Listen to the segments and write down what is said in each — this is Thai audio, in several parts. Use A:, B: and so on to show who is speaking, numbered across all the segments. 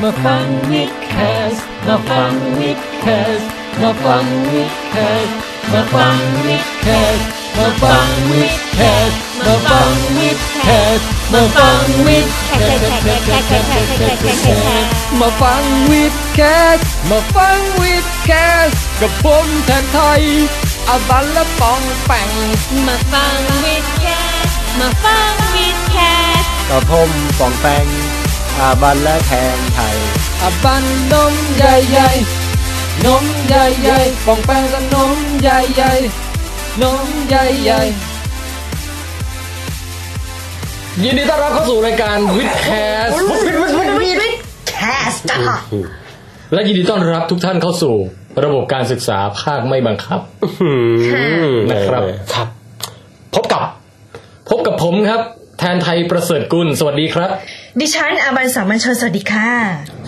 A: มาฟังวิดแคสต์มาฟังวิดแคสต์มาฟังวิดแคสต์มาฟังวิดแคสต์มาฟังวิดแคสต์มาฟังวิดแคสต์มาฟังวิดแคสต์มาฟังวิดแคสต์มาฟังวิดแคสต์กับผมแทนไทยอาบัลและปองแปง
B: มาฟังวิดแคสมาฟังวิดแคส
C: กับผมปองแปงอาบันและแทงไทย
A: อาบัลนมใหญ่ๆนมใหญ่ๆปองแปงและนมใหญ่ๆนมใหญ่ๆ
D: ยินดีต้อนรับเข้าสู่รายการวิดแคสและยินดีต้อนรับทุกท่านเข้าสู่ ระบบการศึกษาภาคไม่บังคับ นะครับ ครับ พบกับ พบกับผมครับ แทนไทยประเสริฐกุลสวัสดีครับ
E: ดิฉันอาบันสามัญชนสวัสดีค่ะ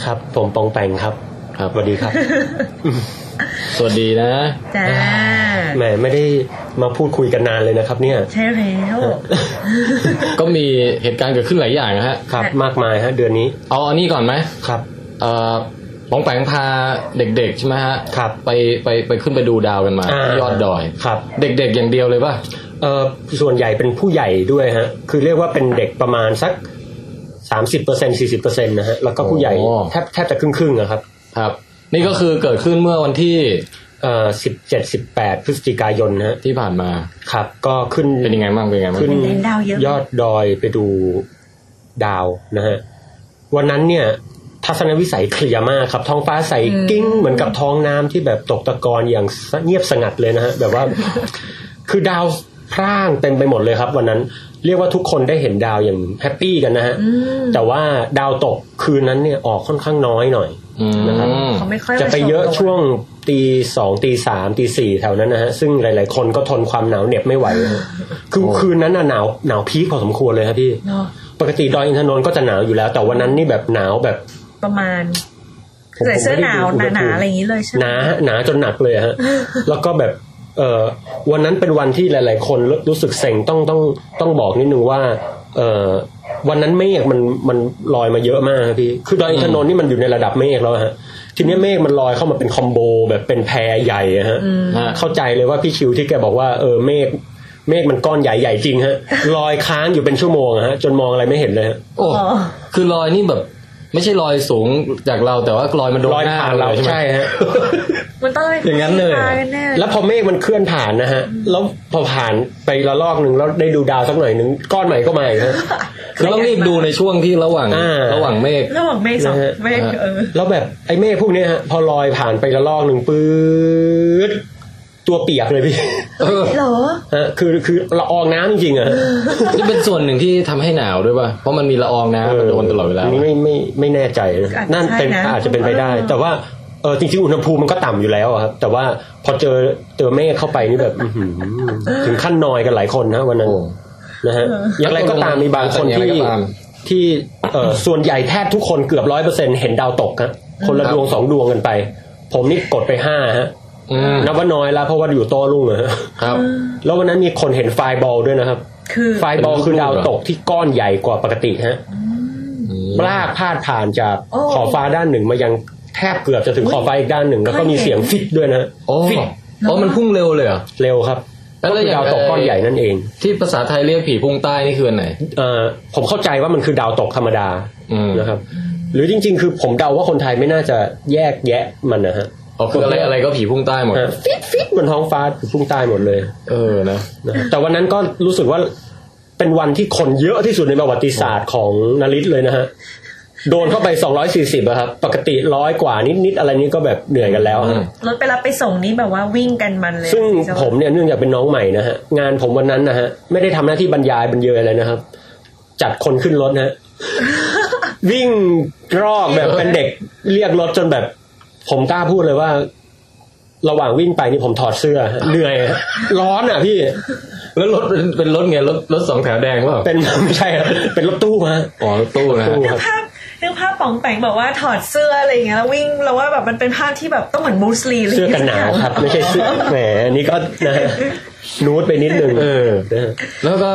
C: ครับ ผมปองแปงครับ
D: ครับ
C: สวัสดีครับ
D: สวัสดีนะ
E: จ้า
C: แหมไม่ได้มาพูดคุยกันนานเลยนะครับ เนี่ย
E: ใช่แล้ว
D: ก็มีเหตุการณ์เกิดขึ้นหลายอย่างนะฮะ
C: ครับมากมายฮะเดือนนี้
D: เอาอันนี้ก่อนไหม
C: ครับ
D: เอ่อปองแปงพาเด็กๆใช่ไหมฮะ
C: ครับ
D: ไปไปไปขึ้นไปดูดาวกันมา
C: อ่า
D: ที่ยอดดอย
C: ครับ
D: เด็กๆอย่างเดียวเลยป่ะ
C: เอ่อส่วนใหญ่เป็นผู้ใหญ่ด้วยฮะ คือเรียกว่าเป็นเด็กประมาณสักสามสิบเปอร์เซ็นสี่สิบเปอร์เซ็นนะฮะแล้วก็ผู้ใหญ่
D: โอ้
C: แทบแทบจะครึ่งครึ่งๆอะครับ
D: ครับ นี่ก็คือเกิดขึ้นเมื่อวันที่
C: เอ่อสิบเจ็ดสิบแปดพฤศจิกายนนะฮะ
D: ที่ผ่านมา
C: ครับ ก็ขึ้น
D: เป็นยังไงบ้างเป็นยังไงบ้าง
C: ขึ้น
E: เห็นดาวเยอะ
C: ยอดดอยไปดูดาวนะฮะวันนั้นเนี่ย ทัศนวิสัยเคลียร์มากครับ ท้องฟ้าใสกิ้งเหมือนกับท้องน้ำที่แบบตกตะกอนอย่างเงียบสงัดเลยนะฮะแบบว่า คือดาวพร่างเต็มไปหมดเลยครับ วันนั้นเรียกว่าทุกคนได้เห็นดาวอย่างแฮปปี้กันนะฮะแต่ว่าดาวตกคืนนั้นเนี่ยออกค่อนข้างน้อยหน่อย
D: อืม
E: เขาไม่ค่อย
C: จะไปเยอะ
E: มาชม
C: ช่วงตีสองตีสามตีสี่แถวนั้นนะฮะ ซึ่งหลาย ๆ คนก็ทนความหนาวเหน็บไม่ไหวนะฮ ะคือคืนนั้นน่ะหนาวหนาวพีคพอสมควรเลยครับพี่
E: เนาะ
C: ปกติดอยอินทนนท์ก็จะหนาวอยู่แล้ว แต่วันนั้นนี่แบบหนาว แบบ
E: ประมาณ
C: ผม
E: ใส่เสื้อ
C: ผม
E: หนาว
C: ไม่ได้ดู
E: หนาๆอะไรอย่างนี้เลยใช่ไห
C: ห
E: ม
C: นาหนาจนหนักเลยฮะ แล้วก็แบบเออวันนั้นเป็นวันที่หลาย ๆ คนรู้รู้สึกเซ็งต้องต้องต้องบอกนิดนึงว่าเออวันนั้นเมฆมันมันลอยมาเยอะมากครับพี่คือดอยอินทนนท์นี่มันอยู่ในระดับเมฆแล้วฮะทีนี้เมฆมันลอยเข้ามาเป็นคอมโบแบบเป็นแพรใหญ่อะฮะ
D: ฮะ
C: เข้าใจเลยว่าพี่คิวที่แกบอกว่าเออเมฆเมฆมันก้อนใหญ่ใหญ่จริงฮะ ลอยค้างอยู่เป็นชั่วโมงอะฮะ จนมองอะไรไม่เห็นเลยฮะ
D: โอ้
E: อ๋อ
D: คือรอยนี่แบบ ไม่ใช่รอยสูงจากเราแต่ว่ารอยมันโดน
C: ลอย
D: หน้า
C: ผ่านเรา
D: ลยไหม
C: ใช่ ฮะ
E: มันต้องเป็น
C: อย่างนั้นเลย
E: ตากันแน่
C: แล้วพอเมฆมันเคลื่อนผ่านนะฮะ แล้วพอผ่านไปละลอกหนึ่งแล้วได้ดูดาวสักหน่อยหนึ่งก้อนใหม่ก็มาอีกฮะ
D: คือต้องรีบดูในช่วงที่ระหว่าง
C: อ่า
D: ระหว่างเมฆ
E: ระหว่างเมฆสอง
C: นะฮะ
E: เมฆเออ
C: แล้วแบบไอ้เมฆพวกเนี้ยฮะพอลอยผ่านไปละลอกหนึ่งปื๊ดตัวเปียกเลยพี่
D: เออ
E: เหรอ
C: ฮะคือคือละอองน้ำจริงๆอะฮะ
D: นี่เป็นส่วนหนึ่งที่ทำให้หนาวด้วยป่ะ เพราะมันมีละอองน้ำมันโดนตลอดเวลา
C: นนี้ไม่ไม่ไม่แน่ใจนะ
E: อาจจะ
C: นั่นเป็น
E: ใช่นะ
C: อาจจะเป็นไปได้ แต่ว่าเออจริงๆอุณหภูมิมันก็ต่ำอยู่แล้วอะครับ แต่ว่าพอเจอเจอเมฆเข้าไปนี่แบบอื้อหือถึงขั้นนอยกันหลายคนนะวันนั้น
D: โอ้
C: นะฮะอย่างไรก็ตามมีบางคน
D: อย่างไร
C: ที่
D: ก็ตาม
C: ที่เอ่อส่วนใหญ่แทบทุกคนเกือบร้อยเปอร์เซ็นเห็นดาวตกครับคนละ
D: ครับ
C: ดวงสองดวงกันไป ผมนี่กดไปห้าฮะ
D: อืม
C: นับว่าน้อยแล้วเพราะว่าอยู่โต้รุ่งอะฮะ
D: ครับ
C: แล้ววันนั้นมีคนเห็นไฟบอลด้วยนะครับ
E: คือ
C: ไฟบอลคือดาว
D: เป็นลู
C: ตก
D: กๆเหรอ
C: ที่ก้อนใหญ่กว่าปกติฮะลากพาดผ่านจากขอบฟ้าด้านหนึ่งมายังแทบเกือบจะถึงขอบฟ้าอีกด้านหนึ่ง แล้วก็มีเสียงฟิตด้วยนะฮะ
D: โอ้
C: ฟิต
D: โอ้มันพุ่งเร็วเลยเหรอ
C: เร็วครับ
D: แล้ว
C: ก็คือ
D: อย่าง
C: ดาวตกก้อนใหญ่นั่นเอง
D: ที่ภาษาไทยเรียกผีพุ่งใต้นี่คืออันไหน
C: เอ่อผมเข้าใจว่ามันคือดาวตกธรรมดา
D: อืม
C: นะครับ หรือจริง ๆ คือผมเดาว่าคนไทยไม่น่าจะแยกแยะมันนะฮะ
D: อ๋อคืออะไรอะไรก็ผีพุ่งใต้หมด
C: ฮะฟิตฟิตบนท้องฟ้าพุ่งใต้หมดเลย
D: เออนะ
C: นะฮะแต่วันนั้นก็รู้สึกว่าเป็นวันที่คนเยอะที่สุดในประวัติศาสตร์ของนลิตเลยนะฮะโดนเข้าไป 240อะครับปกติร้อยกว่านิดๆอะไรนี้ก็แบบเหนื่อยกันแล้วฮะ
D: อืม
E: รถไปรับไปส่งนี่แบบว่าวิ่งกันมันเลย
C: ซึ่ง
E: ใช่ไห
C: ผมเนี่ยเนื่องจากเป็นน้องใหม่นะฮะงานผมวันนั้นนะฮะไม่ได้ทำหน้าที่บรรยายบรรเยยอะไรนะครับ จัดคนขึ้นรถนะฮะ วิ่งรอกแบบเป็นเด็กเรียกรถจนแบบ ผมกล้าพูดเลยว่า ระหว่างวิ่งไปนี่ผมถอดเสื้อฮะเหนื่อยฮะร้อนอ่ะพี่
D: แล้วรถเป็นเป็นรถไงรถรถสองแถวแดงเปล่า
C: เป็น ไม่ใช่ครับเป็นรถตู้มา
D: อ๋อรถตู้นะฮะ
C: ตู้
E: นึ
C: ค
E: ก
C: รับ
E: ภาพนึกภาพป๋องแปงบอกว่าถอดเสื้ออะไรอย่างเงี้ยแล้ววิ่งแล้วว่าแบบมันเป็นภาพที่แบบต้องเหมือนมูสลีะไรย่
C: เสื้อง
E: งี้ย
C: กันหนาวครับ ไม่ใช่เสื้อแหมอันนี่ก็นะฮะนูดไปนิดนึง
D: เออ
C: นะฮะ
D: แล้วก็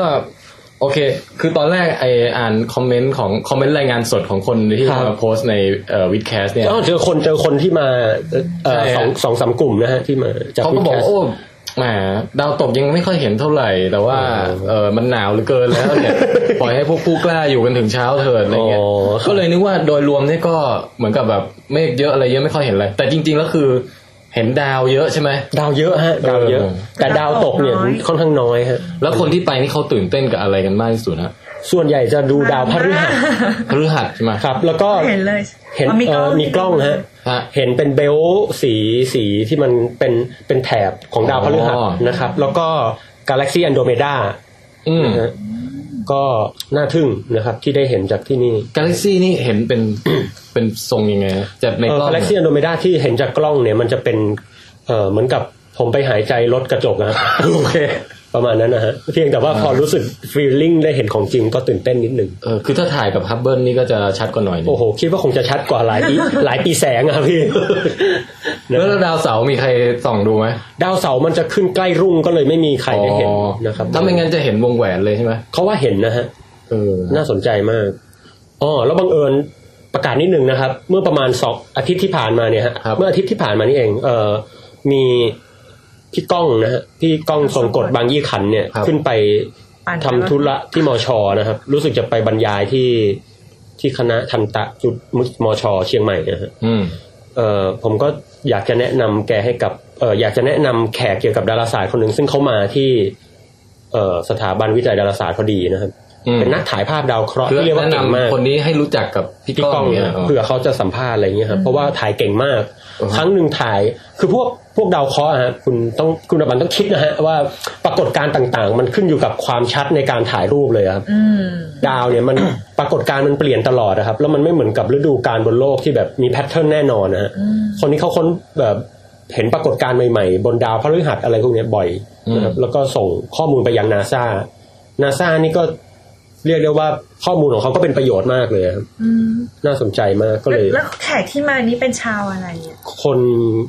D: โอเค คือตอนแรกไออ่านคอมเมนต์ของคอมเมนต์รายงานสดของคนที่
C: ครับ
D: เอามาโพสต์ในเอ่อวิดแคสเนี่ย
C: อ๋อเจอคนเจอคนที่มาเอ่อ
D: ใช่
C: ส
D: ฮะ
C: องสองสามกลุ่มนะฮะที่มาจาก
D: เขาก็บอก
C: วิดแคส
D: โอ้แหมดาวตกยังไม่ค่อยเห็นเท่าไหร่ แต่ว่า
C: เออ
D: เออมันหนาวเหลือเกินแล้วเนี่ย ปล่อยให้พวกผู้กล้าอยู่กันถึงเช้าเถิดอะไรเงี้ย
C: อ๋อครับ
D: ก็เลยนึกว่าโดยรวมเนี่ยก็เหมือนกับแบบเมฆเยอะอะไรเยอะไม่ค่อยเห็นอะไรแต่จริงๆแล้วคือเห็นดาวเยอะใช่ไหม
C: ดาวเยอะฮะดาวเยอะ
D: เออ
C: แต่ดาวตกเนี่ย
E: น้อย
C: ค่อนข้างน้อยฮะ
D: แล้วคนที่ไปนี่เขาตื่นเต้นกับอะไรกันมากที่สุดฮะ
C: ส่วนใหญ่จะดูดาวพฤหัส
D: พฤหัสใช่ไหม
C: ครับ แล้วก็
E: เห็นเลย
C: เห็น
E: อ๋อมีกล้อง
C: เอ่อมีกล้องฮะ
D: ฮะ
C: เห็นเป็นเบลต์สีสีที่มันเป็นเป็นแถบของดาวพฤหัส
D: อ๋อ
C: นะครับ แล้วก็กาแล็กซี่แอนโดเมดา
D: อืม
C: ก็น่าทึ่งนะครับที่ได้เห็นจากที่นี่
D: กาแล็กซี่นี่เห็นเป็น เป็นทรงยังไงฮะจากในกล้อง
C: กาแล็กซี่แอนโดเมดาที่เห็นจากกล้องเนี่ยมันจะเป็นเอ่อเหมือนกับผมไปหายใจลดกระจกนะครับ
D: โอเค
C: ประมาณนั้นนะฮะเพียงแต่ว่าพอรู้สึกฟีลลิ่งได้เห็นของจริงก็ตื่นเต้นนิดหนึ่ง
D: เออคือถ้าถ่ายกับฮับเบิลนี่ก็จะชัดกว่าหน่อยนึง
C: โอ้โห คิดว่าคงจะชัดกว่าห ลายปี หลายปีแสงอะพี่
D: แล้วแล้วด าวเสาร์มีใครส่องดูไหม
C: ดาวเสาร์มันจะขึ้นใกล้รุ่งก็เลยไม่มีใครได้เห็น
D: อ๋อ
C: นะครับ
D: ถ้าไม่งั้นจะเห็นวงแหวนเลยใช่ไหม
C: เขาว่าเห็นนะฮะ
D: เออ
C: น่าสนใจมากอ๋อแล้วบังเอิญประกาศนิดหนึ่งนะครับ เมื่อประมาณสองอาทิตย์ที่ผ่านมาเนี่ยฮะ เมื่ออาทิตย์ที่ผ่านมานี่เอง เอ่อ มีพี่ก้องนะฮะ พี่ก้องทรงกฎบางยี่ขันธ์เนี่ยขึ้นไป
E: ปั่น
C: ทำธุระที่มอชอนะครับ รู้สึกจะไปบรรยายที่ที่คณะทันตะจุดมอชอเชียงใหม่นะฮะ
D: อืม
C: เอ่อผมก็อยากจะแนะนำแกให้กับเอ่ออยากจะแนะนำแขกเกี่ยวกับดาราศาสตร์คนหนึ่งซึ่งเขามาที่เอ่อสถาบันวิจัยดาราศาสตร์พอดีนะครับ
D: อืม
C: เป็นนักถ่ายภาพดาวเคราะห์
D: คือ
C: ที่เรียกว่า
D: แนะ
C: เก่งมาก
D: นำคนนี้ให้รู้จักกับพี่
C: พี่
D: ก้
C: ก้
D: อ
C: อง
D: ง
C: เนี่ย
D: เนี่ย
C: เผื่อเขาจะสัมภาษณ์อะไรอย่างเงี้ยครับเพราะว่าถ่ายเก่งมาก ครั้งหนึ่งถ่ายคือพวกพวกดาวเคราะห์อะฮะคุณต้องคุณอบันต้องคิดนะฮะว่าปรากฏการณ์ต่างๆ มันขึ้นอยู่กับความชัดในการถ่ายรูปเลยครับ
E: อืม
C: ดาวเนี่ย มัน ปรากฏการณ์มันเปลี่ยนตลอดนะครับ แล้วมันไม่เหมือนกับฤดูกาลบนโลกที่แบบมีแพทเทิร์นแน่นอนนะฮะคนนี้เขาค้นแบบเห็นปรากฏการณ์ใหม่ๆ บนดาวพฤหัสอะไรพวกเนี้ยบ่อยนะครับแล้วก็ส่งข้อมูลไปยังนาซานาซานี่ก็เรียกได้ว่าข้อมูลของเขาก็เป็นประโยชน์มากเลยครับ
E: อืม
C: น่าสนใจมากก็เลย
E: แล้วแขกที่มานี้เป็นชาวอะไรเนี่ย
C: คน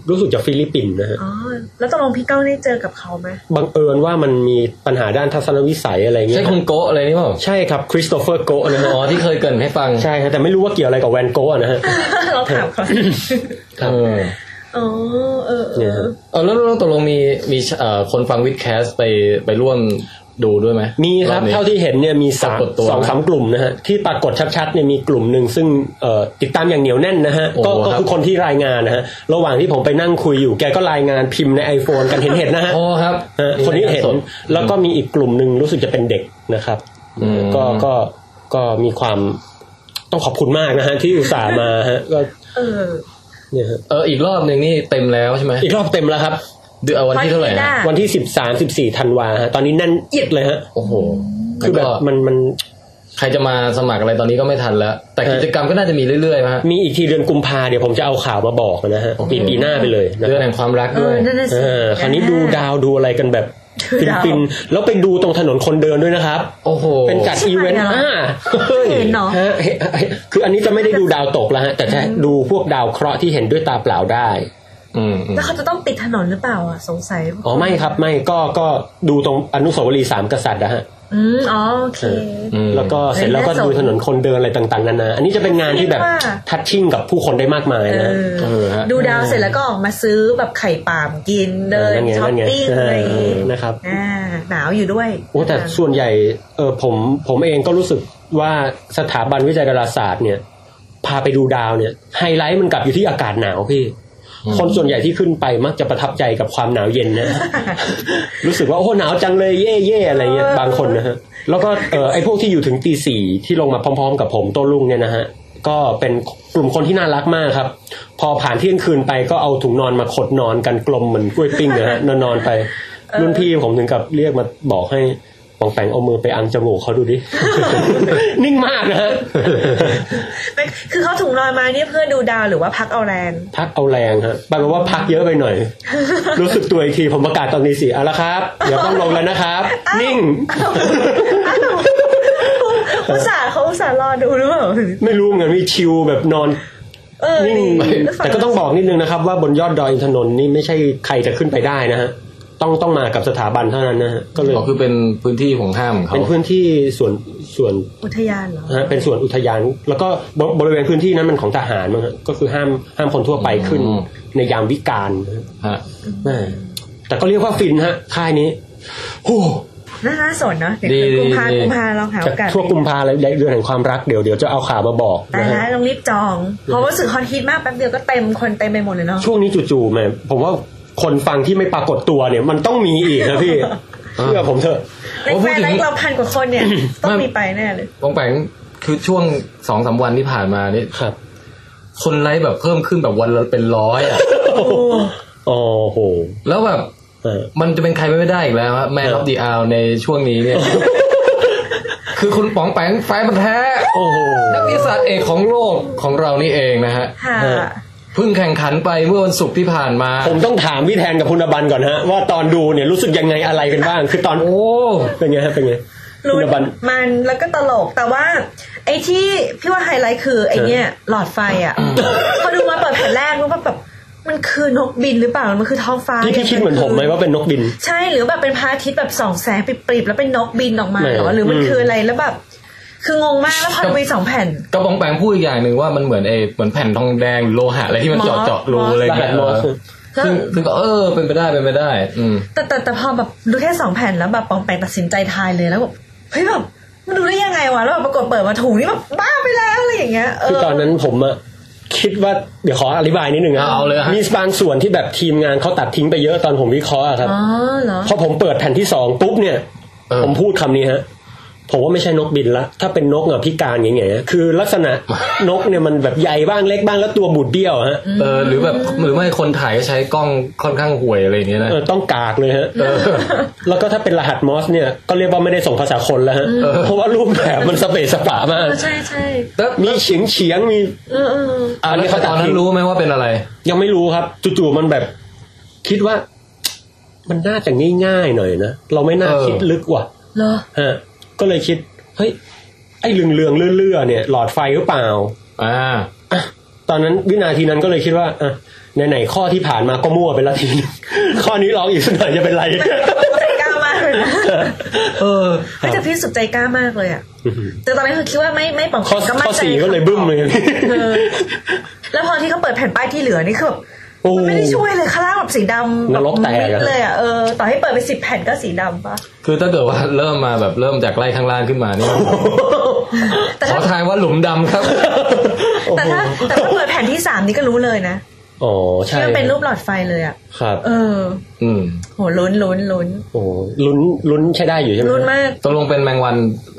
C: รู้สึกจะฟิลิปปินส์นะฮะ
E: อ๋อ แล้วตกลงพี่ก้องได้เจอกับเขาไหม
C: บังเอิญว่ามันมีปัญหาด้านทัศนวิสัยอะไรเงี้
D: ใช่
C: ย
D: คุณโกะอะไร นี่เปล่า
C: ใช่ครับคริสโตเฟอร์โกะนะฮะ
D: อ๋อที่เคยเกรินให้ฟัง
C: ใช่ฮะแต่ไม่รู้ว่าเกี่ยวอะไรกับแวนโกะอะนะฮะ
E: เราถามเขา
C: ครับ
D: เออ
E: อ๋อเออเอ
C: เนี่ย
E: อ
C: ฮะ
D: เออแล้วแล้วตกลงมีมีเอ่อคนฟังวิดแคสไปไปร่วมดูด้วยไหม
C: มีครับ
D: อนี้
C: เท่าที่เห็นเนี่ยมีสาม
D: ปรากฏตัว
C: สองสามกลุ่มนะฮะที่ปรากฏชัดๆเนี่ยมีกลุ่มหนึ่งซึ่งเอ่อติดตามอย่างเหนียวแน่นนะฮะ
D: โอ้
C: ก็
D: โห
C: ก็
D: ครับ
C: คือคนที่รายงานนะฮะระหว่างที่ผมไปนั่งคุยอยู่แกก็รายงานพิมพ์ใน iPhone กันเห็นเห็นๆนะฮะ
D: อ๋อครับ
C: ฮะคนนี้เห็น
D: สด
C: แล้วก็มีอีกกลุ่มหนึ่งรู้สึกจะเป็นเด็กนะครับ
D: อืม
C: ก็ก็ก็มีความต้องขอบคุณมากนะฮะที่อุตส่าห์มาฮะก็
E: เออ
C: เนี่ยฮะ
D: เอออีกรอบหนึ่งนี่เต็มแล้วใช่ไหม
C: อีกรอบเต็มแล้วครับ
D: เดือนวันที่เท่าไหร่
E: พอดี
D: นะ
E: ด้
C: วันที่สิบสามสิบสี่ธันวาฮะตอนนี้แน่นเอียดเลยฮะ
D: โอ้โห
C: คือแบบ
D: ก็
C: มันมัน
D: ใครจะมาสมัครอะไรตอนนี้ก็ไม่ทันแล้ว แต่
C: เออ
D: กิจกรรมก็น่าจะมีเรื่อยๆนะฮะ
C: มีอีกทีเดือนกุมภาเดี๋ยวผมจะเอาข่าวมาบอกนะฮะ
D: โอเค
C: ปีปีหน้าไปเลยนะ
D: เรื่องแห่งความรัก
E: เอ
D: ด้ว
E: อย นั่นน่ะสิ
C: เออคราวนี้ดูดาวดูอะไรกันแบบ
E: ดู
C: ฟิน
E: ดาว
C: ฟินแล้วไปดูตรงถนนคนเดินด้วยนะครับ
D: โอ้โห
C: เป็นจัดอีเวนต์
E: ใช่เหรอ
C: อ่าฮ้ย
E: เห็นเหรอ
C: ฮะเห็นเห็นคืออันนี้จะไม่ได้ดูดาวตกแล้วฮะแต่จะดูพวกดาวเคราะห์ที่เห็นด้วยตาเปล่าได้
D: อืมอืม
E: แล้วเขาจะต้องปิดถนนหรือเปล่าอ่ะสงสัย
C: อ๋อไม่ครับไม่ก็ก็ดูตรงอนุสาวรีย์สามกษัตริย์นะฮะ
E: อืมอ๋อโอเค
D: อืม
C: แล้วก็เสร็จแล้วก็ดูถนนคนเดินอะไรต่างๆนานาอันนี้จะเป็นงานที่แบบ
E: ว่า
C: ทัชชิ่งกับผู้คนได้มากมาย
E: เอ
C: นะฮะ
E: อ
D: เออฮะ
E: ดูดาวเสร็จแล้วก็ออกมาซื้อแบบไข่ปามกินเดิน
C: เออนั่นไง
E: ช้อปปิ้ง
C: นั่นไง
E: อะไรอย่างงี้
C: เออนะครับ
E: อ่าหนาวอยู่ด้วย
C: โอ้แต่ส่วนใหญ่เออผมผมเองก็รู้สึกว่าสถาบันวิจัยดาราศาสตร์เนี่ย พาไปดูดาวเนี่ยไฮไลท์มันกลับอยู่ที่อากาศหนาวพี่ คนส่วนใหญ่ที่ขึ้นไปมักจะประทับใจกับความหนาวเย็น นะ รู้สึกว่าโอ้หนาวจังเลยเย่เย่อะไรเงี้ยบางคนนะฮะแล้วก็เอ อไอพวกที่อยู่ถึงตีสี่ที่ลงมาพร้อม ๆ กับผมโต้รุ่งเนี่ยนะฮะก็เป็นกลุ่มคนที่น่ารักมากครับ พอผ่านเที่ยงคืนไปก็เอาถุงนอนมาขดนอนกันกลมเหมือนกล้วยปิ้งนะฮะ นอนนอนๆไป รุ่นพี่ผมถึงกับเรียกมาบอกให้ปองแปงเอามือไปอังจมูกเขาดูดิ นิ่งมากนะฮะ
E: ไม่คือเขาถุงนอนมาเนี่ยเพื่อดูดาวหรือว่าพักเอาแรง
C: พักเอาแรงฮะแปลว่าพักเยอะไปหน่อย รู้สึกตัวอีกทีผมประกาศตอนนี้สิเอาละครับ เดี๋ยวต้องลงแล้วนะครับ นิ่ง
E: อุตส่าห์เขาอุตส่าห์รอดูหรือเปล่า
C: ไม่รู้เหมือนมีชิวแบบนอน
E: เออ
C: นิ่ง
E: ดีล้วฟั
C: แต่ก็ต้องบอกนิดนึงนะครับ ว่าบนยอดดอยอินทนนท์นี่ไม่ใช่ใครจะขึ้นไปได้นะฮะ ต้องต้องมากับสถาบันเท่านั้นนะฮะก็เลย
D: ก็คือเป็นพื้นที่ของห้างของเขา
C: เป็นพื้นที่ส่วนส่วน
E: อุทยานเหรอ
C: ฮะเป็นส่วนอุทยาน แล้วก็บบริเวณพื้นที่นั้นมันของทหารมั้งฮะก็คือห้ามห้ามคนทั่วไปขึ้น ในยามวิกาลนะฮะ
D: ฮะ
C: แม่แต่ก็เรียกว่าฟินฮะค่ายนี้โอ้
E: น่าสนเนาะเดี๋ยวเดือนกุมภากุมภาเราหาโอ
C: จาก
E: กาส
C: ทั่วกุมภาเลยเดือนแห่งความรักเดี๋ยวเดี๋ยวจะเอาข่าวมาบอก
E: ตายแล้ว
C: นะฮะ
E: ต้องรีบจอง เพราะว่าสื่อฮอตฮิตมากแป๊บเดียวก็เต็มคนเต็มไปหมดเลยเนาะ
C: ช่วงนี้จู่ๆแม่ผมว่าคนฟังที่ไม่ปรากฏตัวเนี่ย มันต้องมีอีกนะพี่เชื่อผมเถอะ
E: ในแฟนไลฟ์เราพันกว่าคนเนี่ย ต้องมีไปแน่เลย
D: วงแปงคือช่วงสองสามวันที่ผ่านมานี่
C: ครับ
D: คนไลค์แบบเพิ่มขึ้นแบบวันละเป็นร้อย อ่ะ
C: โอ้โห
D: แล้วแบบ
C: เออ
D: มันจะเป็นใครไปไม่ได้อีกแล้วฮะแม่รับดีอาในช่วงนี้ เนี่ย คือคุณป๋องแปงแฟนมันธุ์แท้
C: โอ้โห
D: นักวิทยาศาสตร์เอกของโลกของเรานี่เองนะฮะ
E: ค่ะ
C: เออ
D: เพิ่งแข่งขันไปเมื่อวันศุกร์ที่ผ่านมา
C: ผมต้องถามพี่แทนกับคุณอบันก่อนฮะว่าตอนดูเนี่ยรู้สึกยังไงอะไรกันบ้าง คือตอน
D: โอ้
C: เป็นไงฮะเป็นไง
E: รู้
C: คุณบัน
E: มันแล้วก็ตลกแต่ว่า ไอ้ที่พี่ว่าไฮไลท์คือไอ้เนี่ย หลอดไฟอ่ะ พอดูมาเปิดแผ่นแรกรู้ว่าแบบมันคือนกบินหรือเปล่ามันคือท้องฟ้า
C: พี่พี่คิดเหมือนผมไหมว่าเป็นนกบิน
E: ใช่หรือแบบเป็นพระอาทิตย์แบบสองแสงปริบๆแล้วเป็นนกบินออกมาเหรอ
C: แหม่
E: หรือมันคืออะไรแล้วแบบ คืองงมากแล้วพอดูมีสองแผ่น
D: กระบองแปงพูดอีกอย่างหนึ่งว่ามันเหมือนเอเหมือนแผ่นทองแดงหรือโลหะอะไรที่มันเจาะเจาะรูอะไรอย่าง
C: รหัส
D: เงี้ย
C: มอส
E: แล้ว
D: ซึ่งซึ่งก็เออเป็นไปได้เป็นไปได้ อืม
E: แต่แต่แต่พอแบบดูแค่สองแผ่นแล้วแบบปองแปงตัดสินใจทายเลยแล้วแบบเฮ้ยแบบมันดูได้ยังไงวะแล้วแบบปรากฏเปิดมาถูกนี่แบบบ้าไปแล้วอะไรอย่างเงี้ยเอ
C: คือ
E: อ
C: ตอนนั้นผมอะคิดว่าเดี๋ยวขออธิบายนิดนึงฮะ
D: เอาเลยฮะ
C: มีบางส่วนที่แบบทีมงานเขาตัดทิ้งไปเยอะตอนผมวิเคราะห์อะครับ
E: อ๋อเหรอ
C: พอผมเปิดแผ่นที่สองปุ๊บเนี่ย
D: เออ
C: ผมพูดคำนี้ฮะ ผมว่าไม่ใช่นกบินละ ถ้าเป็นนกอะพิการอย่างเงี้ยคือลัก ษณะ นกเนี่ยมันแบบใหญ่บ้างเล็กบ้างแล้วตัวบูดเบี้ยวฮะ
D: เออหรือแบบหรือไม่คนถ่ายก็ใช้กล้องค่อนข้างห่วยอะไรอย่างเงี้ยนะ
C: เออต้องกากเลยฮะ
D: เออ
C: แล้วก็ถ้าเป็นรหัสมอสเนี่ยก็เรียกว่าไม่ได้ส่งภาษาคนแล้วฮะ
D: เออ
C: เพราะว่ารูปแบบมันสเปซสปามาก
E: ใช่ใช่
D: แล้ว
C: มีเฉียงเฉียงๆมี
E: เออเออ
D: อันนี้ตอนนั้นรู้ไหมว่าเป็นอะไร
C: ยังไม่รู้ครับจู่ๆมันแบบ คิดว่า มันน่าจะง่ายๆหน่อยนะ เราไม่น่า
D: เออ
C: คิดลึกว่ะ
E: เห รอ
C: ฮะก็เลยคิด เฮ้ย ไอ้เรืองเืองๆเลื่อๆเนี่ย หลอดไฟหรือเปล่า
D: อ่า
C: อ่ะตอนนั้นวินาทีนั้นก็เลยคิดว่าอ่ะไหนๆข้อที่ผ่านมาก็มั่วไปละทีนึง ข้อ นี้ลองอีกสักหน่อยจะเป็นไร
E: ใจกล้ามากเลยนะ
D: เอ อ
E: เฮ้ยแต่พี่สุดใจกล้ามากเลยอ่ะ แต่ตอนนั้นคือคิดว่าไม่ไม่ปอง
C: ข้อ
E: ก็มั่
C: ข้อน
E: ใจ
C: สี่ก็เลยบึ้มเลย
E: เออแล้วพอที่เขาเปิดแผ่นป้ายที่เหลือนี่คือแบบ
C: โอ้
E: มันไม่ได้ช่วยเลยข้างล่างแบบสีดำ
C: นรกแตก
E: มิ
C: อะ
E: ดเลยอ่ะเออต่อให้เปิดไปสิบแผ่นก็สีดำปะ
D: คือถ้าเกิดว่าเริ่มมาแบบเริ่มจากไล่ข้างล่างขึ้นมา เนี่ย
E: แต่
D: ขอ
E: ถ้า
D: ทายว่าหลุมดำครับ
E: แต่ถ้าแต่ถ้าเปิดแผ่นที่สามนี่ก็รู้เลยนะ
C: อ๋อใช่
E: ที่มันเป็นรูปหลอดไฟเลยอ่ะ
C: ครับ
E: เออ
D: อืม
E: โหลุ้นลุ้นลุ้น
C: โอ้ลุ้นลุ้นใช้ได้อยู่ใช่ไหม
E: ลุ้นมาก
D: ตกลงเป็นแมงวัน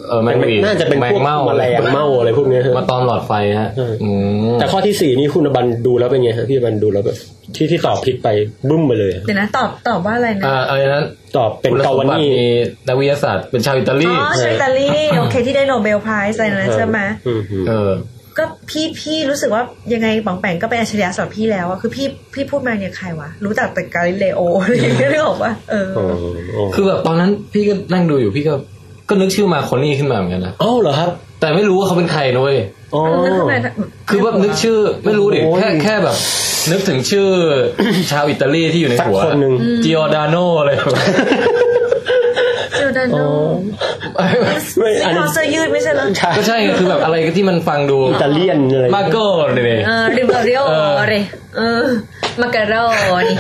D: เออแมงหวีด
C: น่าจะเป็น
D: แม
C: พว
D: ง
C: ก
D: เม่า
C: แมลงเม่าอะไรพวกเนี้ยฮะ
D: มาตอมหลอดไฟฮะ
C: เอออื
D: ืม
C: แต่ข้อที่สี่นี่คุณอบันดูแล้วเป็นไงฮะพี่อบันดูแล้วแบบที่ที่ตอบผิดไปบึ้มไปเลยฮะ
E: เดี๋ยวนะตอบตอบว่าอะไรนะ
D: อ่าอะไรนั้น
C: ตอบเป็น
D: คุณ
C: กา
D: ส
C: วาม
D: บัติ
C: นี่
D: มีนักวิทยาศาสตร์เป็นชาวอิตาลี
E: อ๋อชาอิตา ลีโอเคที่ได้โนเบลไพรส์อะไรนั้นใช่ไหม
C: อืมอืม
D: เออ
E: ก็พี่พี่รู้สึกว่ายังไงปองแปงก็เป็นอัจฉริยะสำหรับพี่แล้วอะคือพี่พี่พูดมาเนี่ยใครวะ รู้จักแต่กาลิเลโอ อะไรอย่างเงี้ยนึกออกปะเออ
C: อ๋ออ๋อ
D: คือแบบตอนนั้นพี่ก็นั่งดูอยู่พี่ก็ก็นึกชื่อมาคนนี้ขึ้นมาเหมือนกันนะ
C: เอ้าเหรอครับ
D: แต่ไม่รู้ว่าเขาเป็นใครนะเว้ย
C: อ๋อ
E: แล้วทำไม
D: คือแบบนึกชื่อไม่รู้ดิ
C: โอ้ย
D: แค่แค่แบบ นึกถึงชื่อ ชาวอิตาลีที่อยู่ใน
C: สัก
D: หัว
C: คนหนึ่ง
D: จิออร์ดาโนอะไรแบบ
E: เจอดานโน
C: ไม่
E: ซึ่ง
C: อัน
E: เขา
C: นี้
E: เสื้อยืดไม่ใช่เหรอ
C: ใช่
D: ก็ใช่ไงคือแบบอะไรที่มันฟังดู
C: อิตาเลียนอะไร
D: มาโก้เนี่ย
E: เออริบริโอ
D: เออ
E: เรเออมาการโรนี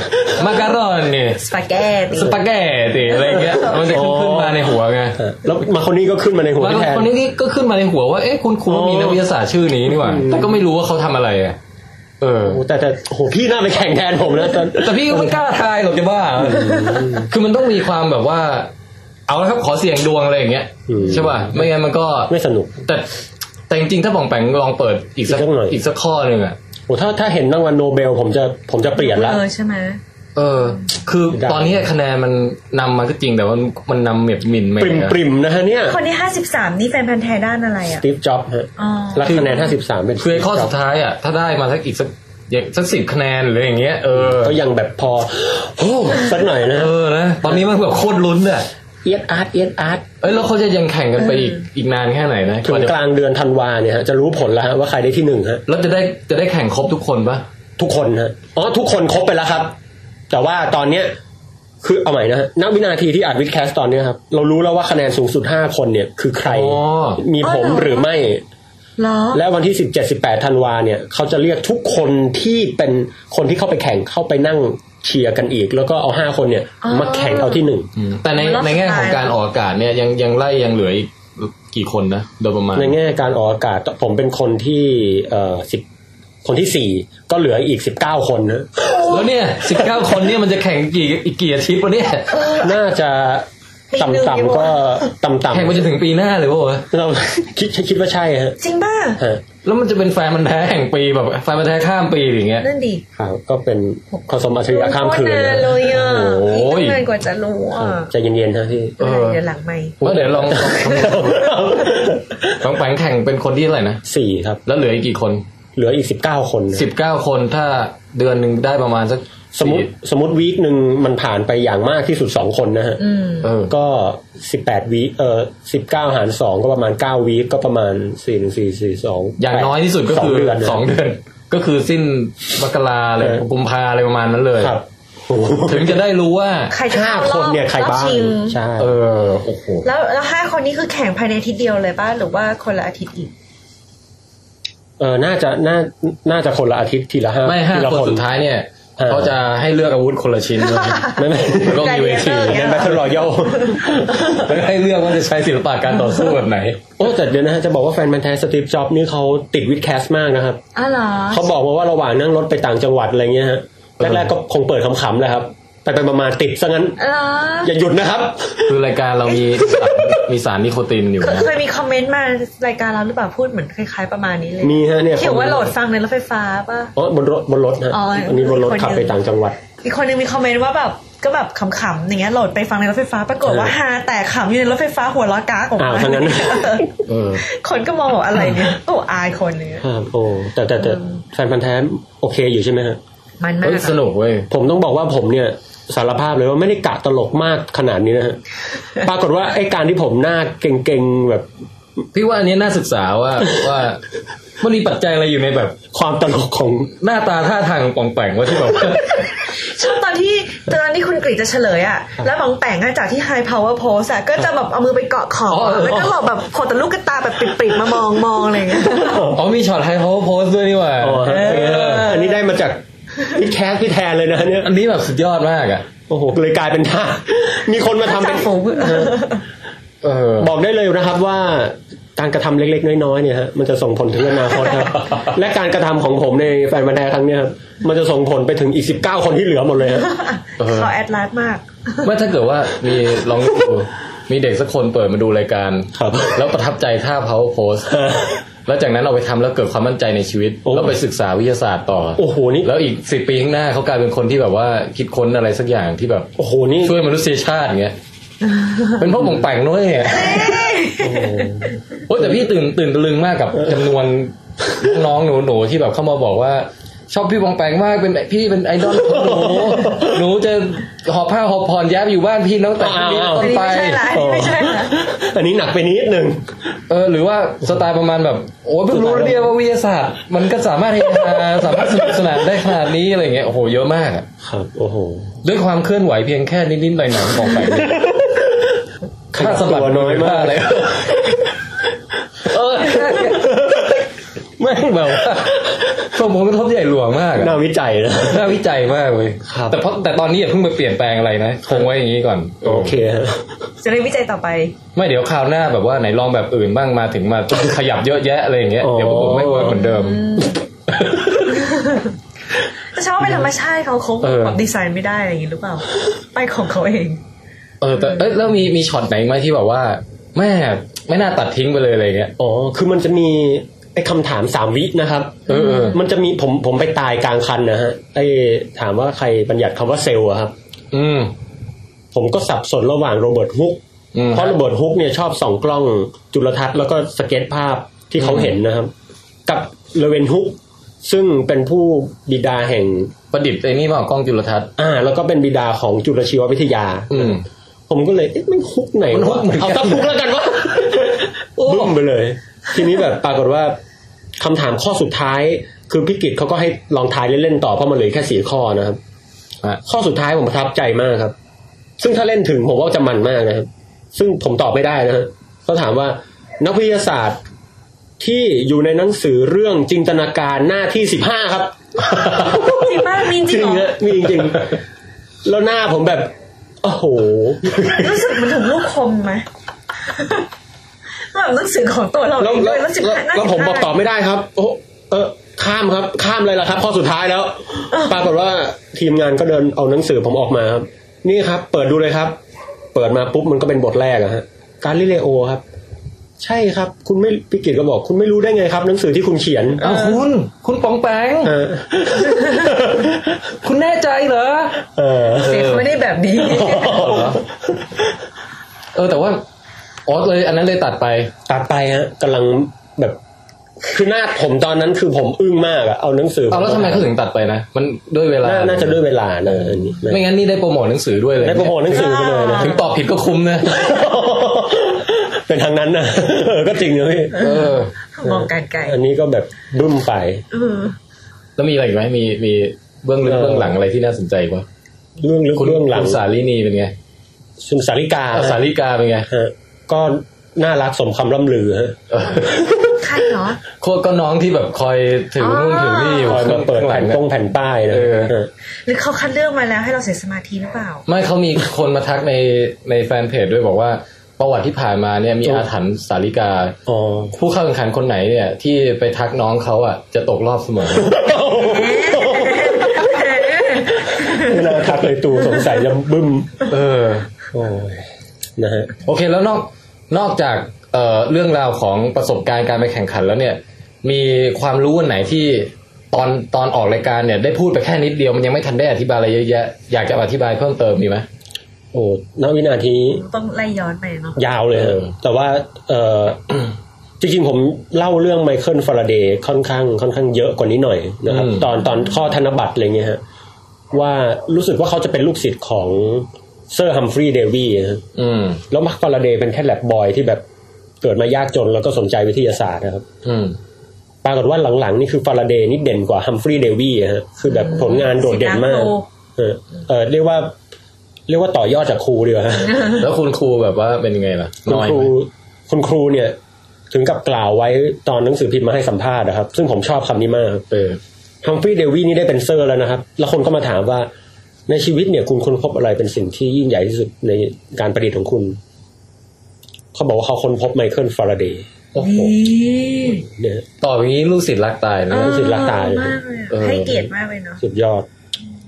D: มาการอนเนี่ย
E: สปาเกตติ
D: สปาเกตติอะไรเงี้ย มันจะขึ้นขึ้นมาในหัวไง
C: เออแล้วมาคนนี้ก็ขึ้นมาในหัว
D: แล้ว
C: พี่แทน
D: คนนี้ก็ขึ้นมาในหัวว่า เอ๊ะ คุณครู
C: อ๋อ
D: มีนักวิทยาศาสตร์ชื่อนี้นี่หว่า แต่ก็ไม่รู้ว่าเขาทำอะไรอ่ะ เออ
C: โอ้แต่แต่โหพี่น่าไปแข่งแทนผมนะต อน
D: แต่พี่ก็ไม่กล้าทายหรอกจะบ้า คือมันต้องมีความแบบว่า เอาละครับขอเสี่ยงดวงอะไรอย่างเงี้ยใช่ป่ะ ไม่งั้นมันก็
C: ไม่สนุก
D: แต่แต่จริงๆ ถ้าป่องแปงลองเปิดอีกสัก
C: อีกสักหน่อย
D: อีกสักข้อหนึ่งอ่ะ
C: โอ้ถ้าถ้าเห็นรางวัลโนเบลผมจะผมจะเปลี่ยนละ
E: เออใช่ไหม
D: เออ คือ
C: ได้
D: ตอนนี้คะแนนมันนำมาก็จริงแต่ว่ามันนำเหมียบหมินไป
C: ปริม
D: นะ
C: ปริมนะฮะเนี่ย
E: คนที่ห้าสิบสามนี่แฟนพันธ์แท้ด้านอะไร
C: ส
E: อ่ะ
C: ตีฟจ็อบฮะ
E: อ๋อ
C: รับคะแนน 53 เป็น
D: คือไอ้ข้อ
C: ส
D: สุดท้ายอ่ะ ถ้าได้มาสักอีกสักอย่างสักสิบคะแนนหรืออย่างเงี้ย เออ
C: ก็ยังแบบพอโอ้สักหน่อยนะ
D: เออ นะ ตอนนี้มันแบบโคตรลุ้นอ่ะ
C: เอียดอาร์ตเอียดอาร์ต
D: เอ้ยแล้วเขาจะยังแข่งกันไปอีกอีกนานแค่ไหนนะ
C: ถึ
D: กว่างจะ
C: กลางเดือนธันวาเนี่ยฮะจะรู้ผลแล้วฮะว่าใครได้ที่หนึ่งฮะ
D: แล้วจะได้จะได้แข่งครบทุกคนปะ
C: ทุกคนฮะอ๋อทุกคนครบไปแล้วครับ แต่ว่าตอนเนี้ย คือเอาใหม่นะฮะณวินาทีที่อัดวิดแคสต์ตอนเนี้ยครับ เรารู้แล้วว่าคะแนนสูงสุด 5 คนเนี่ยคือใคร
D: อ๋อ
C: มีผมหรือไม่
E: เหรอ
C: และวันที่ 17 18ธันวาเนี่ย เขาจะเรียกทุกคนที่เป็นคนที่เข้าไปแข่งเข้าไปนั่งเชียร์กันอีก แล้วก็เอา 5 คนเนี่ย
E: อ๋อ
C: มาแข่งเอาที่หนึ่ง
D: อืมแต่ใน
E: รอบสุดท้าย
D: ในแง่ของการออกอากาศเนี่ยยังยังไล่ยังเหลืออีกกี่คนนะโดยประมาณ
C: ในแง่การออกอากาศผมเป็นคนที่เอ่อสิบคนที่สี่ก็เหลืออีก 19 คนนะ
D: แล้วเนี่ยสิบเก้าคนเนี่ยมันจะแข่งกี่อีกกี่อาทิตย์วะเนี่ย
C: น่าจะ
E: ปีหนึ่ง
C: ต่ำๆก็
E: ดีกว่
C: ต่ำ
D: แข่งไปจนถึงปีหน้าเลยวะ
C: ๆเรา คิดคิดว่าใช่ฮะ
E: จริงป่ะ
C: ฮะ
D: แล้วมันจะเป็นแฟนมันธุ์แท้แห่งปีแบบแฟนมันธุ์แท้ข้ามปีหรืออย่างเงี้ย
E: นั่นดิ
C: ครับก็เป็นผสมอัจฉริยะข้ามคืน
E: โอ้ย
C: นะ
E: นานเลยอ่ะ
D: โอ้ย
E: อีกตั้งนานกว่าจะรู้อ่ะ
C: ใจเย็นๆฮะพี่
E: เออเดี๋ยวหลังไม่
D: ว่าเดี๋ยวลองลองแปง แข่งเป็นคนที่เท่าไหร่นะ
C: สี่ครับ
D: แล้วเหลืออีกกี่คน
C: เหลืออีกสิบเก้าคนนะ
D: สิบเก้าคนถ้าเดือนหนึ่งได้ประมาณสัก
C: สมมติสมมติวีคหนึ่งมันผ่านไปอย่างมากที่สุดสองคนนะฮะ
E: อืม
D: เออ
C: ก็สิบแปดวีคเออสิบเก้าหารสองก็ประมาณเก้าวีคก็ประมาณสี่หนึ่งสี่สี่สอง
D: อย่างน้อยที่สุดก็คื
C: ส
D: อ
C: องเดือนนะ
D: สองเดือนก็คือสิ้นมกราเลย
C: เออ
D: กุมภาอะไรประมาณนั้นเลย
C: ครับโอ้โห
D: ถึงจะได้รู้ว่า
E: ใครจะ
C: ห้าคนเนี่ยใคร
E: อบ
C: บ้าง
E: ชิง
C: ใช่
D: เออโอ้โห
E: แล้วแล้วห้าคนนี้คือแข่งภายในอาทิตย์เดียวเลยป่ะหรือว่าคนละอาทิตย์อีก
C: เออ น่าจะ น่า น่าจะคนละอาทิตย์ทีละห้า
D: ไม่ห้า
C: ทีละ
D: คนสุดท้ายเนี่ย
C: เออ
D: เขาจะให้เลือกอาวุธคนละชิ้นเลย
C: ไม่ไม่
D: แล้วก็มีเวที
E: ได้เลือก
C: เป็นแบทเทิลรอยัล
D: แล้วให้เลือกว่าจะใช้ศิลปะการต่อสู้แบบไหน
C: โอ้แต่เดี๋ยวนะฮะจะบอกว่าแฟนมันธุ์แท้สตีฟจ็อบนี่เขาติดวิดแคสมากนะครับ
E: อ๋อเหรอ
C: เขาบอกมาว่าระหว่างนั่งรถไปต่างจังหวัดอะไรเงี้ยฮะ
D: เออ
C: แรกๆก็คงเปิดขำๆแหละครับ ไปไปๆมาๆติดซะงั้น
E: อ๋อเหรอ
C: อย่าหยุด นะครับ
D: คือรายการเรามีสารมีสารนิโคตินอยู่
E: เคย
D: นะ
E: เคยมีคอมเมนต์มารายการเราหรือเปล่าพูดเหมือนคล้ายๆประมาณนี้เลย
C: มีฮะเนี่ย
E: ที่บอกว่าโหลดฟังในรถไฟฟ้าป่ะ
C: อ๋อบนรถบนรถฮะ
E: อ๋ออั
C: อันนี้บนรถขับไปต่างจังหวัด
E: อีกคนนึงมีคอมเมนต์ว่าแบบก็แบบขำๆอย่างเงี้ยโหลดไปฟังในรถไฟฟ้าปรากฏว่า
C: เออ
E: ฮาแต่ขำอยู่ในรถไฟฟ้าหัวล้อกากออก
C: อ้าว
E: มา
C: ทั้งนั้น
E: เออ
D: เออ
E: คนก็มองบอกอะไรเนี่ยโอ้อายคนเลยอะ
C: ครับโอ้แต่แต่แต่แฟนพันธุ์แท้โอเคอยู่ใช่ไหมฮะ
E: มันมา
D: เฮ้ย
E: ก
D: สนุกเว้ย
C: ผมต้องบอกว่าผมเนี่ยสารภาพเลยว่าไม่ได้กะตลกมากขนาดนี้นะฮะ ปรากฏว่าไอ้การที่ผมหน้าเก่งๆแบบ
D: พี่ว่าอันนี้น่าศึกษา ว่าว่ามันมีปัจจัยอะไรอยู่ในแบบ
C: ความตลกของ
D: หน้าตาท่าทางป่องแปงว่า ที่แบบว่า
E: ชอบตอนที่ตอนที่คุณกรีจะเฉลยอ่ะแล้วบองแต่งอะจากที่ high power pose อะก็จะแบบเอามือไปเกาะขอบอะแล้วก็หลอกแบบขอแต่ลูกกระตาแบบปิดๆมามองมองอะไรอย่างเงี้ย
D: อ๋อมีช็อตไฮเขาโพสต์ด้วยนี่หว่า
C: อ๋อฮะ
D: เออ
C: อันนี้ได้มาจากพี่แคสพี่แทนเลยนะเนี่ย
D: อันนี้แบบสุดยอดมากอ่ะ
C: โอ้โหเลยกลายเป็นท่ามีคนมาทำเป็น
D: เออ
C: บอกได้เลยนะครับว่าการกระทำเล็กๆ น้อยๆเนี่ยฮะมันจะส่งผลถึงอนาคตครับ และการกระทำของผมในแฟนบันธุ์แท้ครั้งเนี้ยครับมันจะส่งผลไปถึงอีก 19 คนที่เหลือหมดเลยฮะ
D: เออ
E: เขาแอดลาสมาก
D: ไม่ถ้าเกิดว่ามีล องดูมีเด็กสักคนเปิดมาดูรายการ
C: ครับ
D: แล้วประทับใจท่า power pose แล้วจากนั้นเอาไปทำแล้วเกิดความมั่นใจในชีวิต
C: โอ้
D: แล้วไปศึกษาวิทยาศาสตร์ต่อ
C: โอ้โหนี่
D: แล้วอีกสิปีข้างหน้าเขากลายเป็นคนที่แบบว่าคิดค้นอะไรสักอย่างที่แบบ
C: โอ้โหนี่
D: ช่วยมนุษยชาติเงี้ย เป็นพวกหมงแปงด้วยเนี่ยโอ้แต่พี่ตื่นตื่นตะลึงมากกับจำนวนน้องๆหนูหนูๆที่แบบเข้ามาบอกว่า ชอบพี่บองแปงมากเป็นพี่เป็นไอดอลของหนูหนูจะหอบผ้าหอบผ่อนย้ายไปอยู่บ้านพี่ตั้งแต่พรุ่งนี้เป็นต้นไป
E: อ้าวอ้าวอันนี้ไม่ใช่ละ
C: โอ้
E: ไม่ใช่นะ
C: อันนี้หนักไปนิดนึง
D: เออหรือว่าสไตล์ประมาณแบบโอ้ยเพิ่งรู้
C: สไตล์
D: เรียกว่าวิทยาศาสตร์ มันก็สามารถเฮฮา สามารถสนุกสนานได้ขนาดนี้อะไรเงี้ยโอ้โหเยอะมากอะ
C: ครับโอ้โห
D: ด้วยความเคลื่อนไหวเพียงแค่นิดๆหน่อยๆของไป ค่าสมบัติน้อยมากเลยเออแม่งแบบว่าส่งผลกระทบใหญ่หลวงมากอะ
C: น่าวิจัยนะ
D: น่าวิจัยมากเลย
C: ครับ
D: แต่เพราะแต่ตอนนี้อย่าเพิ่งไปเปลี่ยนแปลงอะไรนะคงไว้อย่างนี้ก่อน
C: โอเคฮะ
E: จะได้วิจัยต่อไป
D: ไม่เดี๋ยวคราวหน้าแบบว่าไหนลองแบบอื่นบ้างมาถึงมา ขยับเยอะแยะอะไรอย่างเงี้ยเดี๋ยวพวกผมไม่เวิร์กเหมือนเดิม
E: แต่ชอบเป็นธรรมชาติเขาเขา
D: เออ
E: แบบดีไซน์ไม่ได้อะไรอย่างงี้หรือเปล่า ไปของเขาเอง
D: เออแต่เอ้ยแล้วมีมีช็อตไหนไหมที่แบบว่า แม่ไม่น่าตัดทิ้งไปเลยอะไรเงี้ย
C: อ๋อคือมันจะมีไอ้คำถามสามวินะครับ
D: เออเออ
C: มันจะมีผมผมไปตายกลางคันนะฮะไอ้ถามว่าใครบัญญัติคำว่าเซลล์อะครับ
D: อืม
C: ผมก็สับสนระหว่างโรเบิร์ตฮุก
D: อืม
C: เพราะโรเบิร์ตฮุกเนี่ยชอบส่องกล้องจุลทรรศน์แล้วก็สเก็ตภาพที่เขาเห็นนะครับ กับเลเวนฮุกซึ่งเป็นผู้บิดาแห่ง
D: ประดิษฐ์ไอ้นี่เปล่ากล้องจุลทรรศน์
C: อ่า แล้วก็เป็นบิดาของจุลชีววิทยา
D: อืม
C: ผมก็เลยเอ๊ะมันฮุกไหน
D: มันฮุ
C: วะ
D: กเหมือนกัน
C: เอาตะฮุกแล้วกันวะบึ้มไปเลย ทีนี้แบบปรากฏว่าคำถามข้อสุดท้าย คือพิกิจเขาก็ให้ลองทายเล่นๆต่อเพราะมันเหลือแค่สี่ข้อนะครับ
D: อ่ะ
C: ข้อสุดท้ายผมประทับใจมากครับ ซึ่งถ้าเล่นถึงผมว่าจะมันมากนะครับ ซึ่งผมตอบไม่ได้นะฮะก็ถามว่านักวิทยาศาสตร์ที่อยู่ในหนังสือเรื่องจินตนาการหน้าที่สิบห้าครับ
E: สิบห้ามีจริงเหรอ
C: ฮะมีจริงๆแล้วหน้าผมแบบ โอ้โห
E: รู้สึกมันถึงลูกคม ไหมแบบหนังสือของตัวเรา
C: แล้ว
E: เอง
C: แล้
E: ด้ว
C: ว
E: ยแล้วสิบ
C: แล้ว
E: ห้าหน้า
C: แล้วผม
E: สิห้า
C: บอกตอบไม่ได้ครับ โอ้เออข้ามครับ ข้ามเลยล่ะครับ ข้อสุดท้ายแล้ว ปรากฏว่าทีมงานก็เดินเอาหนังสือผมออกมาครับ นี่ครับ เปิดดูเลยครับ เปิดมาปุ๊บมันก็เป็นบทแรกอะฮะการลิเลโอครับ ใช่ครับ คุณไม่พิกิตก็บอก คุณไม่รู้ได้ไงครับ หนังสือที่คุณเขียน
D: อ้าวคุณ คุณปองแปง
C: เอ อ
D: คุณแน่ใจเหรอ
C: เออ
E: เสียงไม่ได้แบบนี้
D: เออแต่ว่าอ๋อเลยอันนั้นเลยตัดไป
C: ตัดไปฮะกำลังแบบ คือหน้าผมตอนนั้นคือผมอึ้งมากอะเอาหนังสือ
D: เอาแล้วทำไมเขาถึงตัดไปนะ มันด้วยเวลา
C: น่าน่าจะด้วยเวลานะอันนี้
D: ไม่งั้นนี่ได้โปรโมทหนังสือด้วยเลย
C: ได้โปรโมทหนังสือไปเลยนะ
D: ถึงตอบผิดก็คุ้มนะ
C: เป็นทางนั้นนะ เออก็จริงนะพี่
D: เออ
E: มองไกล
C: อันนี้ก็แบบบึ้มไป
E: ๆเออ
D: แล้วมีอะไรอีกไหมมีมีเบื้องลึก
C: เออ
D: เบื้องหลังอะไรที่น่าสนใจปะ
C: เรื่องลึก
D: คุณ
C: เรื่องหลัง
D: คุณสาลีนีเป็นไง
C: คุณสาริกา
D: อ่ะสาลิกาเป็นไง
C: ฮะก็น่ารักสมคำร่ำลือฮะ
D: เออ
E: ใครเหรอ
D: โค ตรก็น้องที่แบบคอยถือนู่น
E: อ๋อ
D: ถือนี่อยู่
C: คอยมาเปิด
D: ข้างหลั
C: แผ่
D: ง
C: น
D: นะ
C: ตรงแผ่นป้ายนะ
D: เออ
C: ฮะ
E: หรือเขาคัดเลือกมาแล้วให้เราเสียสมาธิหรือเปล่า
D: ไม่เขามีคนมาทักในในแฟนเพจด้วยบอกว่า ประวัติที่ผ่านมาเนี่ยมีอาถรรพ์สาลิกา
C: อ๋อ
D: ผู้เข้าแข่งขันคนไหนเนี่ย ที่ไปทักน้องเขาอ่ะจะตกรอบเสมอ
C: เวลาทักเลยตูสงสัยจะบึ้ม
D: เออ
C: โอ้ยนะฮะ
D: โอเคแล้วนอกนอกจากเอ่อเรื่องราวของประสบการณ์การไปแข่งขันแล้วเนี่ย มีความรู้อันไหนที่ตอนตอนออกรายการเนี่ย ได้พูดไปแค่นิดเดียวมันยังไม่ทันได้อธิบายอะไรเยอะแยะอยากจะอธิบายเพิ่มเติมมีไหม
C: โอ้ณวินาทีนี้
E: ต้องไล่ย้อนไปเนาะ
C: ยาวเลยฮะ
D: เออ
C: แต่ว่าเออ จริงๆผมเล่าเรื่องไมเคิลฟาราเดย์ค่อนข้างค่อนข้างเยอะกว่านี้หน่อยนะครับ ตอนตอนข้อธนบัตรอะไรเงี้ยฮะว่ารู้สึกว่าเขาจะเป็นลูกศิษย์ของเซอร์ฮัมฟรีย์เดวีย์นะฮะ
D: อืม
C: แล้วมาร์คฟาราเดย์เป็นแค่แลบบอยที่แบบเกิดมายากจนแล้วก็สนใจวิทยาศาสตร์นะครับ
D: อืม
C: ปรากฏว่าหลังๆ นี่คือฟาราเดย์นี่เด่นกว่าฮัมฟรีย์เดวีย์ฮะคือแบบผลงานโดดเด่นมาก
E: เสียงดังโล
C: เออเออเรียกว่า เรียกว่าต่อยอดจากครูดีกว่าฮะ
D: แล้วคุณครูแบบว่าเป็นยังไงล่ะ
C: คุณ
D: น้อย
C: ครู
D: ไหม
C: คุณครูเนี่ย ถึงกับกล่าวไว้ตอนหนังสือพิมพ์มาให้สัมภาษณ์นะครับ ซึ่งผมชอบคำนี้มาก
D: เออ
C: ฮัมฟรีย์เดวีนี่ได้เป็นเซอร์แล้วนะครับ แล้วคนก็มาถามว่า ในชีวิตเนี่ย คุณค้นพบอะไรเป็นสิ่งที่ยิ่งใหญ่ที่สุดในการประดิษฐ์ของคุณ เขาบอกว่าเขาค้นพบไมเคิลฟาราเดย์
D: โอ้โห
E: นี่
C: เนี่ย
D: ต่อไปนี้ลูกศิษย์รักตายนะ
C: รู้สึกรักตายเลย
E: มากเลยอะ
D: เออ
E: ให้เกียรติมากเลยเนาะ
C: สุดยอด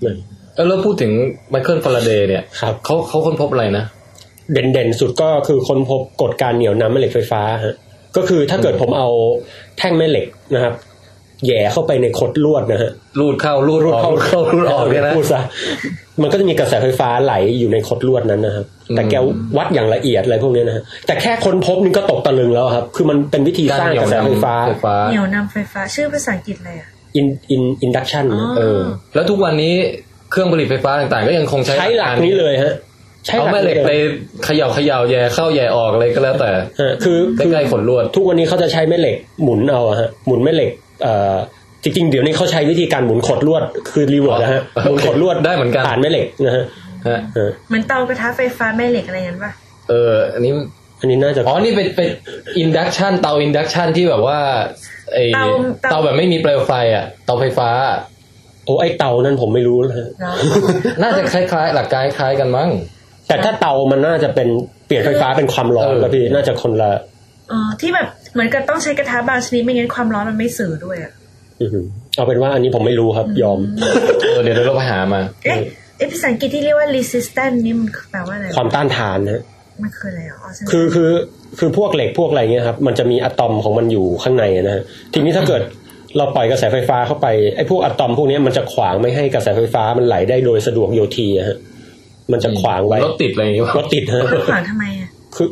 C: นั่น
D: เออแล้วพูดถึงไมเคิลฟาราเดย์เนี่ย
C: ครับ
D: เขาเขาค้นพบอะไรนะ
C: เด่นๆ สุดก็คือค้นพบกฎการเหนี่ยวน้ำแม่เหล็กไฟฟ้าฮะก็คือถ้าเกิดผมเอาแท่งแม่เหล็กนะครับแหย่เข้าไปในคดลวดนะฮะ
D: รูดเข้ารูด
C: รูด
D: ออก
C: เข้า
D: รูดเข้ารูดออกเนี่ยนะ
C: พูดซมันก็จะมีกระแสไฟฟ้าไหลอยู่ในคดลวดนั้นนะครับ แต่
D: อืม
C: แกวัดอย่างละเอียดอะไรพวกเนี้ยนะฮะแต่แค่ค้นพบนี่ก็ตกตะลึงแล้วครับ คือมันเป็นวิธีสร้างกระแสไฟฟ้า
D: ารเหนี่ยวน้ำไฟฟ้า
E: เหนียวนำไฟฟ้าชื่อภาษาอังกฤษอะไรอ่ะ
C: in in induction นะ
E: อ๋อ
D: เออ แล้วทุกวันนี้เครื่องผลิตไฟฟ้าต่างๆ ก็ยังคงใช้
C: ใช้หลักนี้เลยฮะ ใช้ห
D: เอา
C: ลัก
D: แม่เหล็
C: นี้
D: กไป
C: เลย
D: เขย่าเขย่าแย่เข้าแย่ออกอะไรก็แล้วแต่
C: ฮะคือ
D: ใก
C: คือ
D: ล้ๆขนลวด
C: ทุกวันนี้เขาจะใช้แม่เหล็กหมุนเอาอะฮะหมุนแม่เหล็กเอ่อจริงๆเดี๋ยวนี้เขาใช้วิธีการหมุนขดลวดคือรีเวิร์สนะฮะ
D: อ๋อ
C: หมุนขดลวด
D: ได้เหมือนกัน
C: ผ่านแม่เหล็กนะฮะ
D: ฮะ
C: ฮะ
E: เหมือนเตากระทะไฟฟ้าแม่เหล็กอะไรนั้นปะ
D: เอออันนี้
C: อันนี้น่าจะ
D: อ๋อนี่เป็นเป็นอินดักชันเตาอินดักชันที่แบบว่าไอเตาแบบไม่มีเปลวไฟอ่ะเตาไฟฟ้า
C: โอ้ไอเตานั่นผมไม่รู้นะฮะ
E: เนาะ
D: น่าจะคล้ายๆ หลักการคล้ายกันมั้ง
C: แต่ถ้าเตามันน่าจะเป็นเปลี่ยนไฟฟ้าเป็นความร้อน
D: เออ
C: แล้วพี่น่าจะคนละ
E: เออที่แบบเหมือนกับต้องใช้กระทะบางชนิดไม่งั้นความร้อนมันไม่สื่อด้วยอะ
C: อื้อหือเอาเป็นว่าอันนี้ผมไม่รู้ครับยอม
D: เออเดี๋ยวเราไปหามา
E: เอ๊ะเอ๊ะภาษาอังกฤษที่เรียกว่า resistant นี่มันแปลว่าอะไร
C: ความต้านทานนะ
E: มันคืออะไรอะอ๋อฉัน
C: คือคือคือพวกเหล็กพวกอะไรเงี้ยครับมันจะมีอะตอมของมันอยู่ข้างในนะฮะทีนี้ถ้าเกิด เราปล่อยกระแสไฟฟ้าเข้าไปไอ้พวกอะตอมพวกเนี้ยมันจะขวางไม่ให้กระแสไฟฟ้ามันไหลได้โดยสะดวกโยทีอะฮะมันจะขวางไว้
D: รถติดอะไรอย่างเงี้ย
C: รถติดฮะ
E: มันขวางทำไมอะ
C: คือ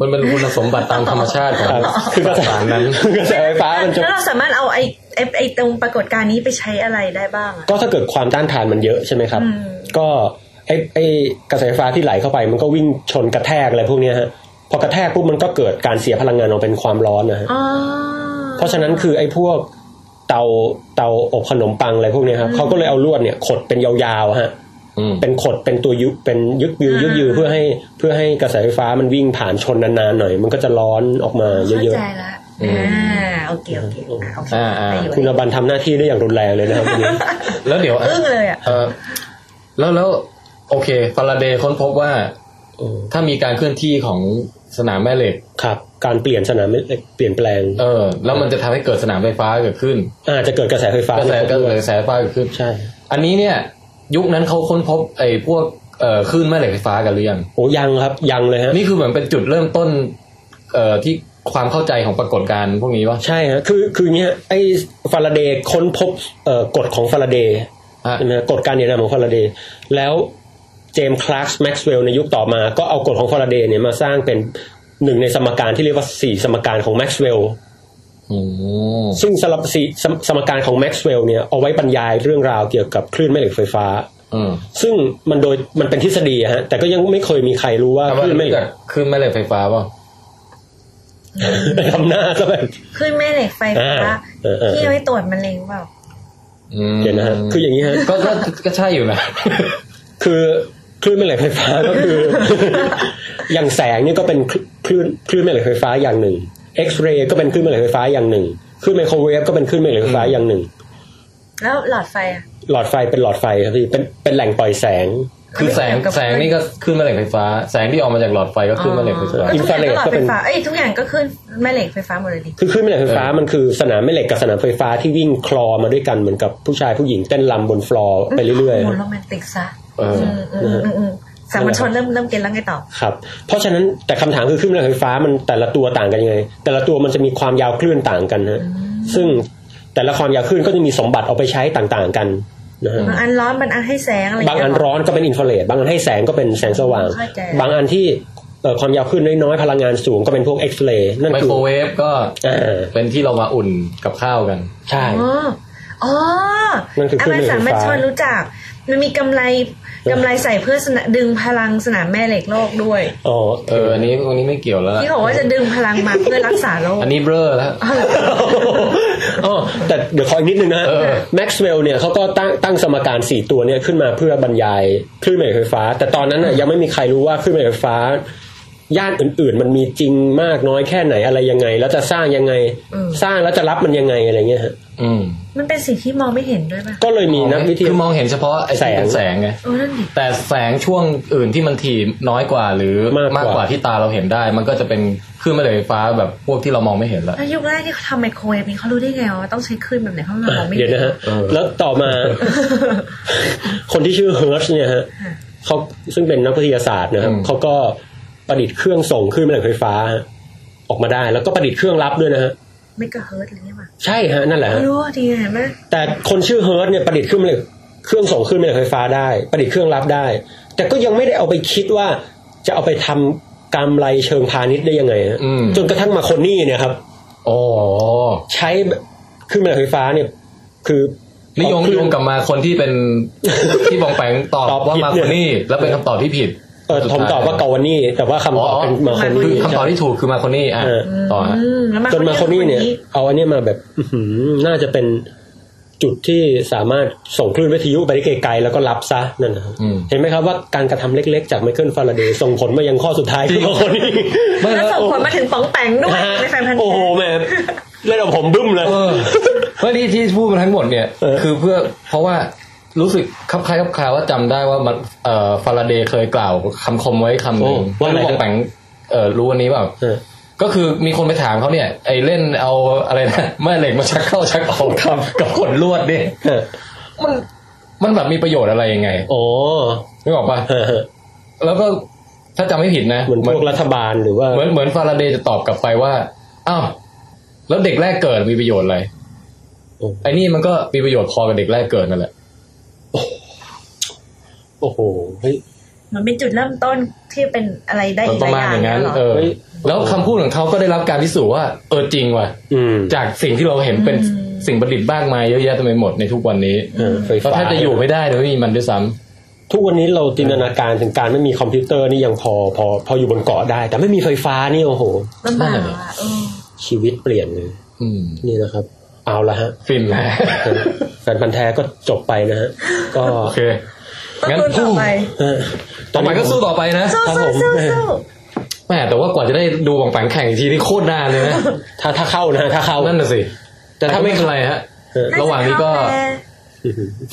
D: มันเป็นคุณสมบัติตามธรรมชาติของ
C: อ่า คือกระแส
D: สารนั้น
C: กระแสไฟฟ้ามันจะ
E: แล้วเราสามารถเอาไอ้ไอ้ไอ้ตรงปรากฏการณ์นี้ไปใช้อะไรได้บ้างอะ
C: ก็ถ้าเกิดความต้านทานมันเยอะใช่ไหมครับ
E: อืม
C: ก็ไอ้ไอ้กระแสไฟฟ้าที่ไหลเข้าไป มันก็วิ่งชนกระแทกอะไรพวกเนี้ยฮะพอกระแทกปุ๊บมันก็เกิดการเสียพลังงานออกเป็นความร้อนนะฮะ
E: อ๋อ
C: เพราะฉะนั้นคือไอ้พวกเตาเตาอบขนมปังอะไรพวกเนี้ยครับเขาก็เลยเอาลวดเนี่ยขดเป็นยาวๆฮะ
D: อืม
C: เป็นขดเป็นตัวยุเป็นยึกยือยึกยือเพื่อให้เพื่อให้กระแสไฟฟ้ามันวิ่งผ่านชนนานๆหน่อย มันก็จะร้อนออกมาเย
E: เข้า
C: อะ
E: ใจละ
D: อืม
E: อ่าโอเคโอเคอ่ะโอเค
D: อ่าอ่า
E: ได้อยู่
C: ๆ คุณอบันทำหน้าที่ได้อย่างรุนแรงเลยนะครับวันนี้
D: แล้วเดี๋ยว
E: อึ้งเลยอ่ะ
D: เออแล้วแล้วโอเคฟาราเดย์ค้นพบว่า
C: เออ
D: ถ้ามีการเคลื่อนที่ของสนามแม่เหล็ก
C: ครับ การเปลี่ยนสนามเอ่อเปลี่ยนแปลง
D: เออ แล้วมันจะทำให้เกิดสนามไฟฟ้าเกิดขึ้น
C: อาจจะเกิดกระแสไฟฟ้าก
D: ระแสก
C: ด้ว
D: ระ
C: ย
D: แสไฟฟ้าเกิดขึ้น
C: ใช่
D: อันนี้เนี่ย ยุคนั้นเขาค้นพบไอ้พวกเอ่อคลื่นแม่เหล็กไฟฟ้ากันหรือยัง
C: โอ้ยังครับยังเลยฮะ
D: นี่คือเหมือนเป็นจุดเริ่มต้นเอ่อที่ความเข้าใจของปรากฏการณ์พวกนี้ว่า
C: ใช่ฮะคือคืออย่างเนี้ยไอ้ฟาราเดย์ค้นพบเอ่อกฎของฟาราเดย์ ใช่ไหมกฎการเหนี่ยวนำของฟาราเดย์แล้วเจมส์คลาร์กแม็กซ์เวลล์ในยุคต่อมา ก็เอากฎของฟาราเดย์เนี่ยมาสร้างเป็นหนึ่งในสมการที่เรียกว่าสี่สมการของแม็กซ์เวลล์
D: อืม
C: ซึ่งสลับสี่สมสมการของแม็กซ์เวลล์เนี่ยเอาไว้บรรยายเรื่องราวเกี่ยวกับคลื่นแม่เหล็กไฟฟ้า
D: อืม
C: ซึ่งมันโดยมันเป็นทฤษฎีอะฮะแต่ก็ยังไม่เคยมีใครรู้ว่า
D: แต่
C: ค
D: ว่า
C: ลื่นแม่
D: ไม่
C: เหล็ก
D: เกิดคลื่นแม่เหล็กไฟฟ้าเปล่า
C: ทำหน้าก็แบบ
E: ขึ้นแม่เหล็กไฟฟ้า
C: อ่าเออเออ
E: ที่เอาไว้ตรวจมะเร็งเปล่า
D: อืม
C: เดี๋ยวนะฮะคืออย่างนี้ฮะ
D: ก็ก็ก็ใช่อยู่นะ
C: คือคลื่นแม่เหล็กไฟฟ้าก็คือ อย่างแสงเนี่ยก็เป็นคลื่นคลื่นแม่เหล็กไฟฟ้าอย่างหนึ่งเอ็กซเรย์ก็เป็นคลื่นแม่เหล็กไฟฟ้าอย่างหนึ่งคลื่นไมโครเวฟก็เป็นคลื่นแม่เหล็กไฟฟ้าอย่างหนึ่ง
E: แล้วหลอดไฟอ่ะ
C: หลอดไฟเป็นหลอดไฟครับพี่เป็นเป็นแหล่งปล่อยแสง
D: คือแสง
E: เกี่ยวกับ
D: แสงนี่ก็ขึ้นแม่เหล็กไฟฟ้า แสงที่ออกมาจากหลอดไฟก็ขึ้นแม่เหล็กไฟฟ้า
E: อ๋อทุกอย่างก็หลอดไฟ
C: อินฟราเรดก็เป็น
E: ฟ้าเอ้ยทุกอย่างก็ขึ้นแม่เหล็กไฟฟ้าหมดเลยดิ
C: คือคลื่นแม่เหล็กไฟฟ้ามันคือสนามแม่เหล็กกับสนามไฟฟ้าที่วิ่งคลอมาด้วยกันเหมือนกับผู้ชายผู้หญิงเต้นรำบนฟลอร์ไปเรื่อย
E: โห
C: ๆ
E: โรแมนติกซะ
D: เออ
E: มอืมอืมอืมสามัญชนเริ่มเริ่มเก็ตแล้วไงต่อ
C: ครับ เพราะฉะนั้นแต่คำถามคือคลื่นแม่เหล็กไฟฟ้ามันแต่ละตัวต่างกันยังไง แต่ละตัวมันจะมีความยาวคลื่นต่างกันฮะซึ่งแต่ละความยาวคลื่นก็จะมีสมบัติเอาไปใช้ต่างๆกันนะฮะ
E: บางอันร้อนบางอันให้แสงอะไรย่
C: บาง
E: เย
C: อันร้อนก็เป็นอินฟราเรดบางอันให้แสงก็เป็นแสงสว่าง
E: เข้าใจ
C: บางอันที่เอ่อความยาวคลื่นน้อยๆพลังงานสูงก็เป็นพวกเอ็กซ์เรย์นั่น
D: ไม
C: คือ
D: โครเวฟก็
C: อ่า
D: เป็นที่เรามาอุ่นกับข้าวกัน
C: ใช่
E: อ๋ออ๋อ
C: นั่นคือเครื่อง
E: นสามัญ
C: ไฟ
E: ช
C: ฟ้าน
E: รู้จัก มันมีกำไรกำไรใส่เพื่อสนะดึงพลังสนามแม่เหล็กโลกด้วย
C: ๋อ
D: เอออันนี้อันนี้ไม่เกี่ยวแล้วล่ะ
E: ที่บอกว่าจะดึงพลังมาเพื่อรักษาโลก
D: อันนี้เบลอแล้ว
C: อ๋อแต่เดี๋ยวขออีกนิดนึงนะ
D: เออ
C: แม็กซ์เวลล์เนี่ยเขาก็ตั้งตั้งสมการสี่ตัวเนี่ยขึ้นมาเพื่อบรรยายคลื่นแม่เหล็กไฟฟ้า แต่ตอนนั้นน่ะยังไม่มีใครรู้ว่าคลื่นแม่เหล็กไฟฟ้า ย่านอื่นๆ มันมีจริงมากน้อยแค่ไหนอะไรยังไง แล้วจะสร้างยังไง สร้างแล้วจะรับมันยังไงอะไรเงี้ยฮะ
D: อืม
E: มันเป็นสิ่งที่มองไม่เห็นด้วยป่ะ
C: ก็เลยมีนักวิท
D: คื
C: ยา
D: อมองเห็นเฉพาะไอ้ที่เป็นแสงไง
E: เออนั่นดิ
D: แต่แสงช่วงอื่นที่มันถี่น้อยกว่าหรือ
C: มากกว่าม
D: กว่าที่ตาเราเห็นได้ มันก็จะเป็นคลื่นแม่เหล็กไฟฟ้าแบบพวกที่เรามองไม่เห็นละ
E: แล้วยุคแรกที่เขาทำไมโครเวฟนี่เขารู้ได้ไงว่าต้องใช้คลื่นแบบไหนเขาะมันมองไม่
C: เดี๋
E: เห็น
C: ยวนะฮะ
D: เออ
C: แล้วต่อมา คนที่ชื่อเฮิร์ชเนี่ยฮะเขาซึ่งเป็นนักวิทยาศาสตร์นะครับเขาก็ประดิษฐ์เครื่องส่งคลื่นแม่เหล็กไฟฟ้าฮะออกมาได้ แล้วก็ประดิษฐ์เครื่องรับด้วยนะฮะ
E: ไม่กระเฮิร์ตอะไรเงี้ยป่ะ
C: ใช่ฮะ นั่นแหละฮะ
E: ไม่รู้ดีเห็นไหม
C: แต่คนชื่อเฮิร์ตเนี่ยประดิษฐ์เครื่องแม่เหล็กเครื่องส่งคลื่นแม่เหล็กไฟฟ้าได้ ประดิษฐ์เครื่องรับได้ แต่ก็ยังไม่ได้เอาไปคิดว่าจะเอาไปทำกำไรเชิงพาณิชย์ได้ยังไงฮะ
D: อืม
C: จนกระทั่งมาคนนี้เนี่ยครับ
D: โอ้
C: ใช้เครื่องแม่เหล็กไฟฟ้าเนี่ย คือ
D: นี่โยงโยงกลับมาคนที่ เป็นที่บองแปงตอบ
C: ตอบ
D: ว่า
C: ผิด
D: มา
C: เนี่
D: ค
C: ย
D: นนี้แล้วเป็นคำตอบที่ผิด
C: เออผมตอบว่ากาวานี่ แต่ว่าคำตอบเป็นมาคน
D: คื
C: นี่
D: อคำตอบที่ถูกคือมาคนนี้อ่ะ
C: เออ
D: ต่อฮะ
E: อืมแล้วมา
C: จนมาคนนี้เนี่ย เอาอันเนี้ยมาแบบ อื้อหือน่าจะเป็นจุดที่สามารถส่งคลื่นวิทยุไปได้ไกลๆแล้วก็รับซะนั่นนะครับเห็นไหมครับว่าการกระทำเล็กๆ จากไมเคิลฟาราเดย์ส่งผลมายังข้อสุดท้ายคือมาคนนี้
D: ไม่
E: แล้ว
D: แล้ว
E: ส่งผลมาถึงป๋องแปงด้วยในแฟนพันธ์
C: โอ้
E: แท้
C: โหแม่เล่นเอาผมบึ้มเลย
D: เออเมื่อที่ที่พูดมาทั้งหมดเนี่ย
C: เออ
D: คือเพื่อเพราะว่ารู้สึกคับคล้ายคับคาว่าจำได้ว่ามันเอ่อฟาราเดย์เคยกล่าวคำคมไว้คำหนึ่ง
C: ว่าอะไร
D: รู้
C: ครับ
D: แปงเอ่อรู้วันนี้เปล่า
C: เออ
D: ก็คือมีคนไปถามเขาเนี่ย ไอเล่นเอาอะไรนะ แม่เหล็กมาชักเข้าชักออกกับกับขนลวดเนี่ย
C: เออ
D: มันมันแบบมีประโยชน์อะไรยังไง
C: โอ้
D: นึกออกปะ
C: เออ
D: แล้วก็ถ้าจำไม่ผิดนะ
C: เหมือนพวกรัฐบาลหรือว่า
D: เหมือนเหมือนฟาราเดย์จะตอบกลับไปว่า อ้าว แล้วเด็กแรกเกิดมีประโยชน์อะไร
C: โอ้
D: ไอ้นี่มันก็มีประโยชน์พอกับเด็กแรกเกิดนั่นแหละ
C: โอ้โหเฮ้ย
E: มันเป็นจุดเริ่มต้นที่เป็นอะไรได้
D: มัน
E: อีก
D: ป
E: หลาย
D: ระมา
E: อ
D: ณ
E: ย่าง
D: อย่างนั้น
E: เยหรอ
D: เออ
C: เฮ้ย
D: แล้วคำพูดของเขาก็ได้รับการพิสูจน์ว่า เออจริงว่ะ
C: อืม
D: จากสิ่งที่เราเห็นเป็นสิ่งประดิษฐ์มากมายเยอะแยะเต็มไปหมดในทุกวันนี้
C: เออไฟ
D: ก็
C: ฟ้า
D: แทบจะอยู่ไม่ได้โดยไม่มีมันด้วยซ้ำ
C: ทุกวันนี้เราจินตนาการถึงการไม่มีคอมพิวเตอร์นี่ยังพอพอพออยู่บนเกาะได้ แต่ไม่มีไฟฟ้านี่โอ้โห
E: ลำบากอ่ะเออ
C: ชีวิตเปลี่ยนเลย
D: อืม
C: นี่นะครับ เอาละฮะ
D: ฟินนะ
C: แฟนพันธ์แท้ก็จบไปนะฮะ ก็
D: โอเค
E: ต้องลุ้นต่อไป
C: เออ
D: ต่อไปก็สู้ต่อไปนะ
E: สู้
C: ครับ
E: สู้
C: ผม
E: สู้
C: เออ
E: สู้
D: แม่แต่ว่ากว่าจะได้ดูบางแปงแข่งอีกทีนี่โคตรนานเลยนะ
C: ถ้าถ้าเข้านะฮะถ้าเข้า
D: นั่นน่ะสิ แต่ถ้าไม่เป็นไรฮะ
C: เออ
D: ระหว่างนี้ก็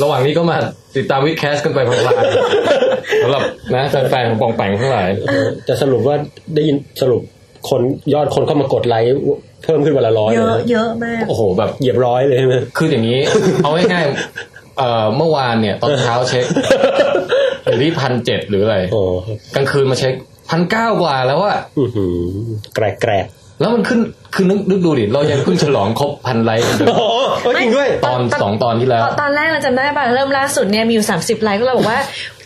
D: ระหว่างนี้ก็มาติดตามวิดแคสกันไปพลางๆสำหรับนะแฟนๆของปองแปงทั้งหลาย
C: จะสรุปว่าได้ยินสรุปคนยอดคนเข้ามากดไลค์เพิ่มขึ้นวันละร้อย
E: เย
C: เลย
E: อะ
C: นะ
E: เยอะมาก
D: โอ้โหแบบ
C: เหยียบร้อยเลยใช่ไหม
D: คืออย่างนี้ เอาง่ายๆเอ่อเมื่อวานเนี่ย ตอนเช้าเช็คอยู่ที่พันเจ็ดหรืออะไร
C: โอ้
D: กลางคืนมาเช็คพันเก้ากว่าแล้วอะ
C: อื้อหือแกรกแกรก
D: แล้วมันขึ้นคือนึกนึกดูดิเรายังเพิ่งฉลองครบพันไลค์
C: โอ้โหจริงด้วย
D: ตอนสองตอนที่แล้ว
E: ตอนแรกเราจำได้ป่ะเริ่มล่าสุดเนี่ยมีอยู่ 30 ไลค์ก็เราบอกว่า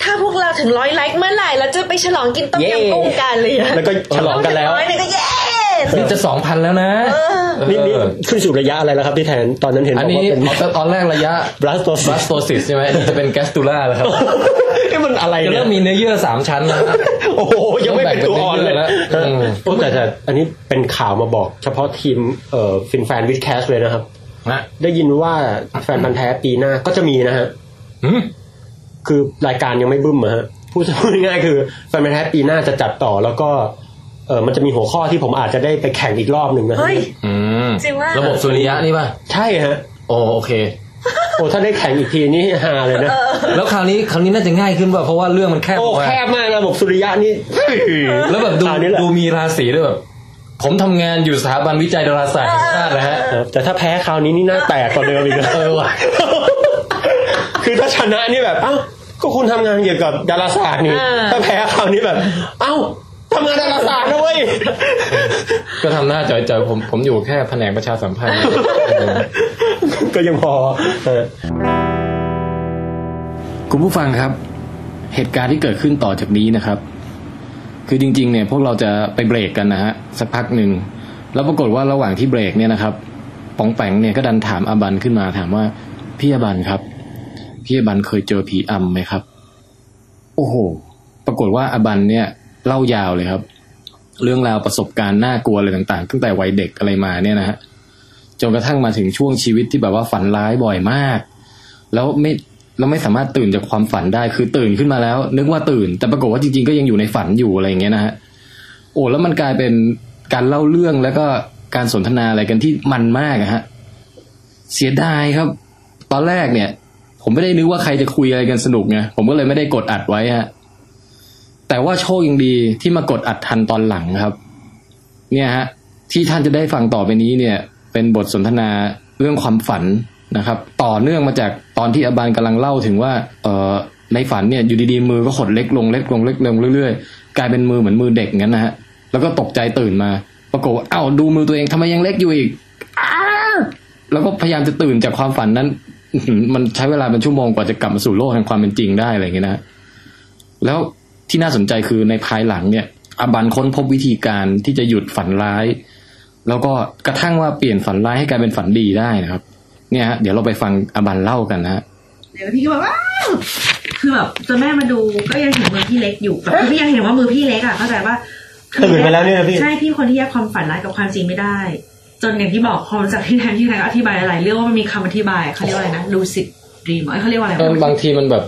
E: ถ้าพวกเราถึงร้อยไลค์เมื่อไหร่เราจะไปฉลองกินต้ม
C: เย้
E: ยำกุ้งกันเลยอะ
C: แล้วก็ฉลองกันแล้ว
E: ร้อยเนี่ยก็เย้
D: นี่จะสองพันแล้วนะเออ
C: นี่นี่ขึ้นสู่ระยะอะไรแล้วครับพี่แทน ตอนนั้นเห็น
D: อัน
C: บอก
D: นี้
C: ว่าเป็น
D: ตอนแรกระยะ
C: blastocyst
D: บลัสโตซิสใช่ไหมอันนี้จะเป็นแกสตูล่าแล้วครับ
C: นี่มันอะไร
D: จะ
C: เนี่
D: เริ่
C: ย
D: มมีเนื้อเยื่อสามชั้นแล้วนะ
C: โอ้โห ยังไม่เป็นตัวอ่อนเลยนะ
D: เออ
C: โอ้แต่แต่อันนี้เป็นข่าวมาบอก เฉพาะทีมเอ่อฟินแฟนวิดแคสเลยนะครับ
D: นะ
C: ได้ยินว่าแฟนพันธ์แท้ปีหน้าก็จะมีนะฮะ
D: หืม
C: คือรายการยังไม่บึ้มอะฮะพูดพูดง่ายๆคือแฟนพันธ์แท้ปีหน้าจะจัดต่อแล้วก็เออมันจะมีหัวข้อที่ผมอาจจะได้ไปแข่งอีกรอบหนึ่งนะฮะ
E: เฮ้ย
D: อืม
E: จริงว่า
D: ระบบสุริยะนี่ป่ะ
C: ใช่ฮะ
D: โอ้โอเค
C: โอ้ถ้าได้แข่งอีกทีนี่ฮาเลยนะ
D: แล้วคราวนี้คราวนี้น่าจะง่ายขึ้นป่ะเพราะว่าเรื่องมันแคบ
C: โอ้
D: กว่า
C: แคบมากระบบสุริยะนี่
D: แล้วแบบดู
C: คราวนี้แหละ
D: ดูมีราศีด้วยแบบผมทำงานอยู่สถาบันวิจัยดาราศาสตร์แห่งชาตินะฮะ
C: ครับแต่ถ้าแพ้คราวนี้นี่หน่าแตกกว่าเดิมอีกนะ
D: เออว่ะ
C: คือถ้าชนะนี่แบบ เอ้า ก็คุณทำงานเกี่ยวกับดาราศาสตร์นี่
E: อ่า
C: ถ้าแพ้คราวนี้แบบ เอ้าทำงานดาราศาสตร์นะเว้ย
D: ก็ทำหน้าจ่อยๆผมผมอยู่แค่แผนกประชาสัมพัน ธ์
C: ก็ยังพอเออ
D: คุณผู้ฟังครับ เหตุการณ์ที่เกิดขึ้นต่อจากนี้นะครับ คือจริง ๆ เนี่ยพวกเราจะไปเบรกกันนะฮะสักพักหนึ่งแล้วปรากฏว่าระหว่างที่เบรกเนี่ยนะครับป๋องแปงเนี่ยก็ดันถามอาบันขึ้นมาถามว่าพี่อาบันครับ พี่อาบันเคยเจอผีอำไหมครับ โอ้โห ปรากฏว่าอาบันเนี่ยเล่ายาวเลยครับ เรื่องราวประสบการณ์น่ากลัวอะไรต่างๆตั้งแต่วัยเด็กอะไรมาเนี่ยนะฮะจนกระทั่งมาถึงช่วงชีวิตที่แบบว่าฝันร้ายบ่อยมาก แล้วไม่เราไม่สามารถตื่นจากความฝันได้คือตื่นขึ้นมาแล้ว นึกว่าตื่น แต่ปรากฏว่าจริงๆก็ยังอยู่ในฝันอยู่อะไรอย่างเงี้ยนะฮะโอ้แล้วมันกลายเป็นการเล่าเรื่องแล้วก็การสนทนาอะไรกันที่มันมากอะฮะเสียดายครับ ตอนแรกเนี่ย ผมไม่ได้นึกว่าใครจะคุยอะไรกันสนุกไงผมก็เลยไม่ได้กดอัดไว้ฮะแต่ว่าโชคยังดีที่มากดอัดทันตอนหลังครับ เนี่ยฮะที่ท่านจะได้ฟังต่อไปนี้เนี่ย เป็นบทสนทนาเรื่องความฝันนะครับ ต่อเนื่องมาจากตอนที่อาบานกำลังเล่าถึงว่าเออในฝันเนี่ยอยู่ดีๆมือก็หดเล็กลงเล็กลงเล็กลงเรื่อยๆ กลายเป็นมือเหมือนมือเด็กงั้นนะฮะแล้วก็ตกใจตื่นมา ปรากฏว่าเอ้าดูมือตัวเองทำไมยังเล็กอยู่อีกอ้าแล้วก็พยายามจะตื่นจากความฝันนั้น อื้อหือมันใช้เวลาเป็นชั่วโมงกว่าจะกลับมาสู่โลกแห่งความเป็นจริงได้อะไรอย่างเงี้ยนะฮะ แล้วที่น่าสนใจคือในภายหลังเนี่ยอาบันค้นพบวิธีการที่จะหยุดฝันร้าย แล้วก็กระทั่งว่าเปลี่ยนฝันร้ายให้กลายเป็นฝันดีได้นะครับ เนี่ยฮะเดี๋ยวเราไปฟังอาบันเล่ากันนะฮะ
F: แล้วพี่ก็แบบว้าวคือแบบจนแม่มาดูก็ยังเห็นมือพี่เล็กอยู่แบบคือพี่ยังเห็นว่ามือพี่เล็กอ่ะเข้าใจว่า
C: ตื่นมาแล้วเนี่ยนะพี่
F: ใช่พี่คนที่แยกความฝันร้ายกับความจริงไม่ได้ จนอย่างที่บอกความจากที่แทนที่แทนก็อธิบายหลายเรื่องว่ามันมีคำอธิบายเขาเรียกว่าอะไรนะลูซิดรีมเขาเรียกว่าอะไรนะ
D: บางทีมันแบบ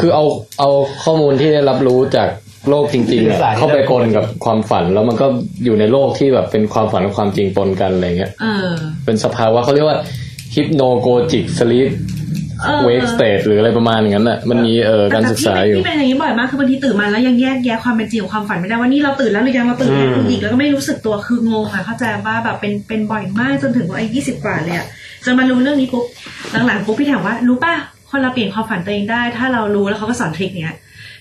D: คือเอาเอาข้อมูลที่ได้รับรู้จากโลกจริงๆอะเข้าไปปนกับความฝัน แล้วมันก็อยู่ในโลกที่แบบเป็นความฝันกับความจริงปนกันอะไรเงี้ย
F: เออ
D: เป็นสภาวะเขาเรียกว่าฮิปโนโกจิกสลีป
F: ออ
D: เวกสเตทหรืออะไรประมาณอย่างนั้นอ่ะมันมีเออการศึกษาอยู่
F: ที่เป็นอย่างนี้บ่อยมากคือบางทีตื่นมาแล้วยังแยกแยะความเป็นจริงกับความฝันไม่ได้ว่านี่เราตื่นแล้วหรือยังเราตื่นแล้วหรืออีกแล้วก็ไม่รู้สึกตัวคืองงค่ะเข้าใจว่าแบบเป็นเป็นบ่อยมากจนถึงวัยยี่สิบกว่าเลยอะจนมารู้เรื่องนี้ปุ๊บหลังๆปุ๊บพี่ถามว่ารู้ป่ะคนเราเปลี่ยนความฝันตัวเองได้ ถ้าเรารู้แล้วเขาก็สอนทริคเนี้ย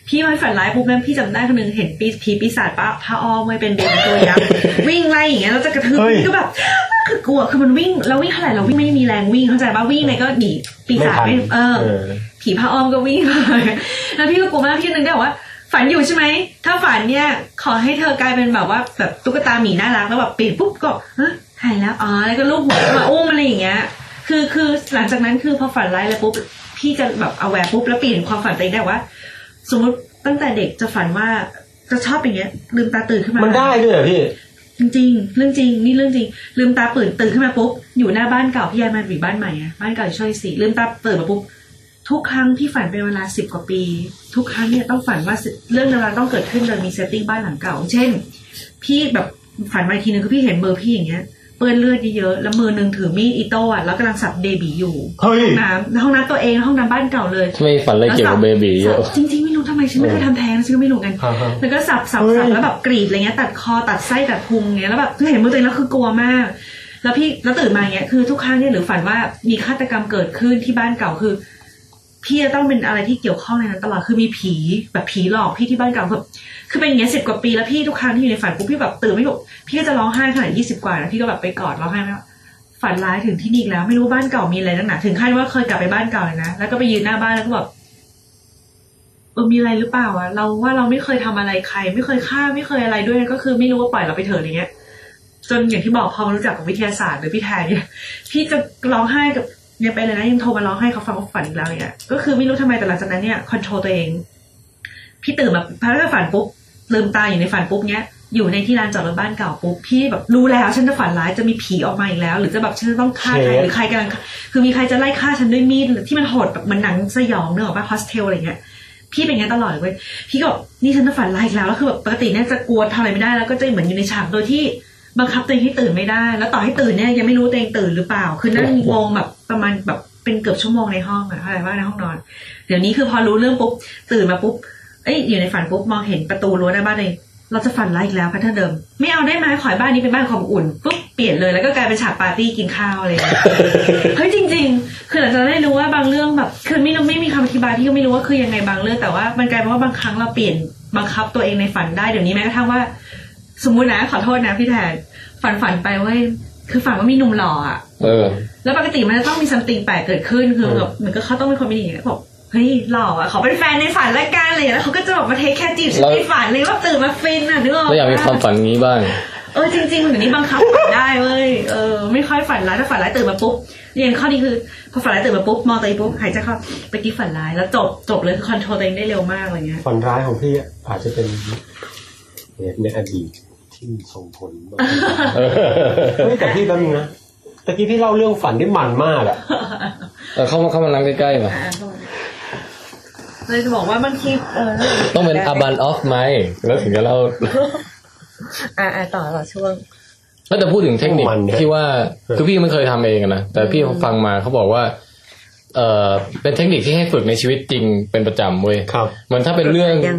F: พี่ไม่ฝันร้ายปุ๊บนั้นพี่จำได้คนหนึงเห็นปีผีปีศาจป้าพระอ้อมไว้เป็นเด็กตัวยักษ์ วิ่งไล่อย่างเงี้ยแล้วจะกระทืบพี่ก็แบบคือกลัวคือมันวิ่งเราวิ่งเท่าไหร่เราวิ่งไม่มีแรงวิ่งเข้าใจป่ะวิ่งไหนก็หนีปีศาจไม่เออ
C: เออ
F: ผีพระอ้อมก็วิ่งมา แล้วพี่ก็กลัวมากพี่นึงได้บอกว่า ฝันอยู่ใช่ไหม ถ้าฝันเนี่ย ขอให้เธอกลายเป็นแบบว่าแบบตุ๊กตาหมีน่ารักแล้วแบบปิดปุ๊บก็ฮะหายแล้วอ๋อแล้วก็ลูกหัวขึ้นมาอุ้มอะไรอย่างเงี้ย คือคือหลังจากนั้นคือพอฝันร้ายแล้วปุ๊บพี่จะแบบเอาแวร์ปุ๊บแล้วเปลี่ยนความฝันตัวเองได้ว่า สมมติตั้งแต่เด็กจะฝันว่าจะชอบอย่างเงี้ยลืมตาตื่นขึ้นมา
C: มันได้ด้วยเหรอพี่
F: จริงๆเรื่องจริงนี่เรื่องจริง ลืมตาตื่นตื่นขึ้นมาปุ๊บอยู่หน้าบ้านเก่าพี่ยายมาอยู่บ้านใหม่อะบ้านเก่าอยู่ช่อยสีลืมตาตื่นมาปุ๊บโถ ทุกครั้งที่ฝันเป็นเวลาสิบกว่าปี ทุกครั้งเนี่ยต้องฝันว่าเรื่องราวต้องเกิดขึ้นโดยมีเซตติ้งบ้านหลังเก่า เช่น พี่แบบฝันมาอีกทีนึงคือพี่เห็นมือพี่อย่างเงี้ยเปื้อนเลือดเยอะๆแล้วมือหนึงถือมีดอิโต้อะแล้วกำลังสับเบบีอยู่
C: เฮ้ย
F: ห้องน้ำในห้องน้ำตัวเองห้องน้ำบ้านเก่าเลย
D: ทำไม่ฝันอะไรเกี่ยวกับเบบีเยอะ
F: จริงๆไม่รู้ทำไมฉันไม่เคยทำแท้งฉันก็ไม่รู้กัน
D: อ่า ฮะ
F: แล้วก็สับสับสับแล้วแบบกรีดอะไรเงี้ยตัดคอตัดไส้ตัดพุงเงี้ยแล้วแบบคือเห็นมือตัวเองแล้วคือกลัวมาก แล้วพี่แล้วตื่นมาเงี้ยคือทุกครั้งเนี่ยหรือฝันว่ามีฆาตกรรมเกิดขึ้นที่บ้านเก่าคือ พี่จะต้องเป็นอะไรที่เกี่ยวข้องในนั้นตลอดคือมีผีแบบผีหลอกพี่ที่บ้านเก่าคือคือเป็นอย่างเงี้ยสิบกว่าปีแล้วพี่ทุกครั้งที่อยู่ในฝันปุ๊บพี่แบบตื่นไม่ถูกพี่ก็จะร้องไห้ขนาดยี่สิบกว่านะพี่ก็แบบไปกอดร้องไห้ไม่ว่าฝันร้ายถึงที่นี่อีกแล้วไม่รู้บ้านเก่ามีอะไรนักหนาถึงขั้นว่าเคยกลับไปบ้านเก่าเลยนะแล้วก็ไปยืนหน้าบ้านแล้วก็แบบ เออมีอะไรหรือเปล่าอะเราว่าเราไม่เคยทำอะไรใคร ไม่เคยฆ่าไม่เคยอะไรด้วยก็คือไม่รู้ว่าปล่อยเราไปเถอะอะไรเงี้ย จนอย่างที่บอกพอมารู้จักกับวิทยาศาสตร์หรือพี่แทนเนี่ย พี่จะร้องไห้กับยังไปเลยนะยังโทรมาร้องไห้เขาฟังเขาฝันอีกแล้วเนี่ยก็คือไม่รู้ทำไมแต่หลังจากนั้นเนี่ยคอนโทรลตัวเอง พี่ตื่นแบบพอเราฝันปุ๊บลืมตาอยู่ในฝันปุ๊บเนี้ยอยู่ในที่ลานจอดรถบ้านเก่าปุ๊บพี่แบบรู้แล้วฉันจะฝันร้ายจะมีผีออกมาอีกแล้ว หรือจะแบบฉันจะต้องฆ่าใคร
C: เชฟ
F: หรือใครกำลังคือมีใครจะไล่ฆ่าฉันด้วยมีดที่มันโหดแบบเหมือนหนังสยองเนอะป่ะฮอสเทลอะไรเงี้ย พี่เป็นอย่างนั้นตลอดเลยเว้ย พี่ก็บอกนี่ฉันจะฝันร้ายอีกแล้ว แล้วคือแบบปกติเนี่ยจะกลัวทำอะไรไม่ได้ แล้วก็จะเหมือนอยู่ในฉากโดยที่บังคับตัวเองให้ตื่นไม่ได้ แล้วต่อให้ตื่นเนี่ยยังไม่รู้ตัวเองตื่นหรือเปล่า คือนั่งงงแบบประมาณแบบเป็นเกือบชั่วโมงในห้องอะอะไรว่าในห้องนอน เดี๋ยวนี้คือพอรู้เรื่องปุ๊บตื่นมาปุ๊บ เอ้ยอยู่ในฝันปุ๊บมองเห็นประตูรั้วหน้าบ้านเองเราจะฝันร้ายอีกแล้วแพทเทิร์นเดิม ไม่เอาได้ไหมขอให้บ้านนี้เป็นบ้านความอุ่นปุ๊บเปลี่ยนเลยแล้วก็กลายเป็นฉากปาร์ตี้กินข้าวอะไรอย่างเงี้ย เฮ้ยจริง ๆ คือหลังจากได้รู้ว่าบางเรื่องแบบคือไม่รู้ไม่มีคำอธิบายที่ก็ไม่รู้ว่าคือยังไงบางเรื่องแต่ว่ามันกลายเป็นว่าบางครั้งเราเปลี่ยนบังคับตัวเองในฝันได้เดี๋ยวนี้แม้กระทั่งว่า สมมุตินะขอโทษนะพี่แทนฝันฝันไปเว้ยคือฝันว่ามีหนุ่มหล่ออะ
D: เออ
F: แล้วปกติมันจะต้องมีซัมติงแปลกเกิดขึ้นคือแบบเหมือนก็เขาต้องเป็นคนมีอย่างเงี้ยบอกเฮ้ยหล่ออะขอเป็นแฟนในฝันละกันอะไรอย่างเลยแล้วเขาก็จะบอกมาเทคแค่จีบฉัน
D: แล้ว
F: ในฝันเลยว่าตื่นมาฟินอ่ะนึกออก
D: แล้วอยากมี
F: ปะ
D: ความฝันงี้บ้าง
F: เออจริงๆเดี๋ยวนี้บังคับฝันได้เว้ยเออไม่ค่อยฝันร้ายถ้าฝันร้ายตื่นมาปุ๊บเรียนข้อดีคือพอฝันร้ายตื่นมาปุ๊บมองตัวเองปุ๊บหายใจเข้าไปกี้ฝันร้ายแล้วจบจบเลยคือคอนโทรลตัวเองได้เร็วมากอะไรเงี้ย
C: ฝันร้ายของพี่อาจจะเป็นเหตุในอดีตที่ส่งผลมา
D: เออ
C: เฮ้ยแต่พี่แป๊บนึงนะตะกี้พี่เล่าเรื่องฝันได้มันมากอะ
D: เออเข้ามาเข้ามานั่งใกล้ๆมา
F: เลยจะบอกว่าบางทีเออ
D: ต้องเป็นอาบันออฟไหมแล้วถึงจะเล่า
E: อ่าอ่าต่อต่อช่วง
D: แล้วแต่พูดถึงเทคนิค
C: มันเนี่ย
D: ที่ว่า
C: เออ
D: คือพี่ไม่เคยทำเองอะนะแต่พี่ฟังมาเขาบอกว่า เออเป็นเทคนิคที่ให้ฝึกในชีวิตจริงเป็นประจำเว้ย
C: ครับ
D: เหมือนถ้าเป็นเรื่อง
E: ยัง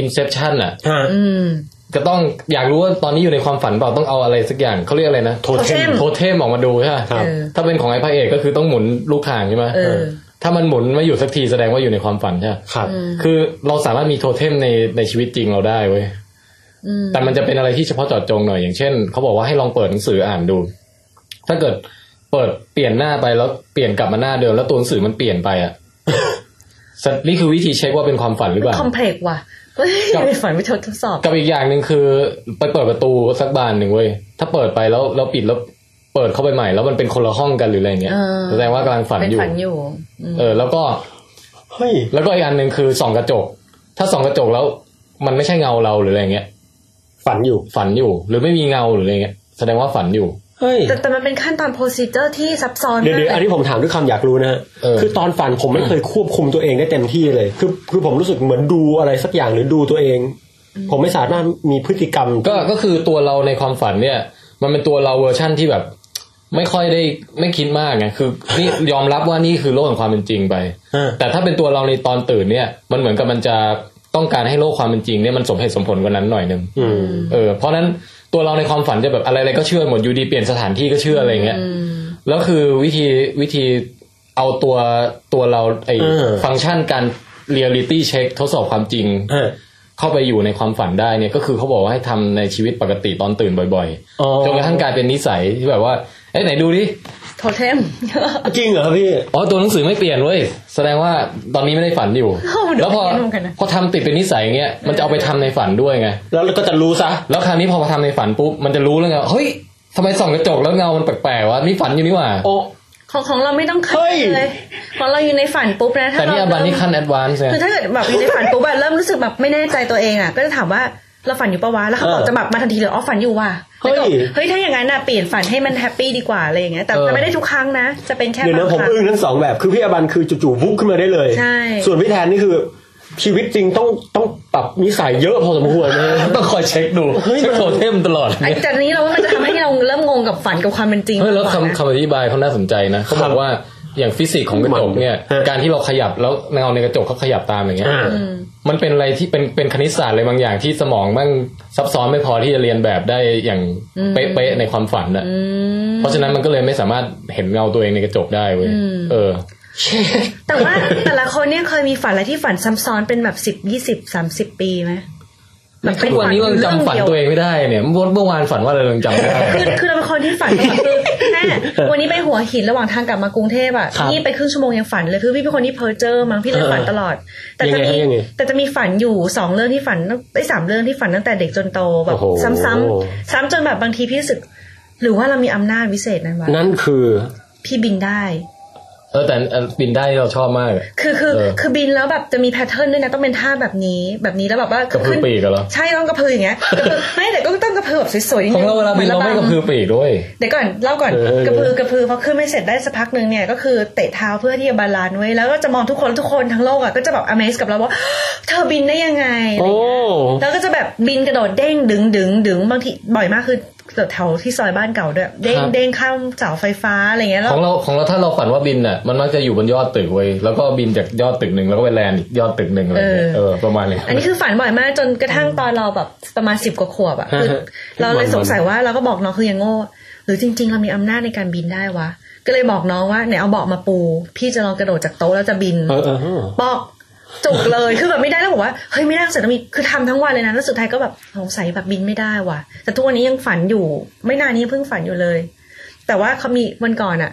D: inception อ่ะ
C: ฮะ
E: อืม
D: ก็ต้องอยากรู้ว่าตอนนี้อยู่ในความฝันเปล่าต้องเอาอะไรสักอย่างเขาเรียกอะไรนะ
C: โทเทม
D: โทเทมออกมาดูใช่ไหม
C: ครับ
E: เออ
D: ถ้าเป็นของไอ้พระเอกก็คือต้องหมุนลูกข่างใช่ไหม
E: เออ
D: ถ้ามันหมุนไม่อยู่สักทีแสดงว่าอยู่ในความฝันใช่ปะ
C: ครับ
D: คือเราสามารถมีโทเทมในในชีวิตจริงเราได้เว้ย
E: อืม
D: แต่มันจะเป็นอะไรที่เฉพาะเจาะจงหน่อยอย่างเช่นเขาบอกว่าให้ลองเปิดหนังสืออ่านดู ถ้าเกิดเปิดเปลี่ยนหน้าไปแล้วเปลี่ยนกลับมาหน้าเดิมแล้วตัวหนังสือมันเปลี่ยนไปอ่ะ สัตว์นี่คือวิธีเช็คว่าเป็นความฝันหรือเปล่า
E: คอมเพล็กซ์ว่ะเฮ้ย
D: กับ
E: ไม่ ฝันไม่ทดทดสอบ
D: กับอีกอย่างหนึ่งคือไปเปิดประตูสักบานหนึ่งเว้ยถ้าเปิดไปแล้วแล้วปิดแล้วเปิดเข้าไปใหม่ แล้วมันเป็นคนละห้องกันหรืออะไรเงี้ย
E: เออ
D: แสดงว่ากำลังฝัน
E: เป็น
D: อยู่
E: ฝันอยู่อืม
D: เออ แล้วก็
C: เฮ้ย
D: แล้วก็อีกอันหนึ่งคือส่องกระจก ถ้าส่องกระจกแล้วมันไม่ใช่เงาเราหรืออะไรเงี้ย
C: ฝันอยู่
D: ฝันอยู่ หรือไม่มีเงาหรืออะไรเงี้ยแสดงว่าฝันอยู่
C: เฮ้ย
E: แต่แต่มันเป็นขั้นตอน procedure ที่ซับซ้อน
C: เดี๋ยว
E: มาก
C: เดี๋ยวอันนี้ผมถามด้วยคำอยากรู้นะฮะ
D: เออ
C: คือตอนฝันผมไม่เคยควบคุมตัวเองได้เต็มที่เลย คือคือผมรู้สึกเหมือนดูอะไรสักอย่างหรือดูตัวเอง ผมไม่สามารถมีพฤติกรรม
D: ก็ ก็คือตัวเราในความฝันเนี่ย มันเป็นตัวเราเวอร์ชั่นที่แบบ ไม่ค่อยได้ไม่คิดมากไง คือนี่ยอมรับว่านี่คือโลกของความเป็นจริงไป
C: อ่า
D: แต่ถ้าเป็นตัวเราในตอนตื่นเนี่ย มันเหมือนกับมันจะต้องการให้โลกความเป็นจริงเนี่ยมันสมเหตุสมผลกว่านั้นหน่อยหนึง
C: อืม
D: เออ เพราะฉะนั้นตัวเราในความฝันจะแบบอะไรอะไรก็เชื่อหมดอยู่ดีเปลี่ยนสถานที่ก็เชื่ออะไรอย่างเงี้ย
E: อืม
D: แล้วคือวิธีวิธีเอาตัวตัวเราไอ
C: เออ
D: ฟังก์ชันการเรียลิตี้เช็คทดสอบความจริง
C: ฮะ
D: เข้าไปอยู่ในความฝันได้เนี่ยก็คือเขาบอกว่าให้ทำในชีวิตปกติตอนตื่นบ่อย
C: อ๋อ
D: ๆจนกระทั่งกลายเป็นนิสัยที่แบบว่าเอ้ยไหนดูดิ
E: โทเทม
C: จริงเหรอครับพี่
D: อ๋อตัวหนังสือไม่เปลี่ยนเว้ยแสดงว่าตอนนี้ไม่ได้ฝันอยู่
E: โอ้มันดู
D: แล้วพอ
E: ไม่รู้เหมือนกันนะ
D: พอทำติดเป็นนิสัยอย่างเงี้ยมันจะเอาไปทำในฝันด้วยไง
C: แล้วก็จะรู้ซะ
D: แล้วคราวนี้พอมาทำในฝันปุ๊บมันจะรู้แล้วไงว่าเฮ้ยทำไมส่องกระจกแล้วเงามันแปลกๆวะนี่ฝันอยู่นี่หว่า
C: โอ้
E: ของของเราไม่ต้องคั
C: เฮ้
E: ด
C: ย
E: เลยของเราอยู่ในฝันปุ๊บนะถ้า
D: แต่
E: เรา
D: นี่อาบันนี่ขั้นแอดวานซ์ไง
E: คือถ้าเกิดแบบอยู่ในฝันปุ๊บอะเริ่มรู้สึกแบบไม่แน่ใจตัวเองอะก็จะถามว่า เราฝันอยู่ปะวะแล้วเขาบอก
C: เออ
E: จะแบบมาทันทีเลยอ๋อฝันอยู่ว่ะ
C: เฮ้
E: แล้
C: ย
E: วก็บอกเฮ้ยถ้าอย่างนั้นน่ะเปลี่ยนฝันให้มันแฮปปี้ดีกว่าอะไรอย่างเงี้ยแต่
D: เออ
E: จะไม่ได้ทุกครั้งนะ จะเป็นแค่
C: เดี๋ยว
E: บาง
C: นะ
E: ค
C: ผม
E: รั้ง
C: อึ้งทั้งสองแบบคือพี่อบันคือจู่ๆวุบขึ้นมาได้เลย
E: ใช่
C: ส่วนพี่แทนนี่คือชีวิตจริงต้องต้องปรับนิสัยเยอะพอสมควรนะ
D: ต้องคอยเช็คดู
C: เฮ้ย
D: เช็คโทเทมตลอด
E: ไอ้จากนี้เราว่ามันจะทำให้เราเริ่มงงกับฝันกับความเป็นจริง
D: เฮ้ยแล้ว
E: มากกว่านะ
D: คำคำอธิบายเขาน่าสนใจนะเขาบอ
C: ค
D: ก
C: รับ
D: ว่าอย่างฟิสิกส์ของกระจกเนี่ย
C: ฮะ
D: การที่เราขยับแล้วเงาในกระจกเขาขยับตามอย่างเงี้ย
C: อ่า
D: มันเป็นอะไรที่เป็นเป็นคณิตศาสตร์อะไรบางอย่างที่สมองมันซับซ้อนไม่พอที่จะเรียนแบบได้อย่างเป๊ะๆในความฝันนะ
E: อืม
D: เพราะฉะนั้นมันก็เลยไม่สามารถเห็นเงาตัวเองในกระจกได้เว้ย
E: อืม
D: เออ
E: แต่ว่า แต่ละคนเนี่ยเคยมีฝันอะไรที่ฝันซ้ำซ้อนเป็นแบบสิบยี่สิบสามสิบปีไหมแบบ
D: ทุ
E: เป็
D: กวันนี้ก็ยังจำฝันตัวเองไม่ได้เนี่ยเมื่อเมื่อวานฝันว่าอะไรเรายังจำไม่ได้
E: คือคือเราเป็นคนที่ฝันตลอดคือแม่วันนี้ไปหัวหินระหว่างทางกลับมากรุงเทพอ่ะ
D: ครับ
E: นี่ไปครึ่งชั่วโมงยังฝันเลยคือพี่เป็นคนที่เพ้อเจอมั้งพี่เลยฝันตลอด แต่จะ
C: ยังไง
E: มี
C: ฮะยังไง
E: แต่จะมีฝันอยู่สองเรื่องที่ฝันไอ้สามเรื่องที่ฝันตั้งแต่เด็กจนโตแบบ
C: โอ้โห
E: ซ้ำๆซ้ำจนแบบบางทีพี่รู้สึก หรือว่าเรามีอำนาจวิเศษนั้นวะ
C: นั่นคือ
E: พี่บินได้
D: เออแต่อันบินได้เราชอบมาก
E: คือคือ
D: เออ
E: คือบินแล้วแบบจะมีแพทเทิร์นด้วยนะต้องเป็นท่าแบบนี้แบบนี้แล้วแบบว่าก
D: ระพือปีกอะเหรอ
E: ใช่ต้องกระพืออย่างเงี้ ยกระพือไม่แต่ก็ต้องกระพือแบบสวยๆนิด
D: ของ
E: นึง
D: เราเวลาบินเราไม่กระพือปีกด้วย
E: เดี๋ยวก่อนเล่าก่อน
C: เออเออ
E: กระพือกระพือพอขึ้นไม่เสร็จได้สักพักหนึ่งเนี่ยก็คือเตะเท้าเพื่อที่จะบาลานซ์ไว้แล้วก็จะมองทุกคนทุกคนทั้งโลกอ่ะก็จะแบบ amaze กับเราว่า เธอบินได้ยังไงอะไร
C: โอ้
E: เงี้ยแล้วก็จะแบบบินกระโดดเด้งดึงดึงดึงบางทีบ่อยมากคือแถวที่ซอยบ้านเก่าด้วยเด้ง
D: ครับ
E: เด้งข้ามเสาไฟฟ้าอะไรเงี้ยแล้ว
D: ของเราของเราถ้าเราฝันว่าบินน่ะมันมักจะอยู่บนยอดตึกเว้ยแล้วก็บินจากยอดตึกหนึ่งแล้วก็ไปแลนด์อีกยอดตึกหนึ่งอะไรเงี้ย
E: เอ
D: เอ
E: อ
D: อประมาณนี้
E: อันนี้คือฝันบ่อยมากจนกระทั่งตอนเราแบบประมาณสิบกว่าขวบอะคือ
C: ฮะฮะ
E: เราเลยสงสัยว่าเราก็บอกน้องคือยังโง่หรือจริง ๆ เรามีอำนาจในการบินได้วะก็เลยบอกน้องว่าเนี่ยเอาเบาะมาปู พี่จะลองกระโดดจากโต๊ะแล้วจะบิน
C: เออเออเออ
E: บอกจุกเลยคือแบบไม่ได้แล้วบอกว่าเฮ้ยไม่ได้เสร็จแล้วมีคือทำทั้งวันเลยนะแล้วสุดท้ายก็แบบสงสัยแบบบินไม่ได้ว่ะ แต่ทุกวันนี้ยังฝันอยู่ ไม่นานนี้เพิ่งฝันอยู่เลย แต่ว่าเขามีวันก่อนอะ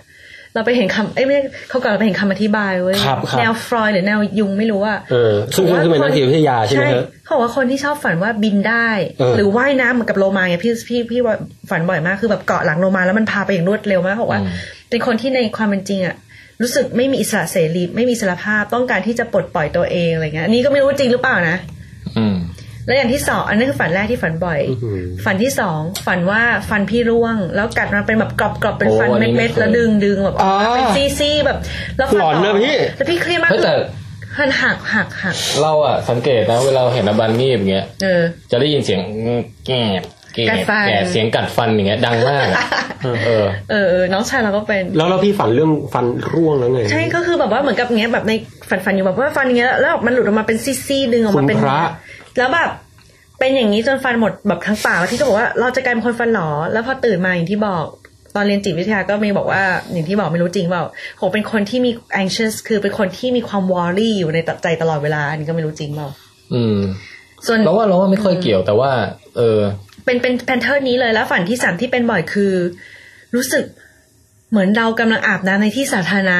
E: เราไปเห็นคำเอ้ยไม่ใช่เขาก่อนเราไปเห็นคำอธิบายเว้ย
C: ครับครับ
E: แนวฟรอยด์หรือแนวยุงไม่รู้อะ
C: เออซึ่งซึ่งคือเป็นนักจิตวิทยาใช่ไหมฮะ
E: เขาบอกว่าคนที่ชอบฝันว่าบินได้
C: เออ
E: หรือว่ายน้ำเหมือนกับโลมาไงพี่พี่พี่ว่าฝันบ่อยมากคือแบบเกาะหลังโลมาแล้วมันพาไปอย่างรวดเร็วมากเขาบอกว่า
D: อืม
E: เป็นคนที่ในความเป็นจริงอะรู้สึกไม่มีอิสระเสรีไม่มีอิสระภาพต้องการที่จะปลดปล่อยตัวเองอะไรเงี้ยอันนี้ก็ไม่รู้จริงหรือเปล่านะ
D: อืม
E: แล้วอย่างที่สองอันนี้คือฝันแรกที่ฝันบ่อย
C: อื้อหือ
E: ฝันที่สองฝันว่าฟันพี่ร่วง แล้วกัดมันเป็นแบบกรอบๆเป็นฟันเม็ดๆแล้วดึงดึงๆแบบออกมาเป็นซี่ๆแบบแล้วฟั
C: หลอน
E: ก
C: นะพี่
E: แล้วพี่เครียดมาก
D: เฮ้ยแต่
E: มันหักหักหัก
D: เราอะสังเกตนะเวลาเห็นอบันงีบอย่างเงี้ย
E: เออ
D: จะได้ยินเสียงแกรบแกร
E: กัด
D: บ
E: ฟัน
D: แกรบเสียงกัดฟันอย่างเงี้ยดัง มากอะเออ
E: เออเออน้องชายเราก็เป็น
C: แล้วแล้วพี่ฝันเรื่องฟันร่วงแล้วไง
E: ใช่ก็คือแบบว่าเหมือนกับเงี้ยแบบในฝันๆอยู่แบบว่าฟันเงี้ยแล้วมันหลุดออกมาเป็นซี่ๆดึงออกมาเป็น
C: คุณพระ
E: แล้วแบบเป็นอย่างนี้จนฟันหมดแบบทั้งปากแล้วที่ก็บอกว่าเราจะกลายเป็นคนฟันหลอแล้วพอตื่นมาอย่างที่บอก ตอนเรียนจิตวิทยาก็มีบอกว่าอย่างที่บอกไม่รู้จริงเปล่าผมเป็นคนที่มี anxious คือเป็นคนที่มีความ worry อยู่ในใจตลอดเวลาอันนี้ก็ไม่รู้จริงเปล่า
D: อืม
E: ส่วน
D: เราว่าเราว่าไม่ค่อยเกี่ยวแต่ว่า เออ
E: เป็นเป็นแพนเทอร์นี้เลยแล้วฝันที่สามที่เป็นบ่อยคือ รู้สึกเหมือนเรากำลังอาบน้ำในที่สาธารณะ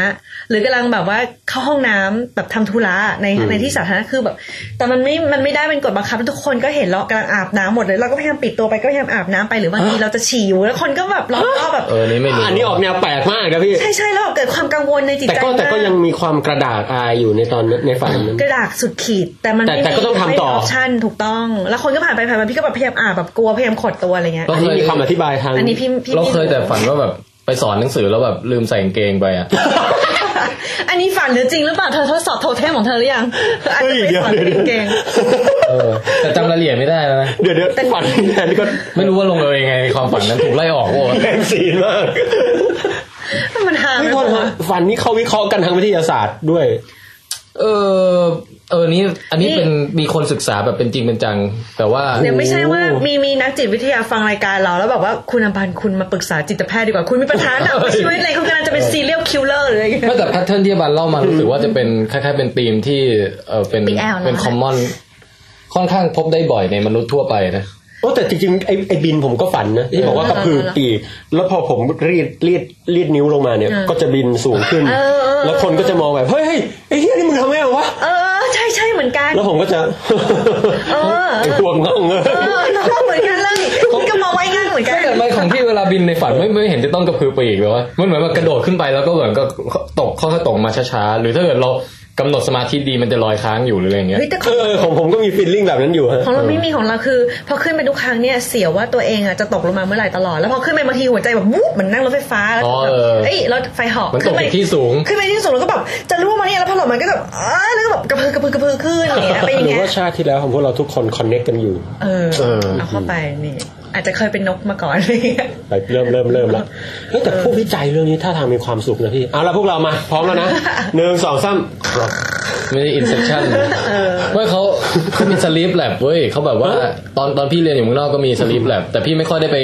E: หรือกำลังแบบว่าเข้าห้องน้ำแบบทำธุระใน
C: อืม
E: ในที่สาธารณะคือแบบ แต่มันไม่มันไม่ได้เป็นกฎบังคับทุกคนก็เห็นเรากำลังอาบน้ำหมดเลยเราก็พยายามปิดตัวไปก็พยายามอาบน้ำไปหรือบางทีเราจะฉี่อยู่แล้วคนก็แบบล้อมรอบแบบ
D: เออนี่ไม่รู้
C: อันนี้ออกแนวแปลกมากนะพี่
E: ใช่ใช่แล้วแบบเกิดความกังวลในจิต
C: แต่
E: ใจ
C: ก็แต่ก็
E: มา
C: ยังมีความกระดาษอายอยู่ในตอนในฝันนั้น
E: กระดากสุดขีด แต่มัน
C: แต่แต่ก็ต้องทำต่อ
E: ออปชั่นถูกต้อง แล้วคนก็ผ่านไปผ่านมาพี่ก็แบบพยายามอาบแบบกลัวพยายามขดตัวอะไรเงี้ย
C: อันนี้มีคำอธิบายทาง
E: อันนี้พี่พี่
D: เราเคยแต่ฝันว่าแบบไปสอนหนังสือแล้วแบบลืมใส่กางเกงไปอะ
E: อันนี้ฝันหรือจริงหรือเปล่าเธอทดสอบโทเทมของเธอหรือยังเธออาจจะ
C: เฮ้ย
E: ไป
C: เดี๋ยว
E: สอน
C: เดี๋ยว
E: เก่ง
D: เออแต่จำรายละเอียดไม่ได้แล้วนะ
C: เดี๋ยวเดี๋ยวฝันแทนก็
D: ไม่รู้ว่าลงเอยยังไงในความฝันนั้นถูกไล่ออกโอ้
C: แรงสีมาก
E: ๆมันหา
C: ไม่
E: ไม่
C: โท
E: พ
C: ษ
E: อ
C: ฮะฝันนี้เขาวิเคราะห์กันทางวิทยาศาสตร์ด้วย
D: เออ เออนี่อันนี้เป็นมีคนศึกษาแบบเป็นจริงเป็นจัง แต่ว่า
E: เนี่ยไม่ใช่ว่ามีมีนักจิตวิทยาฟังรายการเราแล้วแบบว่าคุณอภันธ์คุณมาปรึกษาจิตแพทย์ดีกว่าคุณมีปัญหาหนักในชีวิตเลยคุณกำลังจะเป็นซีเรียลคิลเลอร์หรืออะไรอย่างเงี้ย
D: ไม่แต่แพทเทิร์นที่บันเล่ามารู้สึกว่าจะเป็นคล้ายๆเป็นธีมที่เออเป็น
E: บิ๊กแอลเหรอ
D: เป็นคอมมอนค่อนข้างพบได้บ่อยในมนุษย์ทั่วไปนะ
C: โอ้แต่จริงๆไอ้ไอ้บินผมก็ฝันนะที่บอกว่ากระพือปีกแล้วพอผมรีดรีดรีดนิ้วลงมาเนี่ย
E: เออ
C: ก็จะบินสูงขึ้น
E: เออเออ
C: แล้วคนก็จะมองแบบเฮ้ยเฮ้ยไอ้เฮียนี่มึงทำไมวะ
E: เออใช่ใช่เหมือนกัน
C: แล้วผมก็จะ
E: เออ
C: ไอ้ตัวงงเออ
E: เออ เราก็เหมือนกันเรื่องนี้นี่ก็มาไว้งั้นเหมือนกัน
D: แต่ทำไมของพี่เวลาบินในฝันไม่ไม่เห็นจะต้องกระพือปีกเลยวะมันเหมือนแบบกระโดดขึ้นไปแล้วก็เหมือนก็ตกค่อยๆตกมาช้าๆหรือถ้าเกิดเรา กำหนดสมาธิดีมันจะลอยค้างอยู่หรืออะไรอย่างเงี้ย
E: เฮ้ยแต่ข
C: เอ
E: อง
C: อของผมก็มีฟีลลิ่งแบบนั้นอยู่ฮะ
E: ของเราไม่มีของเราคือ พอขึ้นไปทุกครั้งเนี่ยเสียวว่าตัวเองอ่ะจะตกลงมาเมื่อไหร่ตลอด แล้วพอขึ้นไปบางทีหัวใจแบบวูบเหมือนนั่งรถไฟฟ้าแล้ว
D: อ๋อ
E: แบบ
D: เออ
E: เอ้ยรถไฟเหาะ
D: มันต
E: ขึ้
D: ก
E: นไป
D: จากที่สูง
E: ขึ้นไปที่สูงแล้วก็แบบจะร่วงมาเนี่ยแล้วพอหลบมันก็แบบอ้าแล้วก็แบบกระพือกระพือกระพือขึ้นอย่างเงี้ยเป็นอ
C: ห
E: ย่าง
C: รือ
E: เงี้ย
C: ว่าชาติที่แล้วของพวกเราทุกคนคอนเน็กกันอยู่
E: เออ
D: เออ
E: เอาเข้าไปนี่อาจจะเคยเป็นนกมาก่อนอะไรเงี้ย
C: ไปเริ่มเริ่มเริ่มแล้วเฮ้ยแต่ผู้วิจัยเรื่องนี้ท่าทางมีความสุขนะพี่เอาละพวกเรามาพร้อม แล้วนะหนึ่งสองสาม
D: ไม่ได้อินเซ t ชั่นว่าเขาเขามีสลีปแลบเว้ยเขาแบบว่าตอนตอนพี่เรียนอยู่เมืองนอกก็มีสลีปแลบแต่พี่ไม่ค่อยได้ไป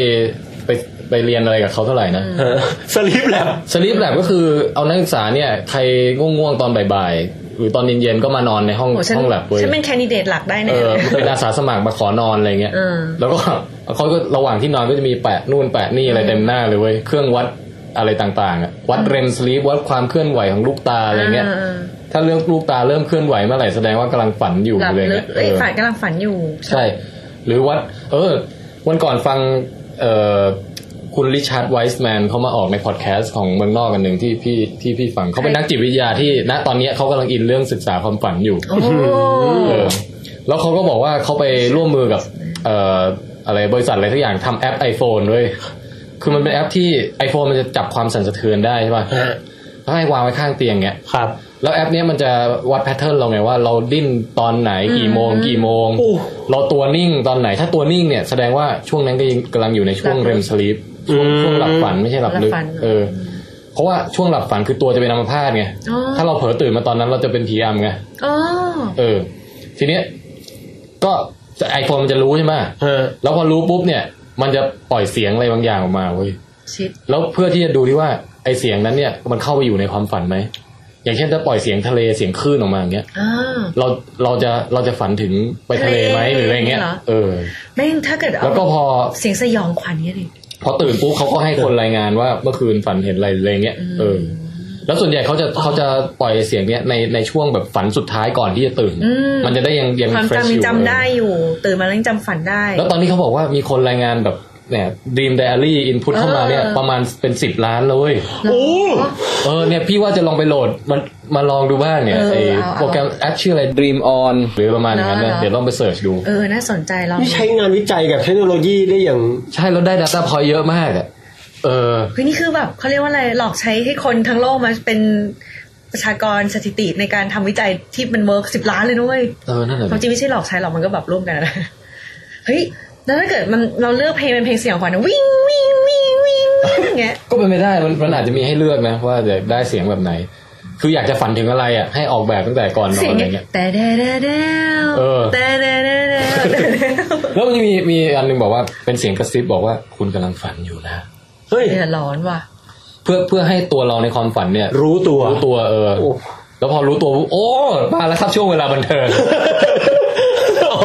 D: ไปไปเรียนอะไรกับเขาเท่าไหร่นะ
C: ฮะสลีปแล้ว
D: สลีปแลบก็คือเอานักศึกษาเนี่ยใครง่วงๆตอนบ่ายๆหรือตอนเย็นๆก็มานอนในห้อง
E: โหฉัน
D: ห้องแลบเว้ย
E: ฉันเป็นแคนดิเดตหลักได้
D: เอ
E: แน่
D: อ
E: เลย
D: เป็นอาสาสมัครมาขอนอนอะไรเงี้ย
E: เออ
D: แล้วก็ เขาก็ระหว่างที่นอนก็จะมีแปะนู่นแปะนี่อะไรเต็มหน้าเลยเว้ยเครื่องวัดอะไรต่างๆอะวัดเรมสลีปวัดความเคลื่อนไหวของลูกตาอะไรเงี้ย ถ้าเรื่องลูกตาเริ่มเคลื่อนไหวเมื่อไหร่แสดงว่ากำลังฝันอยู่
E: หลับ
D: เลย
E: ลึก
D: เนี่ย
E: เอ้ย
D: เออ
E: ฝันกำลังฝันอยู่
D: ใช่ หรือวัด เออ วันก่อนฟังเอ่อคุณริชาร์ดไวส์แมนเขามาออกในพอดแคสต์ของเมืองนอกกันหนึ่งที่พี่ที่พี่ฟังเขาเป็นนักจิตวิทยาที่ณตอนเนี้ยเขากำลังอินเรื่องศึกษาความฝันอยู่
E: โอ้โห
D: เออแล้วเขาก็บอกว่าเขาไปร่วมมือกับเอ่ออะไรบริษัทอะไรทุกอย่างทำแอป iPhone ด้วย คือมันเป็นแอปที่ iPhone มันจะจับความสั่นสะเทือนได้ใช่ป่ะ
C: ฮะ
D: แล้วให้วางไว้ข้างเตียงเงี้ย
C: ครับ
D: แล้วแอปเนี้ยมันจะวัดแพทเทิร์นเราไงว่าเราดิ้นตอนไหนกี่โมง กี่โมง
C: โอ้
D: เราตัวนิ่งตอนไหนถ้าตัวนิ่งเนี่ยแสดงว่าช่วงนั้นก็ยังกำลังอยู่ในช่วงเรมสลีปช่วง
C: อืม
D: ช่วงหลับฝันไม่ใช่หลับลึก
E: หลับฝัน
D: เออ เพราะว่าช่วงหลับฝันคือตัวจะเป็นอัมพาตไง
E: อ๋อ
D: ถ้าเราเผลอตื่นมาตอนนั้นเราจะเป็นผีอำไง
E: อ๋อ
D: เออ ทีเนี้ยก็ไอโฟนมันจะรู้ใช่ไหม
C: ฮะ
D: แล้วพอรู้ปุ๊บเนี่ย มันจะปล่อยเสียงอะไรบางอย่างออกมาเว้ย
E: ชิด
D: แล้วเพื่อที่จะดูที่ว่าไอเสียงนั้นเนี่ยมันเข้าไปอยู่ในความฝันไหม อย่างเช่นถ้าปล่อยเสียงทะเลเสียงคลื่นออกมาอย่างเงี้ย
E: อ่า
D: เราเราจะเราจะฝันถึงไปทะเลไหม
E: ทะเล
D: หรืออะไรเงี้ย
E: เหรอ
D: เออ
E: แม่งถ้าเกิดเอา
D: แล้วก็พอ
E: เสียงสยองขวัญเนี่ยดิ
D: พอตื่นปุ๊บเขาก็ให้คนรายงานว่าเมื่อคืนฝันเห็นอะไรอะไรเงี้ยเออ แล้วส่วนใหญ่เขาจะเขาจะปล่อยเสียงเนี้ยในในช่วงแบบฝันสุดท้ายก่อนที่จะตื่น
E: อืม
D: มันจะได้ยังยัง
E: ความ
D: fresh
E: จำยั
D: อ
E: ง
D: ยู่
E: จำได้อยู่ ตื่นมาแล้วยังจำฝันได้
D: แล้วตอนนี้เขาบอกว่ามีคนรายงานแบบเนี่ยดีมไดอารี่อินพุตเข้ามาเนี่ย
E: เออ
D: ประมาณเป็นสิบล้านเลย
C: โอ้
D: เออเนี่ยพี่ว่าจะลองไปโหลดมันมาลองดูบ้างเนี่ย
E: เออ
D: ไอ้
E: เอา
D: โปรแกรมแอปชื่ออะไร Dream On หรือประมาณอย่างนั้นนะ
E: เหรอ
D: เดี๋ยวลองไปเสิร์ชดู
E: เออ น่าสนใจลอง
C: นี่ใช้งานวิจัยกับเทคโนโลยีได้อย่าง
D: ใช่แล้วได้ Data Point เยอะมากอะเออ
E: คือนี่คือแบบเขาเรียกว่าอะไร หลอกใช้ให้คนทั้งโลกมาเป็นประชากรสถิติในการทำวิจัยที่มันเวิร์กสิบล้านเลยด้วย
D: เออนั่นแหละ
E: ความจริงไม่ใช่หลอกใช้หรอกมันก็แบบร่วมกันนะ เฮ้ย แล้วถ้าเกิดมันเราเลือกเพลงเป็นเพลงเสียงขวัญนะวิ่งวิ่งวิ่งวิ่งวิ่งอ ย่างเงี้ย
D: ก็เป็นไม่ได้มันมันอาจจะมีให้เลือกนะ ว่าจะได้เสียงแบบไหน คืออยากจะฝันถึงอะไรอ่ะให้ออกแบบตั้งแต่ก่อนนอ
E: เสีย
D: น
E: ง
D: อะไร
E: เงี้
D: เงี้
E: ย
D: ย
E: แต่เดเดเด
D: เออ
E: แต่เดเดเด
D: แล้วมันจะมีมีอันหนึงบอกว่าเป็นเสียงกระซิบบอกว่าคุณกำลังฝันอยู่นะ
C: เฮ้ย
E: เดือดร้อนว่ะ
D: เพื่อเพื่อให้ตัวเราในความฝันเนี่ย
C: รู้ตัว
D: รู้ตัวเออ
C: โอ้
D: แล้วพอรู้ตัวปุ๊บโอ้มาแล้วครับช่วงเวลาบัน เทิง
C: อ๋อ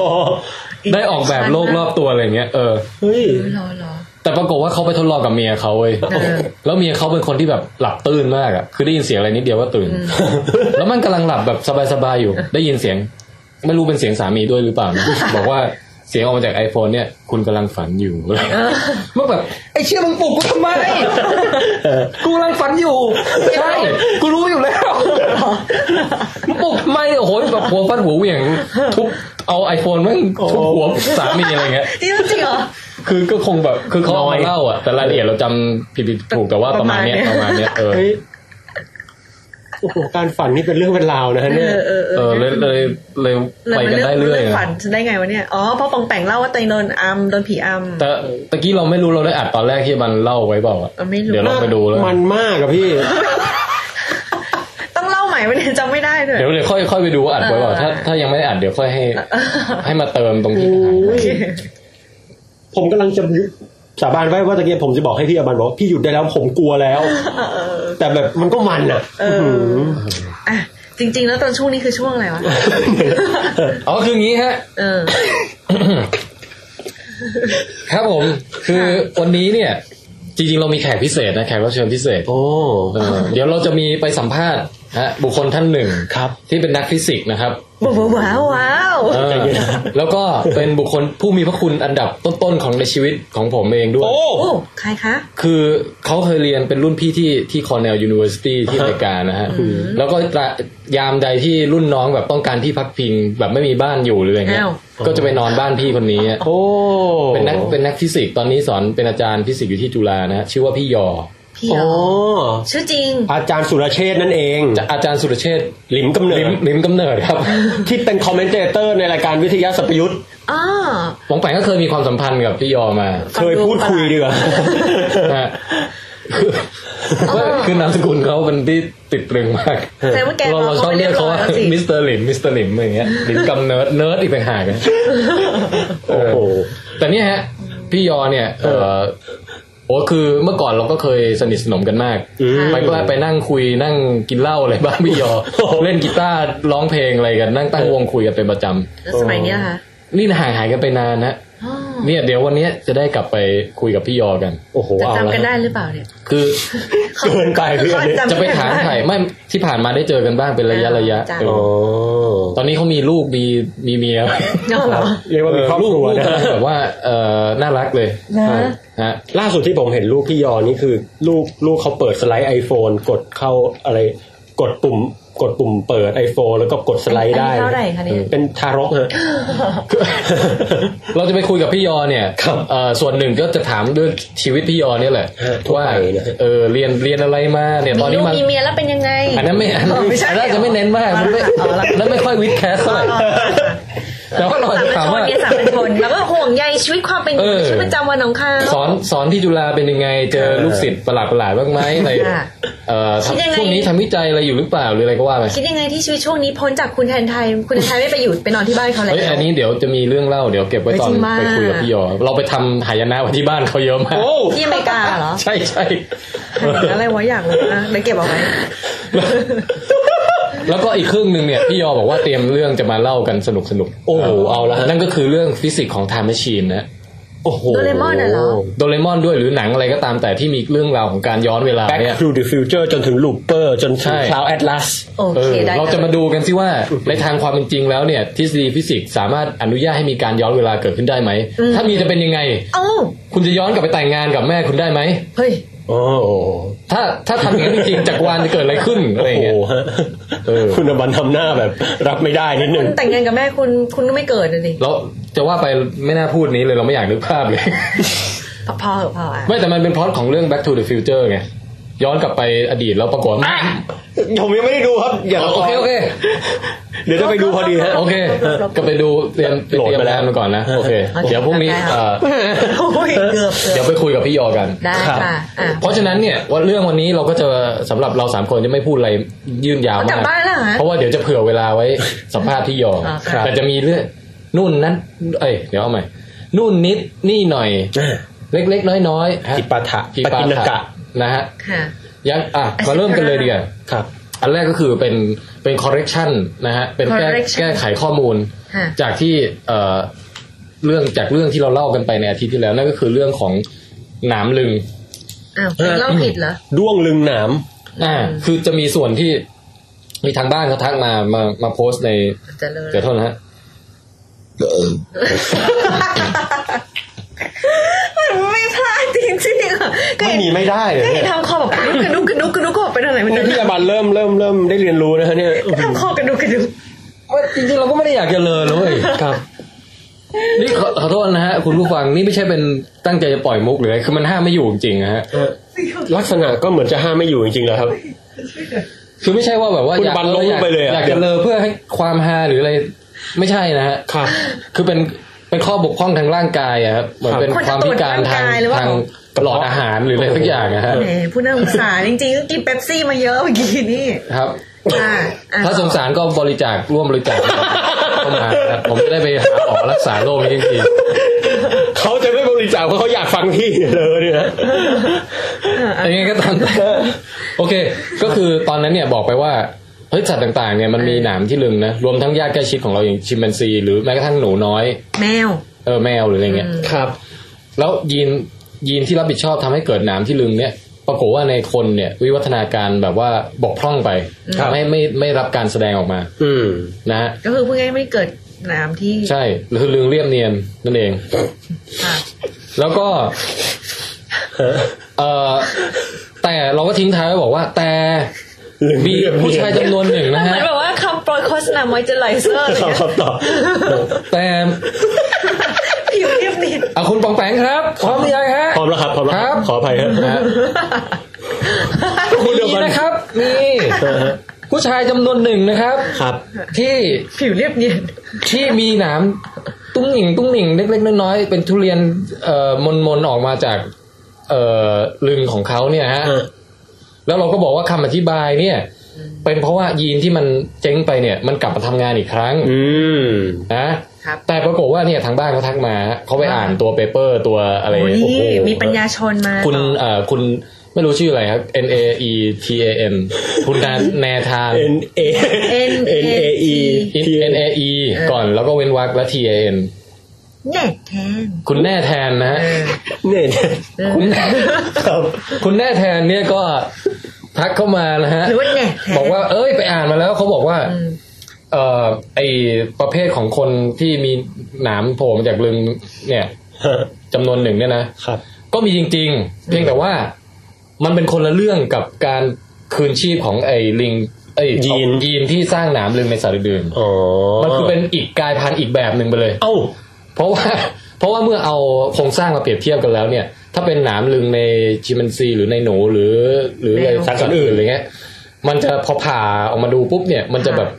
D: ได้ออกแบบโลกรอบตัวอะไรเงี้ยเออ
C: เฮ้ย
E: รอรอ
D: แต่ปรากฏว่าเขาไปทดลองกับเมียเขาเว้ย
E: เออ
D: แล้วเมียเขาเป็นคนที่แบบหลับตื่นมากอะคือได้ยินเสียงอะไรนิดเดียวก็ ตื่น แล้วมันกำลังหลับแบบสบายๆอยู่ ได้ยินเสียง ไม่รู้เป็นเสียงสามีด้วยหรือเปล่า นะ บอกว่าเสียงออกมาจาก iPhone เนี่ย คุณกำลังฝัน อยู่ มันแบบไอ้เชี่ยมึงปลุกกูทำ ไม กูกำลังฝันอยู่ ใช่ กูรู้อยู่แล้วมึงปลุกทำไมเนี่ยโอ้โหแบบหัวฟัดหัวเหวี่ยงทุบเอาไอโฟนแม่งทุบหัวสามีอะไรเงี้ย
E: จริงจริงเหรอ
D: คือก็คงแบบคือเขาเอา
C: น้อ
D: มาย เล่าอ่ะแต่รายละเอียดเราจำผิดๆถูกแต่ว่าประมาณเนี้ย
E: ป
D: ประ ระ
E: มา
D: มา
E: ณ
D: ณ
E: เนี้
D: เนี้
E: ย
D: ยเออ
C: เฮ้ยโอ้โหการฝันนี่เป็นเรื่องเป็นราวนะฮะ
E: เอ
C: เนี่ย
E: อเออเอ
D: เอ
E: อ
D: อเลยเลยเลยไปกันได้เรื่อย
E: ง
D: อะ
E: ฝันฉันได้ไงวะเนี่ย อ๋อเพราะปองแปงเล่าว่าตัวเองโดนอัมโดนผีอัม
D: แต่ตะกี้เราไม่รู้เราได้อัดตอนแรกที่มันเล่าไว้เปล่าอะ
E: เออไม่รู้
D: เดี๋ยวลองไปดูแล้ว
C: มันมากอะพี่
E: ต้องเล่าใหม่วะเนี่ยจำไม่ได้เลย
D: เดี๋ยวเดี๋ยวค่อยค่อยไปดูว่าอัดไว้เปล่าถ้า
E: เออ
D: ถ้ายังไม่ได้อัดเดี๋ยวค่อยให้ ให้มาเติมตรงที่
C: โอ้ยผมกำลังจะยุสาบานไว้ว่าตะเกียบผมจะบอกให้พี่อบันบอกว่าพี่หยุดได้แล้วผมกลัวแล้ว แต่แบบมันก็มันอะ
E: เอออ่ะจริง ๆ แล้วตอนช่วงนี้คือช่วงอะไรวะ
D: อ๋อคืองี้ฮะ
E: เออ
D: ครับผมคือวันนี้เนี่ย จริงๆ เรามีแขกพิเศษนะแขกรับเชิญพิเศษ
C: โอ้
D: เออเดี๋ยวเราจะมีไปสัมภาษณ์ นะฮะบุคคลท่านหนึ่ง
C: ครับ
D: ที่เป็นนักฟิสิกส์นะครับ
E: ว้าวว้าวว้าว
D: เออแล้วก็เป็นบุคคลผู้มีพระคุณอันดับต้นๆของในชีวิตของผมเองด้วย
C: โอ้
E: โอ้ใครคะ
D: คือเขาเคยเรียนเป็นรุ่นพี่ที่ที่ Cornell University ที่
C: อ่า
D: อ
C: ฮะ
D: เมริกานะฮะ แล้วก็ตระยามใดที่รุ่นน้องแบบต้องการที่พักพิง แบบไม่มีบ้านอยู่หรืออะไรเงี้ย
E: อ้าว
D: ก็จะไปนอนบ้านพี่คนนี้อะ
C: โอ้
D: เป็นนักเป็นนักฟิสิกส์ตอนนี้สอนเป็นอาจารย์ฟิสิกส์อยู่ที่จุฬานะฮะชื่อว่าพี่ยอ
E: พี่ย
C: อ๋
E: อ
C: อ
E: ชื่อจริง
C: อาจารย์สุรเชษฐ์นั่นเอง
D: จะอาจารย์สุรเชษฐ์
C: หลิมกำเนิด
D: ลิมลิมกำเนิดครับ
C: ที่เป็นคอมเมนเตเตอร์ในรายการวิทยาสัพยุทธ์
E: อ้อ
D: หมองแปงก็เคยมีความสัมพันธ์กับพี่ยอมา
C: เคยพูดคุยดีกว่า
D: ฮะคือ
E: อ๋อ
D: คือนามสกุลเขามันที่ติดตรึงมาก
E: แสดงว่าแก
D: เราเราชอบเรียกเขาว่า
E: แล้ว สิ
D: มิสเตอร์หลิมมิสเตอร์หลิมอะไรอย่างเงี้ยหลิมกำเนิร์ดเนิร์ดอีกต่างหากนะ
C: โอ้โห
D: แต่เนี่ยฮะ พี่ยอเนี่ยเออโอ้คือเมื่อก่อนเราก็เคยสนิทสนมกันมาก
C: อืม
D: ไปก็ไปนั่งคุยนั่งกินเหล้าอะไรบ้างพี่ยอ เล่นกีตาร์ร้องเพลงอะไรกัน นั่งตั้งวงคุยกันเป็นประจ
E: แล้วสมัยเนี้ยค่ะ
D: ำนี่นะห่างหายกันไปนานนะ
E: อ้อ
D: เนี่ยเดี๋ยววันเนี้ยจะได้กลับไปคุยกับพี่ยอกัน
C: โอ้โห
E: จะ
C: เอาละ
E: จำกันได้หรือเปล่าเนี่ย
D: คือ
C: เกินไปเพื่อนเนี่ย
D: จะไปถามไข่ไม่ที่ผ่านมาได้เจอกันบ้างเป็นระยะ
E: อ่า
D: ระยะ
E: จ้ะ
D: เอ
C: อ๋อ
D: อตอนนี้เขามีลูกมีมีเมีย
E: อ๋อเหรอ
C: เรียกว่ามีครอบ
D: ลูก
C: ครัว
D: ลูก
C: นะ
D: กำลังแบบว่าเออน่ารักเลย
E: นะ
D: ฮะ
C: ล่าสุดที่ผมเห็นลูกพี่ยอนี่คือลูกลูกเขาเปิดสไลด์ iPhone กดเข้าอะไร กดปุ่ม กดปุ่มเปิด iPhone แล้วก็กดสไลด์ได้
E: อันนี้เท่าไหร่คะเนี่ย
C: เป็นทารก ฮะ
D: เราจะไปคุยกับพี่ยอเนี่ย
C: ครับ
D: เอ่อส่วนหนึ่งก็จะถามเรื่องชีวิตพี่ยอเนี่ยแหละ
C: เออทั่ว
D: ว่า
C: ไปนะ
D: เออเรียนเรียนอะไรมาเนี่ยตอน
E: มี
D: นี้
E: ลูก
D: มา
E: มีเมียแล้วเป็นยังไง
D: อันนั้นไม่อันนั้น
E: ไม่ใช่
D: อันนั้นจะไม่เน้นมากมันไม่
E: เอาละ
D: แล้วไม่ค่อยวิดแคสเท่าไหร่แต่ว่าเรา
E: สามั
D: จะ
E: ญ
D: ถาม
E: ชน
D: ว่า
E: เนี่ยสามัญชนแล้วก็ห่วงใยชีวิตความเป็นอยู่
D: เออ
E: ในชีวิตประจำวันของเขา
D: สอนสอนที่จุฬาเป็นยังไง เจอลูกศิษย์ประหลาดประหลาดๆบ้างไหมอะไร
E: ค่ะ
D: เอ่อ
E: คิดยังไง
D: ช่วงนี้ทำวิจัยอะไรอยู่หรือเปล่าหรืออะไรก็ว่าไป
E: คิดยังไงที่ชีวิตช่วงนี้พ้นจากคุณแทนไทย คุณแทนไทยไม่ไปอยู่ไปนอนที่บ้านเขาแล้ว
D: เฮ้ยอันนี้เดี๋ยวจะมีเรื่องเล่าเดี๋ยวเก็บไว้ตอ
E: ไม่จ
D: น
E: ริงมาก
D: ไปคุยกับพี่ยอ เราไปทำหายนะไว้ที่บ้านเขาเยอะมาก
C: โอ้
E: ที่อเมริกาเหรอ
D: ใช่ใช่
E: อะไรวะอยากเลยอ่ะเดี๋ยวเก็บเอาไว้
D: แล้วก็อีกครึ่งหนึ่งเนี่ยพี่ยอบอกว่าเตรียมเรื่องจะมาเล่ากันสนุกสนุก
C: โอ้โหเอาละฮะ
D: นั่นก็คือเรื่องฟิสิกส์ของไทม์แมชชีนนะ
C: โอ้โห
E: โดเรมอนน่ะเหรอ
D: โดเรมอนด้วยหรือหนังอะไรก็ตามแต่ที่มีเรื่องราวของการย้อนเวลา
C: Back
D: เนี่ย
C: to the Future จนถึง Looper จนถึ
D: ใช่
C: ง Cloud Atlas
E: โอ
D: เอ
E: เค
D: อ
E: ได้
D: เราจะมาดูกันสิว่าในทางความเป็นจริงแล้วเนี่ย ทฤษฎีฟิสิกส์สามารถอนุญาตให้มีการย้อนเวลาเกิดขึ้นได้ไหม ถ้ามีจะเป็นยังไง
E: เอ้า
D: คุณจะย้อนกลับไปแต่งงานกับแม่คุณได้ไหม
E: เฮ้ย
C: โอ้โห
D: ถ้าถ้าทำอย่างนั้นจริงๆจักรวาลจะเกิดอะไรขึ้นอะไรอย่างเงี้ย
C: โโหฮะ
D: เออ
C: คุณอบันทำหน้าแบบรับไม่ได้นิดนึ
E: คุ
C: ง
E: ณแต่งงานกับแม่คุณคุณก็ไม่เกิดเลย
D: แล้วจะว่าไปไม่น่าพูดนี้เลยเราไม่อยากนึกภาพเลย
E: พอพอเหอะพออ่ะ
D: ไม่แต่มันเป็นพล็อตของเรื่อง Back to the Future ไงย้อนกลับไปอดีตแล้วปรากฏว่า
C: ผมยังไม่ได้ดูครับ อย่า
D: โอเคโอเค
C: เดี๋ยวจะไปดูพอดีฮะ
D: โอเค ก็ไปดูเตรียมเต
C: โหลด
D: รียม
C: ไปแล้ว
D: งานมาก่อนนะโอเค เดี๋ยวพรุ่งนี้เอ่อ
E: โอ้ยเกือบเกื
D: เดี๋
E: อย บ
D: วไปคุยกับพี่ยอกัน
E: ได้ค่ะอ่ะ
D: เพราะฉะนั้นเนี่ยว่าเรื่องวันนี้เราก็จะสำหรับเราสามคนจะไม่พูดอะไรยืนยาว
E: เอากลั
D: มา
E: บ
D: ก
E: บ้านแล้วเหรอฮะ
D: เพราะว่าเดี๋ยวจะเผื่อเวลา ไว้สัมภาษณ์พี่ยอ
E: อ๋อค่ะ
D: แต่จะมีเรื่องนู่นนั้น เอ้ยเดี๋ยวเอาใหม่นู่นนิดนี่หน่อย เล็กๆน้อยๆฮะ
C: จิปาถะ
D: จิ
C: ปากินกะ
D: นะฮะ
E: ค่ะ
D: ยังอ่ะมาเริ่มกันเลยดีกว่า
C: ครับ
D: อันแรกก็คือเป็นเป็น correction นะฮะเป็นแก้
E: correction
D: แก้ไขข้อมูล
E: ค่ะ
D: จากที่เอ่อเรื่องจากเรื่องที่เราเล่ากันไปในอาทิตย์ที่แล้วนั่นก็คือเรื่องของหนามลึง
E: อ้าวเล่าผิดเหรอ
C: ด้วงลึงหนาม
D: อ่าคือจะมีส่วนที่มีทางบ้านเขาทักมามามาโพสต์ใน
E: จะเลย
D: เดี๋ยวโทษนะฮะ
E: มันไม่พลาดจริงๆอ่ะก็
C: ไม่
E: เห็น
C: มีไม่ได้เลย
E: ก็เห็น
C: เนี่ย
E: ทำคอแบบกระดุกกระดุกกระดุกกระดุกก็เป็นอะไรมัน
C: นี่
E: เนี่ย
C: พี่อบันเริ่มเริ่มเริ่มได้เรียนรู้นะฮะเนี่ย
E: ทำคอกระดุกกระดุก
D: ว่าจริงๆเราก็ไม่ได้อยากจะเลยนะเว้ย
C: ครับ
D: นี่ขอขอโทษนะฮะ คุณผู้ฟังนี่ไม่ใช่เป็นตั้งใจจะปล่อยมุกหรืออะไรคือมันห้ามไม่อยู่จริงๆนะฮะ
C: ลักษณะก็เหมือนจะห้ามไม่อยู่จริงๆแล้ว ครับ
D: คือไม่ใช่ว่าแบบว่า
C: คุณ
D: อยาก
C: บันลง
D: อยาก
C: ไปเลยอะ
D: อยากจะเลยเพื่อให้ความฮาหรืออะไรไม่ใช่นะฮะ
C: ครับ
D: คือเป็นเป็นข้อบกพร่องทางร่างกายอะครับเหมือนเป็นความพิการทางทางหลอดอาหารหรืออะไรสักอย่างนะฮะ
E: แหมผู้น่าสงสารจริงๆก็กินเป๊ปซี่มาเยอะเมื่อกี้นี่
D: ครับ
E: อ่ะอ่ะ
D: ถ้าสงสารก็บริจาคร่วมบริจาคเข้ามาครับผมจะได้ไปหาหมอรักษาโรคนี้จริง
C: เขาจะไม่บริจาคเพราะเขาอยากฟังพี่เลยเนี่ยนะ
D: ๆแต่ยังไงก็ตามแต่โอเค ก็คือตอนนั้นเนี่ยบอกไปว่าเฮ้ยสัตว์ต่างๆเนี่ยมันมีหนามที่ลึงนะ รวมทั้งญาติใกล้ชิดของเราอย่างชิมแปนซี หรือแม้กระทั่งหนูน้อย
E: แมว
D: เออแมวหรืออะไรเงี้ย
E: อืม
C: ครับ
D: แล้วยีนยีนที่รับผิดชอบทำให้เกิดหนามที่ลึงเนี่ย ปรากฏว่าในคนเนี่ยวิวัฒนาการแบบว่าบกพร่องไป
C: ครับ
D: ไม่ไม่ไม่รับการแสดงออกมา
C: อืม
D: นะฮะ
E: ก็คือพูดง่ายๆไม่เกิดน้ำที่
D: ใช่คือลืงเรียบเนียนนั่นเอง
E: ค่ะ
D: แล้วก็ เออแต่เราก็ทิ้งท้ายไว้บอกว่า แต่มีผู้ชายจำนวนหนึ่งนะ
E: เห มือ
D: ฮะ
E: นแบบว่าคำโปรยโฆษณามอยเจอไรเซอร์อะไร
C: ขอ
E: เงี้ย
C: คำตอบ
D: แต่
E: ผิวเรียบเนียน
D: อ่ะคุณปองแปงครับพร้อมหรือยังฮะ
C: พร้อมแล้วครับพร้อมแล้ว
D: ครับ
C: ขออภัยฮะ
D: นะฮะ
C: พูดเดียว
D: มี
C: กัน
D: นะครับมีผู้ชายจำนวนหนึ่งนะครับ
C: ครับ
D: ที่
E: ผิวเรียบเนียน
D: ที่มีหนามตุ้งหนิงตุ้งหนิงเล็กๆน้อยๆเป็นทุเรียนเอ่อมนมนๆออกมาจาก เอ่อลึงของเขาเนี่ยฮะ
C: เออ
D: แล้วเราก็บอกว่าคำอธิบายเนี่ย เป็นเพราะว่ายีนที่มันเจ๊งไปเนี่ย มันกลับมาทำงานอีกครั้ง
C: อืม
D: นะครับ แต่ปรากฏว่าเนี่ยทางบ้านเขาทักมาฮะเขาไปอ่านตัวเปเปอร์ตัวอะไร
E: โอ้ย
D: โอ้โห
E: มีปัญญาชนมา
D: คุณเอ่อคุณไม่รู้ชื่ออะไรครับ N A E T A N คุณนาแนทาน
C: N A
E: N
C: N A E T
D: N A E ก่อนแล้วก็เว้นวรรคและ T A N
E: เน็ตแทน
D: คุณแน่แทนนะฮะ
C: เนี่ย
D: คุณ
C: ครับ
D: คุณแน่แทนเนี่ยก็ทักเข้ามานะฮะ
E: หรือว่าเน็ตแทน
D: บอกว่า เอ้ยไปอ่านมาแล้วเขาบอกว่า
E: อืม
D: เอ่อไอประเภทของคนที่มีหนามโผล่มาจากลึงเนี่ยจำนวนหนึ่งเนี่ยนะ
C: ครับ
D: ก็มีจริง ๆ เพียงแต่ว่ามันเป็นคนละเรื่องกับการคืนชีพของไอลิงไอ
C: ยีน
D: ยีนที่สร้างหนามลึงในสัตว์อื่น
C: อ๋อ
D: ๆมันคือเป็นอีกกายพันธุ์อีกแบบหนึ่งไปเลย
C: เอ้า
D: เพราะว่า เพราะว่าเมื่อเอาโครงสร้างมาเปรียบเทียบกันแล้วเนี่ย ถ้าเป็นหนามลึงในชิมันซีหรือในหนูหรือ หรืออะไร
E: แมว
D: สัตว์อื่นอะไรเงี้ย มันจะพอผ่าออกมาดูปุ๊บเนี่ย มันจะแบบ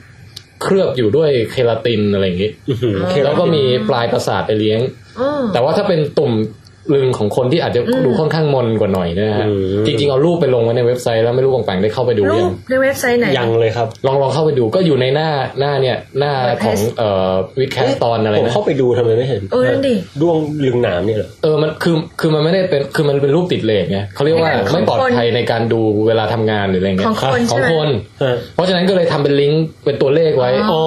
D: เคลือบอยู่ด้วยเคลาตินอะไรอย่างงี้
C: อื้อหือ
D: แล้วก็มีปลายประสาทไปเลี้ยง
E: อืม
D: แต่ว่าถ้าเป็นตุ่มลึงของคนที่อาจจะดูค่อนข้างมนกว่าหน่อยนะฮะ
C: อืม
D: จริงๆเอารูปไปลงไว้ในเว็บไซต์แล้วไม่รู้บางแปงได้เข้าไปดูหรื
E: รู
D: อ
E: ป
D: ยัง
E: ในเว็บไซต์ไหน
C: ยังเลยครับ
D: ลองลองเข้าไปดูก็อยู่ในหน้าหน้าเนี่ยหน้าของเอ่อวิดแคสตอนอะไร
C: ผม
D: นะ
C: เข้าไปดูทำไมไม่เห็น
E: เออนั่นดิ
C: ด้วงลึงหนามเนี่ยเหรอ
D: เออ มัน คือ คือ มันไม่ได้เป็น คือ มันเป็นรูปติดเลขไงเขาเรียกว่า
E: ของคน
D: ไม่ปลอดภัยในการดูเวลาทำงานหรืออะไรเงี้ย
E: ของคน
D: ของ
E: ใช่ไหม
D: คน
C: เออ
D: เพราะฉะนั้นก็เลยทำเป็นลิงก์เป็นตัวเลขไว้
C: อ๋อ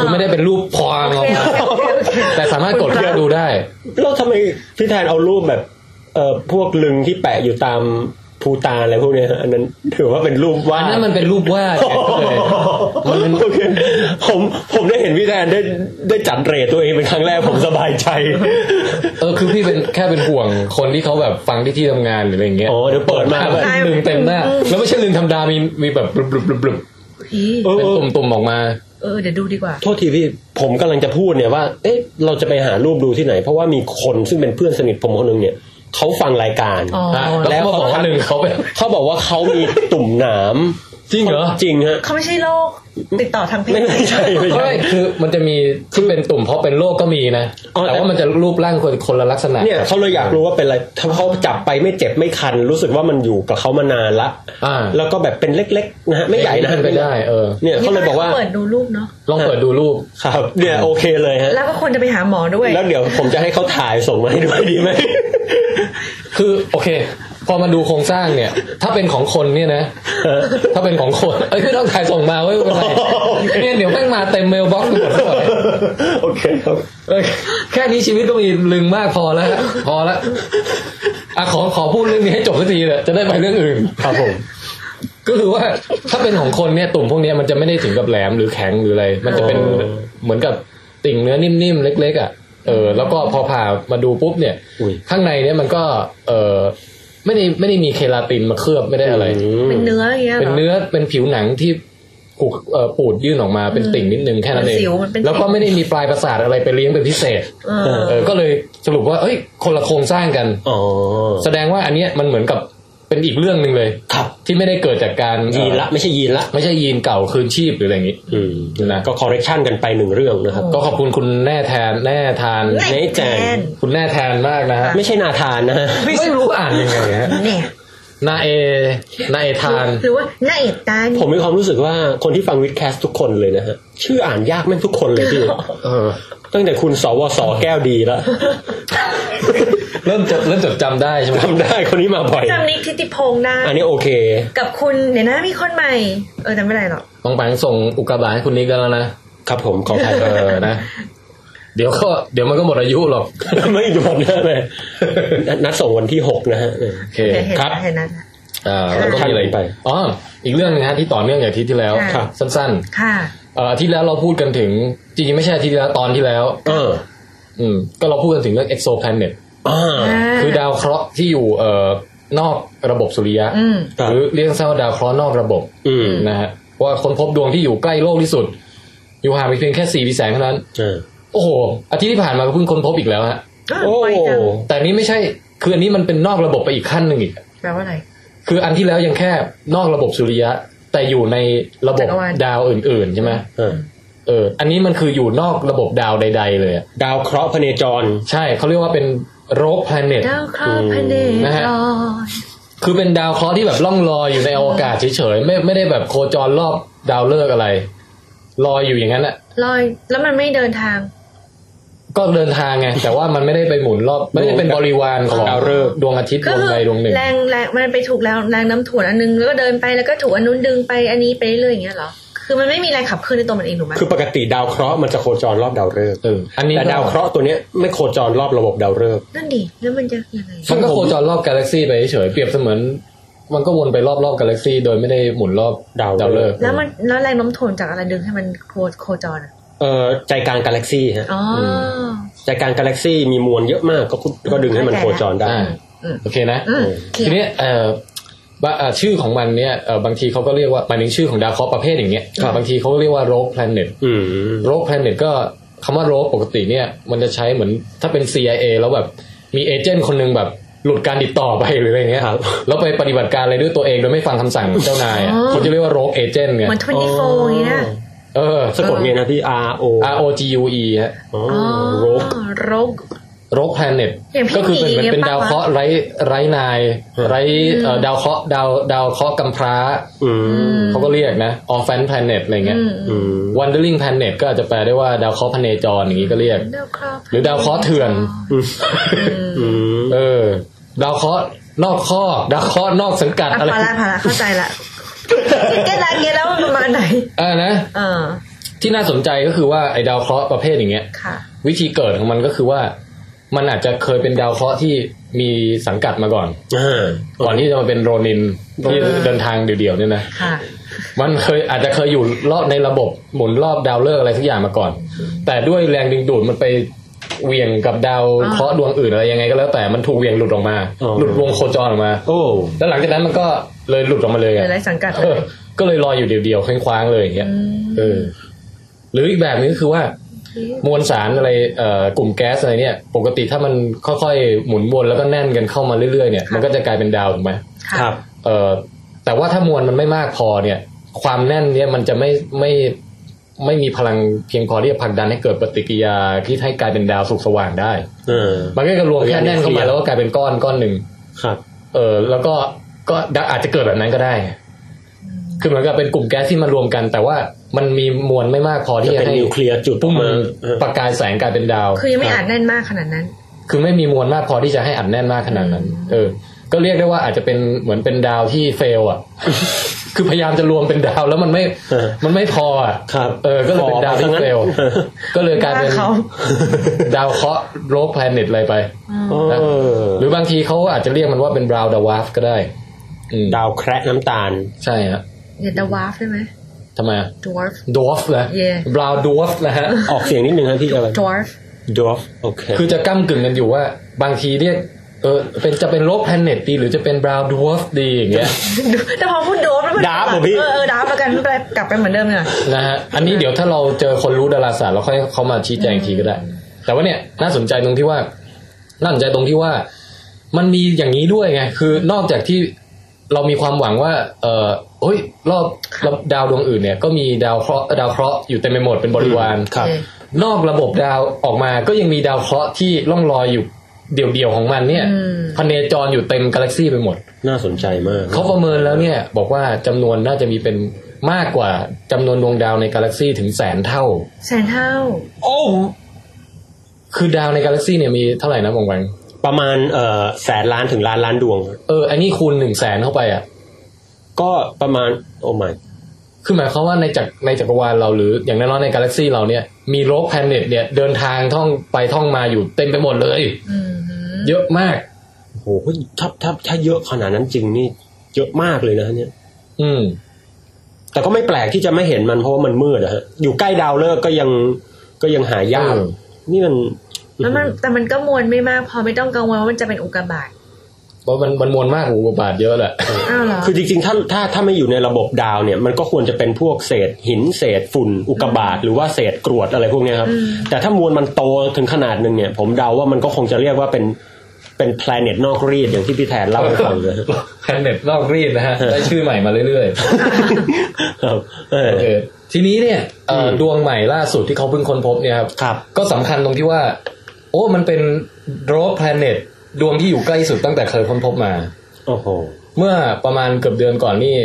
D: คือไม่ได้เป็นรูปพองออกมา
E: โอเคโอเคโอเค
D: แต่สามารถกดเลือกดูได้
C: แล้วทำไมพี่แทนเอารูปแบบเอ่อพวกลึงที่แปะอยู่ตามภูตานอะไรพวกเนี้ยฮะอันนั้นถือว่าเป็นรูปวา
D: อั
C: ด
D: นนั้นมันเป็นรูปวาดไงก็เลยมันเป็น
C: โอเคผมผมได้เห็นพี่แทนได้ได้จัดเรทตัวเองเป็นครั้งแรกผมสบายใจ
D: เออ คือพี่เป็นแค่เป็นห่วงคนที่เขาแบบฟังที่ที่ทำงานหรืออะไรเงี้ย
C: อ๋อเดี๋ยวเปิดมาแบบ
D: ลึงเต็มหน้า แล้วไม่ใช่ลึงธรรมดา มี มีแบบบลุบๆๆ
E: อี
D: ๆเป็นตุ่มๆออกมา
E: เออเดี๋ยวดูดีกว่า
C: โทษทีพี่ผมกำลังจะพูดเนี่ยว่า เอ๊ะ เราจะไปหารูปดูที่ไหน เพราะว่ามีคนซึ่งเป็นเพื่อนสนิทผมคนหนึงเนี่ยเขาฟังรายการ
E: อ๋อ
D: แล้
C: แล้ว
D: วเขาบอกว่าลึงเขาเป็น
C: เขาบอกว่าเขามีตุ่มหนาม
D: จริงเหรอ
C: จริงฮะ
E: เขาไม่ใช่โรคติดต่อทางเพศ
C: ไม่ไม่ใช่ไม่
D: ไม่
C: ใช่
D: คือมันจะมีที่เป็นตุ่มเพราะเป็นโรคก็มีนะ
C: อ๋อแต่
D: แต่ว่ามันจะรูปร่างคนคนละลักษณะ
C: เนี่ยเขาเลยอยากรู้ว่าเป็นอะไรถ้าเขาจับไปไม่เจ็บไม่คัน รู้สึกว่ามันอยู่กับเขามานานละ
D: อ่า
C: แล้วก็แบบเป็นเล็กๆนะฮะไม่ใหญ่นะฮะ
D: เป็นไปได้ เออ
C: เนี่ยเขาเลยบอกว่า
E: เปิดดูรูปเนาะ
D: ลองเปิดดูรูป
C: ครับเนี่ยโอเคเลยฮะ
E: แล้วก็ควรจะไปหาหมอด้วย
C: แล้วเดี๋ยวผมจะให้เขาถ่ายส่งมาให้ ด้วยดีไหม
D: คือโอเค พอมาดูโครงสร้างเนี่ย ถ้าเป็นของคนเนี่ยนะ ถ้าเป็นของคน เอ้ยไม่ต้องถ่ายส่งมาเว้ยไม่เป็นไร
C: โอเค
D: เนี่ยเดี๋ยวแม่งมาเต็มเมลบ็อกซ์หมดเลย
C: โอเคครับ
D: เอ้ยแค่นี้ชีวิตก็มีลึงมากพอแล้วฮะพอแล้วอ่ะขอขอพูดเรื่องนี้ให้จบสักทีเลยจะได้ไปเรื่องอื่น
C: ครับผม
D: ก็คือว่าถ้าเป็นของคนเนี่ยตุ่มพวกเนี้ยมันจะไม่ได้ถึงกับแหลมหรือแข็งหรืออะไร มันจะเป็น
C: อ๋อ
D: เหมือนกับติ่งเนื้อนิ่มๆเล็ก ๆอ่ะเออแล้วก็พอผ่ามาดูปุ๊บเนี่ย
C: อุ้ย
D: ข้างในเนี่ยมันก็เออไม่ได้ไม่ได้มีเคลาตินมาเคลือบไม่ได้อะไร
E: เป็นเนื้ออย่างเงี้ยหรอ
D: เป็นเนื้อเป็นผิวหนังที่ผูกเอ่อปูดยื่นออกมาเป็นติ่งนิดนึงแค่นั้นเอง
E: เป็นสิวมันเป็น
D: แล้วก็ไม่ได้มีปลายประสาทอะไรไปเลี้ยงเป็นพิเศษ
E: เออ
D: เออก็เลยสรุปว่าเอ้ยคนละโครงสร้างกัน
C: อ๋อ
D: แสดงว่าอันเนี้ยมันเหมือนกับเป็นอีกเรื่องหนึ่งเลย
C: ครับ
D: ที่ไม่ได้เกิดจากการ
C: ยีนละไม่ใช่ยีนละ
D: ไม่ใช่ยีนเก่าคืนชีพหรืออะไรอย่างนี้
C: อืม
D: นะ
C: ก็คอร์เรคชันกันไปหนึ่งเรื่องนะครับ
D: ก็ขอบคุณคุณแน่แทนแน่ทาน
C: เนื้อแจง
D: คุณแน่แทนมากนะฮะ
C: ไม่ใช่นาธานนะฮะ
D: ไม่รู้อ่านยังไงฮะ
E: เนี่ย
D: นาเอนาเอทาน
E: หรือว่าหน้าเอ็ดตาเนี่ย
C: ผมมีความรู้สึกว่าคนที่ฟังวิดแคสทุกคนเลยนะฮะ ชื่ออ่านยากแม่งทุกคนเลย พี่
D: เออ
C: ตั้งแต่คุณสวสแก้วดีแล้ว
D: เริ่มจดเริ่มจดจำได้ใช่ไหม
C: จำได้คนนี้มาบ่อย
E: จำนิกทิติพงษ์ได้
C: อันนี้โอเค
E: กับคุณเดี๋ยวนะมีคนใหม่ เออจำไม่ได้หรอก
D: บางแปงส่งอุกกาบาตให้คุณนิกได้แล้วนะครับ
C: ผมขออภัย
D: เออนะ เดี๋ยวก็เดี๋ยวมันก็หมดอายุหรอก
C: ไม่หยุดหมดเลยนัดส่งวันที่หกนะฮะ
D: โอเค
E: เห็นเห็น
D: ครับ
E: เห็นนะ
D: อ่าแล้วก็มีอะไรอีก
C: ไป
D: อ๋ออีกเรื่องหนึงฮะที่ต่อเนื่องจากอาทิตย์ที่แล้ว
E: ครับ
D: สั้น
E: ค่ะ
D: ๆเอ่ออาทิตย์แล้วเราพูดกันถึงจริงๆไม่ใช่อาทิตย์ที่แล้วตอนที่แล้ว
C: เออ
D: อืมก็เราพูดกันถึงเรื่อง exoplanet
C: อ่า
D: คือดาวเคราะห์ที่อยู่เอ่อนอกระบบสุริยะ
E: อืม
C: ครับ
D: หรือเรียกสั้นว่าดาวเคราะห์นอกระบบ
C: อืม
D: นะฮะว่าคนพบดวงที่อยู่ใกล้โลกที่สุด อยู่ห่างไปเพียงแค่สี่วิแสงเท่านั้น
C: เออ
D: โอ้โหอาทิตย์ที่ผ่านมาเพิ่งค้นพบอีกแล้วฮะ
C: โอ้
D: แต่อันนี้ไม่ใช่คืออันนี้มันเป็นนอกระบบไปอีกขั้นหนึ่งอีก
E: แปลว่าอะไร
D: คืออันที่แล้วยังแค่นอกระบบสุริยะ แต่อยู่ในระบบ
E: จักรวาล
D: ดาวอื่นๆใช่ไหม
C: เออ
D: เอออันนี้มันคืออยู่นอกระบบดาวใด ๆ เลยอะ
C: ดาวเคราะห์พเนจร
D: ใช่เขาเรียกว่าเป็นโรคแพลเน็ต
E: ดาวเคราะห์พเนจ
D: นะฮะ
E: ร
D: คือเป็นดาวเคราะห์ที่แบบล่องลอยอยู่ในอวกาศเฉยๆไม่ไม่ได้แบบโคจรรอบดาวฤกษ์อะไร ลอยอยู่อย่างนั้นแหละ
E: ลอย แล้วมันไม่เดินทาง
D: ก็เดินทางไงแต่ว่ามันไม่ได้ไปหมุนรอบไม่ได้เป็นบริวารของ
C: ดาวฤกษ์
D: ดวงอาทิตย์
E: ก็
D: ดวง
E: คือ
D: ใดดวงหนึ่ง
E: แรงแรงมันไปถูกแรงแรงน้ำถ่วงอันนึงแล้วก็เดินไปแล้วก็ถูกอันนู้นดึงไปอันนี้ไปเรื่อยๆอย่างเงี้ยเหรอ คือมันไม่มีแรงขับเคลื่อนในตัวมันเองถูกไหม
C: คือปกติดาวเคราะห์มันจะโคจรรอบดาวฤกษ์
D: เอออันนี้
C: แต่
D: ก็
C: ดาวเคราะห์ตัวเนี้ยไม่โคจรรอบระบบดาวฤกษ์
E: นั่นดิแล้วมันจะยังไง
D: มันก็โคจรรอบกาแล็กซีไปเฉยๆเปรียบเสมือน มันก็วนไปรอบรอบกาแล็กซีโดยไม่ได้หมุนรอบ
C: ดาวฤกษ์
D: ฤกษ์
E: แล้วมันแล้วแรงโน้มถ่วงจากอะไรดึงให้มันโคโคจรอะ
C: เอ่อใจกลางกาแล็กซี่ฮะ
E: อ๋อ
C: ใจกลางกาแล็กซี่มีมวลเยอะมากก็คุณก็ดึงให้มันโคจรได้
D: อ่า
E: อืม
D: โอเคนะ
E: อืมเคลีย
D: ที
E: ร์
D: เนี้ยเอ่อบะเอ่อชื่อของมันเนี่ยเอ่อบางทีเขาก็เรียกว่าหมายถึงชื่อของดาวเคราะห์ประเภทอย่างเงี้ย
C: ครับ
D: บางทีเขาเรียกว่าโรคแพลเน็ต
C: อืม
D: โรคแพลเน็ตก็คำว่าโรคปกติเนี่ย มันจะใช้เหมือนถ้าเป็น CIA แล้วแบบมีเอเจนต์คนหนึงแบบหลุดการติดต่อไปหรืออะไรเงี้ย
C: ครับ
D: แล้วไปปฏิบัติการอะไรด้วยตัวเองโดยไม่ฟังคำสั่งเจ้านายอะเขาจะเรียกว่าโรคเอเจนต์ไง
E: เหมือนทเวนตี้โฟร์อย่างเงี้ย
D: เออ
C: สะกดไงนะพี่ R O
D: R O G U E ฮะ
C: อ๋อ
E: อ๋อ
C: โรค
E: โรค
D: โรคแพลเน็ต
E: อย่างพี่
D: ก็คืเป็
E: ห
D: น
E: มี
D: เหมือนเป็น
E: เนี่ยปะ
D: ดาวเคราะห์ไร้ไร้นายไร้เอ่อดาวเคราะห์ดาวดาวเคราะห์กำพร้า
C: อืม
D: เขาก็เรียกนะออฟแฟนแพลเน็ตอะไรเงี้ย
E: อืม
C: อืม
D: Wandering Planet ก็อาจจะแปลได้ว่าดาวเคราะห์พเนจรอย่างนี้ก็เรียก
E: ดาวเคราะห์
D: หรือดาวเคราะห์เถื่อน
C: อืม
D: เออ ดาวเคราะห์นอกข้อกดาวเคราะห์นอกสังกัด
E: อ่ะ
D: อะไร
E: พาละพาละเข้าใจ ละแกดังเงี้ยแล้วมันประมาณไหน
D: เออนะ
E: เออ
D: ที่น่าสนใจก็คือว่าไอ้ดาวเคราะห์ประเภทอย่างเงี้ย
E: ค่ะ
D: วิธีเกิดของมันก็คือว่า มันอาจจะเคยเป็นดาวเคราะห์ที่มีสังกัดมาก่อน
C: อ่า
D: ก่อนที่จะมาเป็นโรนินที่เดินทางเดี่ยวๆเนี่ยนะ
E: ค่ะ
D: มันเคยอาจจะเคยอยู่รอบในระบบหมุนรอบดาวฤกษ์อะไรสักอย่างมาก่อน แต่ด้วยแรงดึงดูดมันไปเหวี่ยงกับดาวเคราะห์ดวงอื่นอะไรยังไงก็แล้วแต่มันถูกเหวี่ยงหลุดออกมา หลุดวงโคจรออกมา
C: โอ้
D: แล้วหลังจากนั้นมันก็เลยหลุดออกมาเลย
E: เล
D: อะ
E: ยไรสังกัด
D: เออก็เลยลอยอยู่เดียวๆเคว้งคว้างเลยอย่างเงี้ย เออ หรืออีกแบบนึงก็คือว่า มวลสารอะไรเอ่อกลุ่มแก๊สอะไรเนี่ย ปกติถ้ามันค่อยๆหมุนวนแล้วก็แน่นกันเข้ามาเรื่อยๆเนี่ย มันก็จะกลายเป็นดาวถูกไหม
E: ค่ะ
C: ครับ
D: เอ่อแต่ว่าถ้ามวลมันไม่มากพอเนี่ย ความแน่นเนี่ยมันจะไม่ไม่ไม่มีพลังเพียงพอที่จะผลักดันให้เกิดปฏิกิริยาที่ให้กลายเป็นดาวสุกสว่างได้
C: เออ
D: มันก็จะรวมแค่แน่นเข้ามาแล้วก็กลายเป็นก้อนก้อนหนึ่ง
C: ครับ
D: เออแล้วก็ก็อาจจะเกิดแบบนั้นก็ได้ คือเหมือนกับเป็นกลุ่มแก๊สที่มารวมกัน แต่ว่ามันมีมวลไม่มากพอที่
C: จะ
D: จะ
C: เป็น
D: ให้
C: นิวเคลียร์จุด
D: พุ่งมัน
C: เออ
D: ประกายแสงกลายเป็นดาว
E: คือยังไม่อ่านแน่นมากขนาดนั้น
D: คือไม่มีมวลมากพอที่จะให้อัดแน่นมากขนาดนั้น เออ ก็เรียกได้ว่าอาจจะเป็นเหมือนเป็นดาวที่เฟลอ่ะ คือพยายามจะรวมเป็นดาวแล้วมันไม่
C: เออ
D: มันไม่พออ่ะ
C: ครับ
D: เออ ก็เลยเป็นดาวที่เฟล ก็เลยกลายเป็น
E: ว่าเขา
D: ดาวเคราะห์โรคแพลเน็ตอะไรไป
C: เออ
D: หรือบางทีเขาอาจจะเรียกมันว่าเป็นบราวดาวาฟก็ได้ อืม
C: ดาวแคระน้ำตาล
D: ใช่ฮะ
E: เนี่ยดาวาฟได้ไหม
D: ทำไม
E: ดวอร์ฟ
D: ดวอฟเหรอ
E: Yeah
D: บราวดวอฟนะฮะ
C: ออกเสียงนิดนึงนะพี่อะไร
E: ดวอร์ฟ
C: dwarf โอเค
D: คือจะก้ากึ่งกันอยู่ว่า บางทีเรียก เออ เป็นจะเป็นโรคแพลเน็ตดีหรือจะเป็นบราวดวอฟดีอย่างเงี้ย
E: แต่พอพูดดวอร์ฟแล้วมัน
C: ดาฟเหรอพี่
E: เออเออดาฟแล้วกันไม่เป็นไรกลับไปเหมือนเดิมเลย
D: นะฮะ อันนี้เดี๋ยวถ้าเราเจอคนรู้ดาราศาสตร์เราค่อยเขามาชี้แจงอีกทีก็ได้ แต่ว่าเนี่ยน่าสนใจตรงที่ว่า น่าสนใจตรงที่ว่า มันมีอย่างนี้ด้วยไง คือนอกจากที่เรามีความหวังว่า เออเฮ้ย รอบรอบดาวดวงอื่นเนี่ย ก็มีดาวเคราะห์ดาวเคราะห์อยู่เต็มไปหมดเป็นบริวาร
C: ครับ
D: นอกระบบดาวออกมาก็ยังมีดาวเคราะห์ที่ล่องลอยอยู่เดี่ยวๆของมันเนี่ยพเนจรอยู่เต็มกาแล็กซีไปหมด
C: น่าสนใจมาก
D: เขาประเมินแล้วเนี่ย บอกว่าจำนวนน่าจะมีเป็นมากกว่าจำนวนดวงดาวในกาแล็กซีถึงแสนเท่า
E: แสนเท่า
C: โอ้
D: คือดาวในกาแล็กซีเนี่ยมีเท่าไหร่นะบงแหวง
C: ประมาณเอ่อแสนล้านถึงล้านล้านดวง
D: เออไอันนี้คูณหนึ่งแสนเข้าไปอ่ะ
C: ก็ประมาณ โอ้ my
D: คือหมายความว่าในจักรในจักรวาลเราหรืออย่างน้อยๆในกาแล็กซีเราเนี่ยมีโลกแพลเน็ตเนี่ยเดินทางท่องไปท่องมาอยู่เต็มไปหมดเลย
E: อืม
D: เยอะมาก
C: โหถ้าถ้าถ้าเยอะขนาดนั้นจริงนี่ เยอะมากเลยนะฮะเนี่ย
D: อืม
C: แต่ก็ไม่แปลกที่จะไม่เห็นมันเพราะว่ามันมืดนะฮะอยู่ใกล้ดาวฤกษ์ก็ยังก็ยังหายาก
D: เออ
C: นี่มัน
E: แล้วมันแต่มันก็มวลไม่มากพอไม่ต้องกังวลว่ามันจะเป็นอุกกาบาต
D: เพราะมันมันมวลมากกว่าอุกกาบาตเยอะแหละ
E: อ้าวเหรอ
C: คือจริงๆ ถ้าถ้าถ้าไม่อยู่ในระบบดาวเนี่ย มันก็ควรจะเป็นพวกเศษหินเศษฝุ่นอุกกาบาตหรือว่าเศษกรวดอะไรพวกเนี้ยครับ แต่ถ้ามวลมันโตถึงขนาดหนึ่งเนี่ย ผมเดาว่ามันก็คงจะเรียกว่าเป็นเป็น planet นอกรีดอย่างที่พี่แทนเล่าให้ฟัง เลยฮะ
D: แพนเน็ตลอกรีดนะฮะ ได้ชื่อใหม่มาเรื่อย
C: ครับเออ
D: ๆโอเคทีนี้เนี่ยเอ่ออ
C: ม
D: ดวงใหม่ล่าสุดที่เขาเพิ่งค้นพบเนี่ยครับ
C: ครับ
D: ก็สำคัญตรงที่ว่า โอ้มันเป็นโรบแพลเน็ตดวงที่อยู่ใกล้สุดตั้งแต่เคยค้นพบมา
C: โอ้โห
D: เมื่อประมาณเกือบเดือนก่อนนี่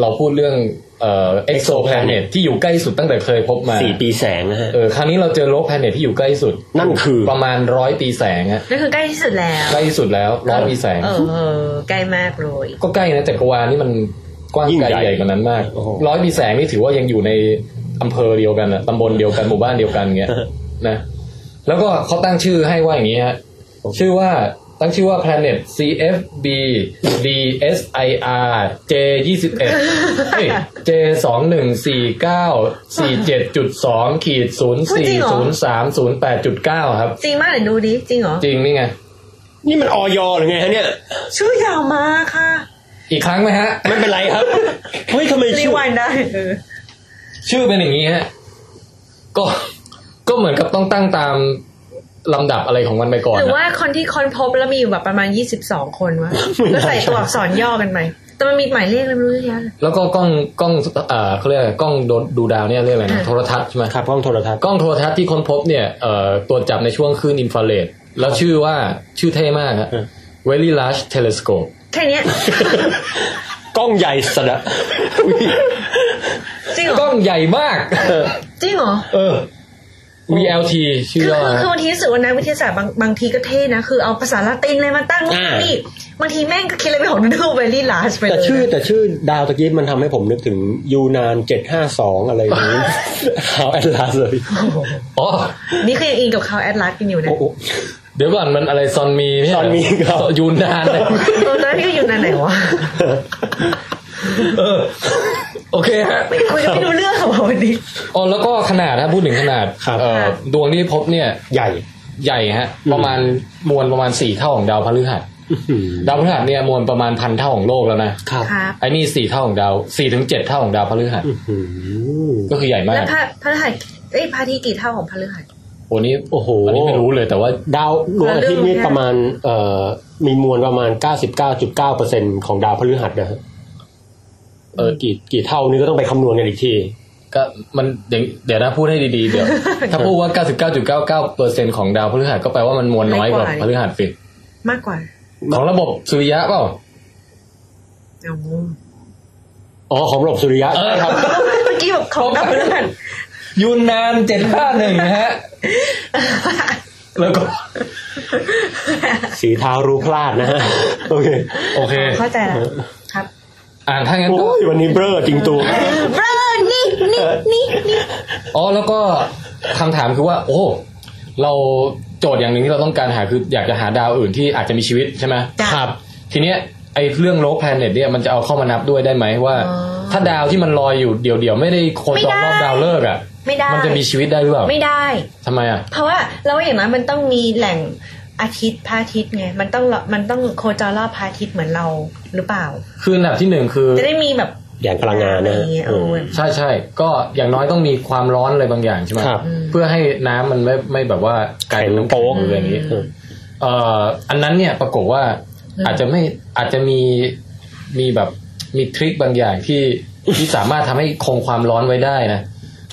D: เราพูดเรื่องเอ็กโซแพลเน็ตที่อยู่ใกล้สุดตั้งแต่เคยพบมา
C: สี่ปีแสงนะฮะ
D: เออครั้งนี้เราเจอโรบแพลเน็ตที่อยู่ใกล้สุด
C: นั่นคือ
D: ประมาณร้อยปีแสงอะ
E: นั่นคือใกล้ที่สุดแล้ว
D: ใกล้สุดแล้วร้อยปีแสง
E: เออเออใกล้มากเลย
D: ก็ใกล้นะจักรวาลนี่มันกว้าง
C: ยิ่งให
D: ไกล
C: ญ่
D: ใหญ่กว่านั้นมาก
C: โอ้โห
D: ร้อยปีแสงนี่ถือว่ายังอยู่ในอำเภอเดียวกันอะตำบลเดียวกันหมู่บ้านเดียวกันเงี้ยนะแล้วก็เขาตั้งชื่อให้ว่าอย่างนี้ฮะชื่อว่าตั้งชื่อว่า planet CFB DSIR J ยี่สิบเอ็ด J สองหนึ่งสี่เก้าสี่เจ็ดจุดสองขีดศูนย์
E: พูด
D: สี่
E: จริงเหรอ
D: ศูนย์สามศูนย์แปดจุดเก้าครับ
E: จริงมากเลยดูดิจริงเหรอ
D: จริงนี่ไง
C: นี่มันออยหรือไงฮะเนี่ย
E: ชื่อยาวมากค่ะ
D: อีกครั้งไหมฮะ
C: ไม่เป็นไรครับ เฮ้ยทำไม
E: รี
C: ชื่อ
E: วันได้เออ
D: ชื่อเป็นอย่างนี้ฮะ ก็ ก็เหมือนกับต้องตั้งตามลำดับอะไรของมันไปก่อน
E: หรือว่า
D: นะ
E: คนที่ค้นพบแล้วมีอยู่แบบประมาณ 22 คนวะแล้วใส่ตัวอักษรย่อกันไหมแต่มันมีหมายเลขเลยไม่รู้เยอะแยะเลย
D: แล้วก็กล้องกล้องเอ่อเขาเรียกอะไรกล้องโดดูดาวเนี่ยเรียกอะไรนะ
E: อ่า
D: โทรทัศน์ใช่ไหม
C: ครับกล้องโทรทัศน์
D: กล้องโทรทัศน์ที่ค้นพบเนี่ยเอ่อตรวจจับในช่วงคลื่นอินฟราเรดแล้วชื่อว่าชื่อเท่มากฮะ
C: อ่า
D: very large telescope
E: แค่เนี้ย
C: กล้องใหญ่สดะอุ๊ย
E: จริงเหร
D: กล้
E: อ
D: องใหญ่มาก
E: จริงเหรอ
D: เออ VLT ชื่
E: คืออ
D: ว่า
E: คือคือบางทีรู้สึกว่านักวิทยาศาสตร์บางบางทีก็เท่นะ คือเอาภาษาละตินเลยมาตั้งนู่นนี่บางทีแม่งก็คิดอะไรไม่ออกดูเวลี่ลาสไปเล
C: แต่
E: ย
C: ชื่อแต่ชื่อดาวตะกี้มันทำให้ผมนึกถึงยูนานเจ็ดห้าสองอะไรอย่างนี้ขาวแอตลาสเลย
D: อ๋อ
E: นี่คือยังอินกับเขาแอดลาสกันอยู่นะ
C: โอ้โห
D: เดี๋ยวก่อนมันอะไรซอนมีเนี่ย
C: ซอนมีครับ
D: ยูนนาน เลย
E: ตอนนั้นพี่ก็อยู่ในไหนวะ
D: เออโอเคฮะ
E: ไม่คุยกันไม่รู้เรื่องค่ะวันนี้
D: อ๋อแล้วก็ขนาดนะพูดถึงขนาด
C: ครับ
D: เอ่อดวงที่พบเนี่ย
C: ใหญ่
D: ใหญ่ฮะ
C: อืม
D: ประมาณมวลประมาณสี่เท่าของดาวพฤหัสดาวพฤหัสเนี่ยมวลประมาณพันเท่าของโลกแล้วนะครับ
E: ครับ
D: ไอ้นี่สี่เท่าของดาวสี่ถึงเจ็ดเท่าของดาวพฤหัส
C: อื้อหือ
D: ก็คือใหญ่มา
E: แล้วพ
D: ก
E: ระพระฤหัสเอ้ยพระอาทิตย์กี่เท่าของพระฤหัส
D: โอ้นี้
C: โอ้โห
D: อันนี้ไม่รู้เลยแต่ว่า
C: ดาวดวงอาทิตย์นี่ประมาณเอ่อมีมวลประมาณ 99.9%ของดาวพฤหัสนะฮะเออกี่กี่เท่านี่ก็ต้องไปคำนวณกันอีกที
D: ก็มันเดี๋ยวเดี๋ยวนะพูดให้ดีๆเดี๋ยว ถ้าพูดว่า 99.99เปอร์เซ็นของดาวพฤหัสก็แปลว่ามันมวลน้อยกว่า
E: น้อยก
D: พ
E: ว่า
D: ฤหัสสิ
E: มากกว่า
D: ของระบบสุริยะเปล่า
E: เอา
C: อ๋อของระบบสุริยะ
D: เออ
C: ใช่ครับ
E: เมื่อกี้แบบของดาวพฤหัส
D: ยูนนานเจ็ดห้าหนึ่งฮะ แล้วก็
C: สีเทารู้พลาดนะฮะ โอเค
D: โอเค
E: เข้าใจแล้วครับ
D: อ่านถ้างั้นก็
C: โอ้ยวันนี้เบ้อจริงตัว
E: เบอร์นี่นี่นี่นี่
D: อ๋อแล้วก็คำถามคือว่า โอ้ เราโจทย์อย่างหนึ่งที่เราต้องการหาคืออยากจะหาดาวอื่นที่อาจจะมีชีวิตใช่ไหมครับ ทีเนี้ยไอ้เรื่องโลกแพลเน็ตเนี่ยมันจะเอาเข้ามานับด้วยได้ไหมว่า ถ้าดาวที่มันลอยอยู่เดี่ยวๆไม่ได้โคจรรอบดาวฤกษ์อ่ะ
E: ไม่ได้
D: มันจะมีชีวิตได้หรือเปล่า
E: ไม่ได้
D: ทำไมอ่ะ
E: เพราะว่าเราอย่างนั้นมันต้องมีแหล่งอาทิตย์พระอาทิตย์ไงมันต้องมันต้องโคจรรอบพระอาทิตย์เหมือนเราหรือเปล่า
D: คืออันดับที่หนึ่งคือ
E: จะได้มีแบบ
C: อย่างพลังงานนะ
E: อ
C: ฮะ
E: ไรเงี้ยเอ
C: อืม
E: อ
D: ใช่ใช่ก็อย่างน้อยต้องมีความร้อนอะไรบางอย่างใช่ไหม
C: ครับ
D: เพื่อให้น้ำมันไม่ไม่แบบว่ากลายเป็นน้ำ
C: แข็งโป๊ก
D: หรืออะไรอย่างนี้เอ่ออันนั้นเนี่ยปรากฏว่าอาจจะไม่อาจจะมีมีแบบมีทริคบางอย่างที่ที่สามารถทำให้คงความร้อนไว้ได้นะ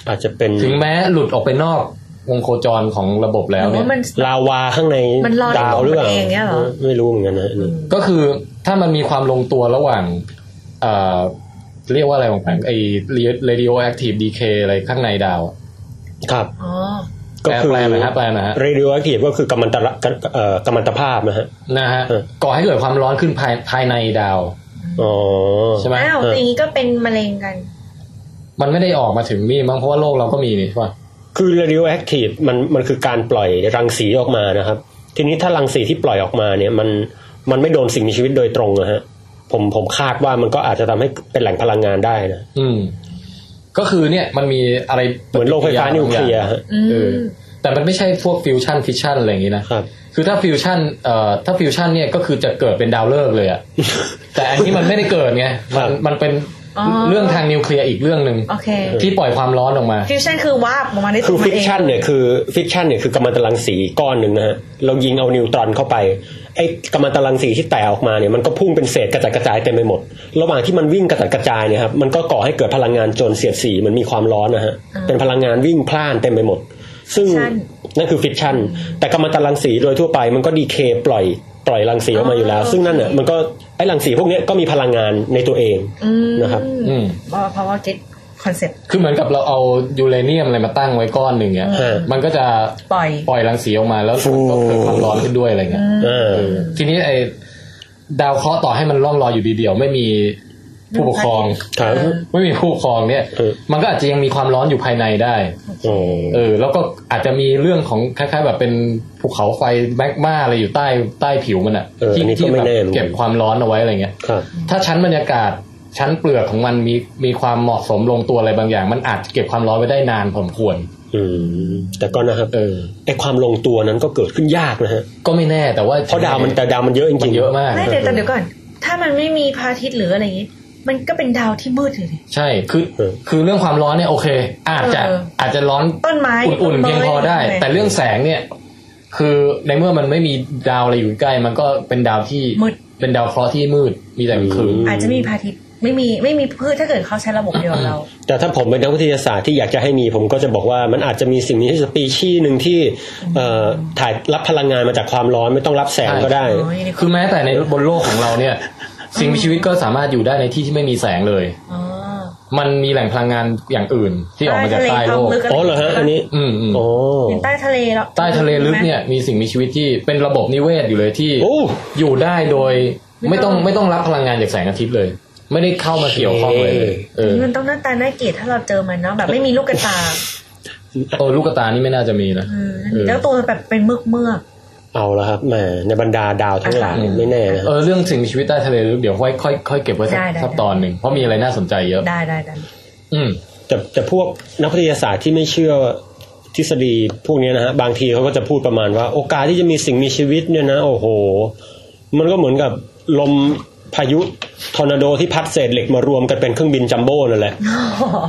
C: อาจจะเป็น
D: ถึงแม้หลุดออกไปนอกวงโคจรของระบบแล้
E: ห
D: ว
E: รือ
D: เนี่
E: ย ว่ามัน
C: ลาวาข้างใน
E: มันลอย
C: ดาวหรือเปล่า
E: ตัวมันเองเนี่ยเหรอ
C: ไม่รู้เหมือนกันนะอันนี้
D: ก็คือถ้ามันมีความลงตัวระหว่างเอ่อเรียกว่าอะไรของมันไอ้ radio active decay อะไรข้างในดาวอะ
C: ครับ
E: อ๋อ
C: ก็คือ
D: แปลหน่อยฮะแปลหน่อยฮะ
C: เรดิโอแอคทีฟก็คือกัมมันตระเอ่อกัมมันตภาพนะฮะ
D: นะฮะ
C: เออ
D: ก่อให้เกิดความร้อนขึ้นภายภายในดาว
C: อ๋อ
D: ใช่ไหม
E: อ้าว
C: เอออ
E: อย่างนี้ก็เป็นมะเร็งกัน
D: มันไม่ได้ออกมาถึงนี่มั้งเพราะว่าโลกเราก็มีนี่ใช่ป่ะ
C: คือเรดิโอแอคทีฟมันมันคือการปล่อยรังสีออกมานะครับ ทีนี้ถ้ารังสีที่ปล่อยออกมาเนี่ยมันมันไม่โดนสิ่งมีชีวิตโดยตรงนะฮะ ผมผมคาดว่ามันก็อาจจะทำให้เป็นแหล่งพลังงานได้นะ
D: อืม ก็คือเนี่ยมันมีอะไร
C: เหมือนโรงไฟฟ้านิวเคลียร์ฮะ
D: เออแต่มันไม่ใช่พวกฟิวชั่นฟิชชั่นอะไรอย่างงี้นะ
C: ครับ
D: คือถ้าฟิวชั่นเอ่อถ้าฟิวชั่นเนี่ยก็คือจะเกิดเป็นดาวฤกษ์เลยอะ แต่อันนี้มันไม่ได้เกิดไง
C: ครั
D: มัน
C: บ
D: มันเป็น
E: อ๋อ
D: เรื่องทางนิวเคลียร์อีกเรื่องหนึ่ง
E: โอเค
D: ที่ปล่อยความร้อนออกมา
E: ฟิวชั่นคือวาบออกมาได้ตั
C: คือ
E: วมั
C: ฟิ
E: น
C: ก
E: เอง
C: ชันเนี่ยคือฟิกชันเนี่ยคือกำมะตรังสีก้อนหนึ่งนะฮะเรายิงเอานิวตรอนเข้าไปไอ้กำมะตรังสีที่แตกออกมาเนี่ยมันก็พุ่งเป็นเศษกระจัดกระจายเต็มไปหมด ระหว่างที่มันวิ่งกระจัดกระจายเนี่ยครับมันก็ก่อให้เกิดพลังงานจนเสียดสีเหมันมีความร้อนนะฮะเป็นพลังงานวิ่งพล่านเต็มไปหมด ซึ่งนั่นคือฟิกชันแต่กำมะตรังสีโดยทั่วไปมันก็ดีเคปล่อยปล่อยรังสีออกมาอยู่แล้ว ซึ่งนั่นเนี่ยมันก็ไอ้รังสีพวกเนี้ยก็มีพลังงานในตัวเองนะครับ
D: อืม
E: เพราะเพราะว่าเก็ตคอนเซ็ปต์
D: คือเหมือนกับเราเอายูเรเนียมอะไรมาตั้งไว้ก้อนหนึ่งเนี่ย
C: เออ
D: มันก็จะ
E: ปล่อย
D: ปล่อยรังสีออกมาแล้วมันก็เกิดความร้อนขึ้นด้วยอะไรเงี้ย
C: เออ
D: ทีนี้ไอ้ดาวเคราะห์ต่อให้มันล่องลอยอยู่ดีเดียวไม่มีผู้ปกครอง
C: ครับ
D: ไม่มีผู้ปกครองเนี่ย
C: เออ
D: มันก็อาจจะยังมีความร้อนอยู่ภายในได้
C: โอ้
D: เออแล้วก็อาจจะมีเรื่องของคล้ายๆ แบบเป็นภูเขาไฟแมกมาอะไรอยู่ใต้ใต้ผิวมันอ่ะ
C: เอออันนี้ก็
D: ที่
C: ไม่
D: แบบ
C: แน่เหมือนกัน
D: เก็บความร้อนเอาไว้อะไรเงี้ย
C: ครับ
D: ถ้าชั้นบรรยากาศชั้นเปลือกของมันมีมีความเหมาะสมลงตัวอะไรบางอย่าง มันอาจจะเก็บความร้อนไว้ได้นานพอสมควร
C: อืมแต่ก็นะครับ
D: เออ
C: ไอความลงตัวนั้นก็เกิดขึ้นยากนะฮะ
D: ก็ไม่แน่แต่ว่า
C: เพราะดาวมันแต่ดาวมันเยอะจ
D: มั
C: ริ
D: น
C: งๆ
D: เยอะมาก
E: ไม่แต่แต่เดี๋ยวก่อน ถ้ามันไม่มีพระอาทิตย์หรืออะไรอย่างงี้ มันก็เป็นดาวที่มืดเลยดิ
D: ใช่คือคือเรื่องความร้อนเนี่ยโอเค อาจจะ
E: เออ
D: อาจจะร้อน
E: ต้นไม้
D: อุ่นๆเพียงพอได้ แต่เรื่องแสงเนี่ย คือในเมื่อมันไม่มีดาวอะไรอยู่ใกล้ มันก็เป็นดาวที่เป็นดาวเคราะห์ที่มืดมีแต่กลางคืน
E: อาจจะไม่มีพระอาทิตย์ไม่มีไม่มีพืชถ้าเกิดเขาใช้ระบบเดียวกับเรา
C: แต่ถ้าผมเป็นนักวิทยาศาสตร์ที่อยากจะให้มีผมก็จะบอกว่ามันอาจจะมีสิ่งนี้สปีชีส์หนึ่งที่เอ่อถ่ายรับพลังงานมาจากความร้อนไม่ต้องรับแสงก็ได้
E: อ๋อยูนิคอ
D: คื
E: ร์น
D: อแม้แต่ในบนโลกของเราเนี่ย สิ่งมีชีวิตก็สามารถอยู่ได้ในที่ที่ไม่มีแสงเลย
E: อ๋อ
D: มันมีแหล่งพลังงานอย่างอื่นที่ออกมาจากใต้โลก
E: ทะเ
C: อ๋อเหรอฮะอันนี้
D: อืมอืม
C: โอ้
E: เป็นใต้ทะเลหรอ
D: ใต้ทะเลลึกเนี่ยมีสิ่งมีชีวิตที่เป็นระบบนิเวศอยู่เลยที่
C: โอ้
D: อยู่ได้โดยไม่ต้องไม่ต้องรับพลังงานจากแสงอาทิตย์เลย ไม่ได้เข้ามาเกี่ยวข้องเลยเออ
E: มันต้องหน้าตาน่าเกลียดถ้าเราเจอมันเนาะแบบไม่ มีลูกกระตา
D: โอ้ลูกกระตายนี่ไม่น่าจะมีนะ
E: อืมแล้วตัวแบบเป็นเมือกเมือก
C: เอาแล้วครับแหมในบรรดาดาวทั้งหลายไม่แน่นะ
D: เออเรื่องสิ่งมีชีวิตใต้ทะเลเดี๋ยวค่อยค่อยค่อยเก็บไว้สักสักตอนหนึ่งเพราะมีอะไรน่าสนใจเยอะ
E: ๆได้ได้ได้
D: อืม
C: แต่แต่พวกนักวิทยาศาสตร์ที่ไม่เชื่อทฤษฎีพวกเนี้ยนะฮะบางทีเขาก็จะพูดประมาณว่า โอกาสที่จะมีสิ่งมีชีวิตเนี่ยนะ โอ้โห มันก็เหมือนกับลมพายุทอร์นาโดที่พัดเศษเหล็กมารวมกันเป็นเครื่องบินจัมโบ้นั่นแหละ